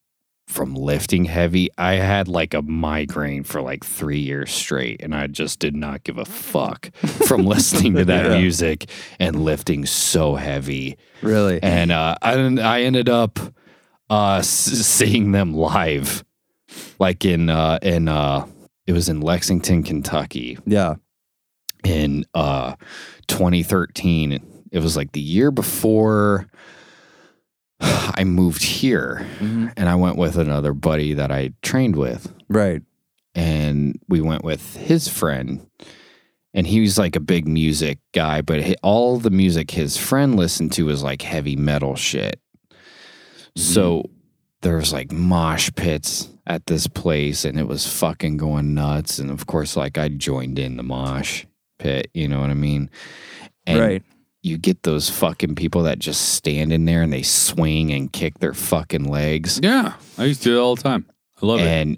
Speaker 4: from lifting heavy, I had like a migraine for like three years straight, and I just did not give a fuck from listening to that
Speaker 2: Yeah.
Speaker 4: music and lifting so heavy.
Speaker 2: Really?
Speaker 4: And uh, I I ended up uh, s- seeing them live like in uh in uh it was in Lexington, Kentucky
Speaker 2: Yeah.
Speaker 4: in uh 2013. It was like the year before *sighs* I moved here
Speaker 2: Mm-hmm.
Speaker 4: and I went with another buddy that I trained with
Speaker 2: Right.
Speaker 4: and we went with his friend and he was like a big music guy but he, all the music his friend listened to was like heavy metal shit so
Speaker 3: Mm-hmm.
Speaker 4: there was like mosh pits at this place and it was fucking going nuts and of course like i joined in the mosh pit you know what i mean and
Speaker 2: right. *laughs*
Speaker 4: you get those fucking people that just stand in there and they swing and kick their fucking legs
Speaker 3: Yeah, I used to do it all the time. I love it.
Speaker 4: and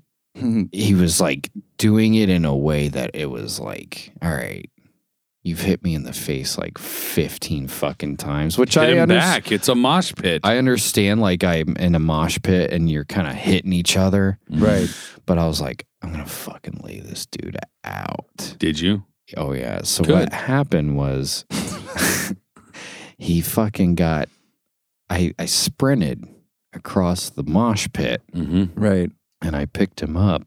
Speaker 4: he was like doing it in a way that it was like, all right, you've hit me in the face like 15 fucking times, which
Speaker 3: Hit
Speaker 4: I,
Speaker 3: him
Speaker 4: under-
Speaker 3: back. It's a mosh pit.
Speaker 4: I understand. Like I'm in a mosh pit and you're kind of hitting each other,
Speaker 2: Right.
Speaker 4: but I was like, I'm going to fucking lay this dude out.
Speaker 3: Did you?
Speaker 4: Oh, yeah. So
Speaker 3: Good.
Speaker 4: what happened was *laughs* he fucking got, I, I sprinted across the mosh pit
Speaker 3: Mm-hmm.
Speaker 2: Right.
Speaker 4: and I picked him up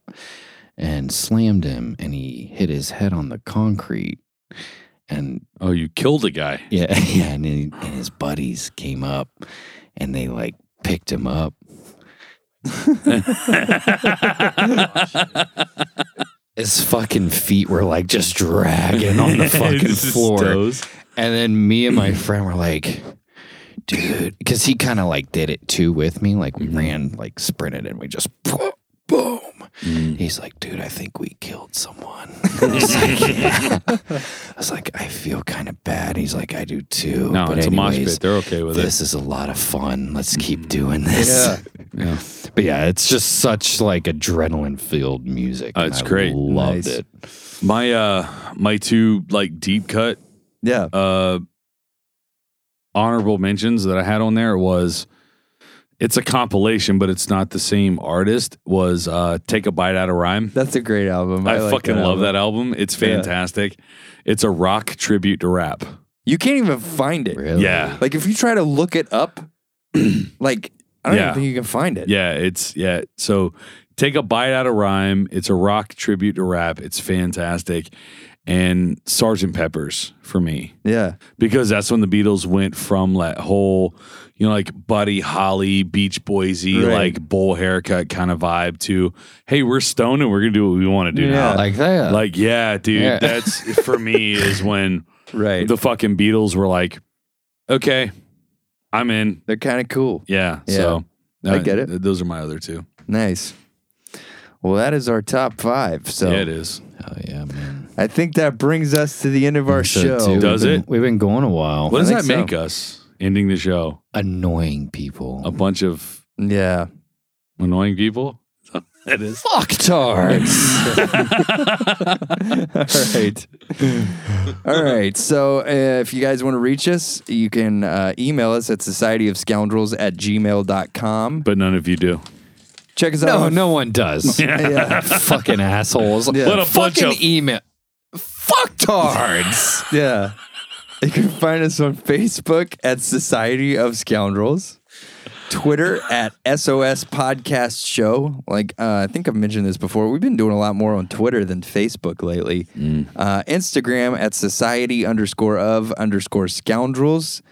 Speaker 4: and slammed him and he hit his head on the concrete and *laughs*
Speaker 3: Oh, you killed a guy.
Speaker 4: yeah yeah and, he, and his buddies came up and they like picked him up his fucking feet were like just dragging
Speaker 3: *laughs*
Speaker 4: on the fucking
Speaker 3: His
Speaker 4: floor
Speaker 3: toes.
Speaker 4: and then me and my friend were like dude because he kind of like did it too with me like we ran like sprinted and we just *laughs* boom
Speaker 3: Mm.
Speaker 4: he's like dude i think we killed
Speaker 3: *laughs*
Speaker 4: someone *laughs* i was like *laughs* yeah. i was like i feel kind of bad he's like i do too
Speaker 3: No, it's a mosh
Speaker 4: anyways,
Speaker 3: pit. They're okay with it. Mm.
Speaker 4: this is a lot of fun let's keep doing this
Speaker 3: *laughs* Yeah.
Speaker 4: *laughs* but yeah it's just such like adrenaline filled music
Speaker 3: Oh,
Speaker 4: and
Speaker 3: it's
Speaker 4: I
Speaker 3: great.
Speaker 2: Nice.
Speaker 4: loved it
Speaker 3: My uh, my two like deep cut
Speaker 2: *laughs* Yeah.
Speaker 3: uh honorable mentions that I had on there was it's a compilation, but it's not the same artist. Was uh, take a bite out of rhyme.
Speaker 2: That's a great album.
Speaker 3: I,
Speaker 2: like
Speaker 3: fucking love
Speaker 2: album.
Speaker 3: that album. It's fantastic. It's a rock tribute to rap.
Speaker 2: You can't even find it.
Speaker 4: really
Speaker 3: Yeah.
Speaker 2: Like if you try to look it up, *clears throat* like I don't
Speaker 3: Yeah.
Speaker 2: even think you can find it.
Speaker 3: Yeah, it's yeah. So take a bite out of rhyme. It's a rock tribute to rap. It's fantastic. And Sergeant Peppers for me.
Speaker 2: Yeah.
Speaker 3: because that's when the Beatles went from that whole, you know, like Buddy Holly, Beach Boysy,
Speaker 2: Right.
Speaker 3: like bowl haircut kind of vibe to, hey, we're stoned and we're gonna do what we want to do now.
Speaker 4: like that
Speaker 3: Like, yeah, dude,
Speaker 4: Yeah.
Speaker 3: that's for
Speaker 2: *laughs*
Speaker 3: me is when
Speaker 2: Right.
Speaker 3: the fucking Beatles were like, okay, I'm in.
Speaker 2: They're kind of cool.
Speaker 3: Yeah,
Speaker 2: Yeah.
Speaker 3: so uh,
Speaker 2: I get it.
Speaker 3: th- those are my other two.
Speaker 2: Nice. Well, that is our top five. So
Speaker 3: yeah, it is.
Speaker 4: oh yeah man
Speaker 2: I think that brings us to the end of our
Speaker 4: So,
Speaker 2: show.
Speaker 4: too,
Speaker 3: Does
Speaker 4: we've been-
Speaker 3: it?
Speaker 4: We've been going a while.
Speaker 3: What does
Speaker 2: think
Speaker 3: that make
Speaker 2: so.
Speaker 3: us ending the show?
Speaker 4: Annoying people.
Speaker 3: A bunch of *laughs*
Speaker 2: Yeah.
Speaker 3: annoying people. That is.
Speaker 4: fucktards.
Speaker 2: All right. *laughs* All right. So uh, if you guys want to reach us, you can uh, email us at societyofscoundrels at gmail.com.
Speaker 3: But none of you do.
Speaker 2: Check us out.
Speaker 4: *laughs* no,
Speaker 2: on- *laughs*
Speaker 4: no
Speaker 3: *laughs*
Speaker 4: one does.
Speaker 2: Yeah.
Speaker 4: Fucking assholes.
Speaker 3: What a bunch
Speaker 4: Fucking
Speaker 3: of-
Speaker 4: email. Fucktards.
Speaker 2: Yeah. You can find us on Facebook at Society of Scoundrels, Twitter at SOS Podcast Show. Like, uh, I think I've mentioned this before. We've been doing a lot more on Twitter than Facebook lately. Uh, Instagram at Society underscore of underscore scoundrels.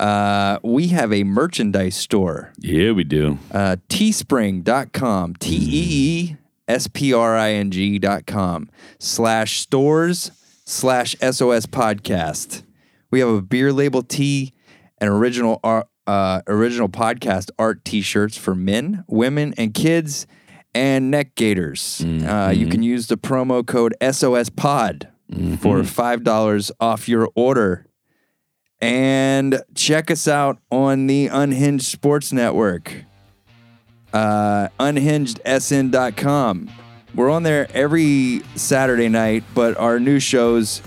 Speaker 2: Uh, we have a merchandise store,
Speaker 3: Yeah, we do.
Speaker 2: uh, teespring.com, T E E S P R I N G.com, slash stores, slash SOS podcast. We have a beer label tee and original art, uh, original podcast art t shirts for men, women, and kids, and neck gaiters. Uh, you can use the promo code SOS pod for $5 off your order. And check us out on the Unhinged Sports Network uh, unhingedsn.com. We're on there every Saturday night, but our new shows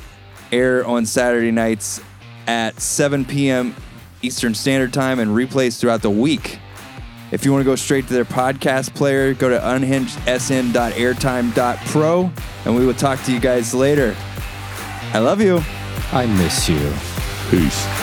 Speaker 2: air on Saturday nights at 7 p.m. Eastern Standard Time and replays throughout the week. If you want to go straight to their podcast player, go to unhingedsn.airtime.pro, and we will talk to you guys later. I love you.
Speaker 4: I miss you.
Speaker 3: Peace.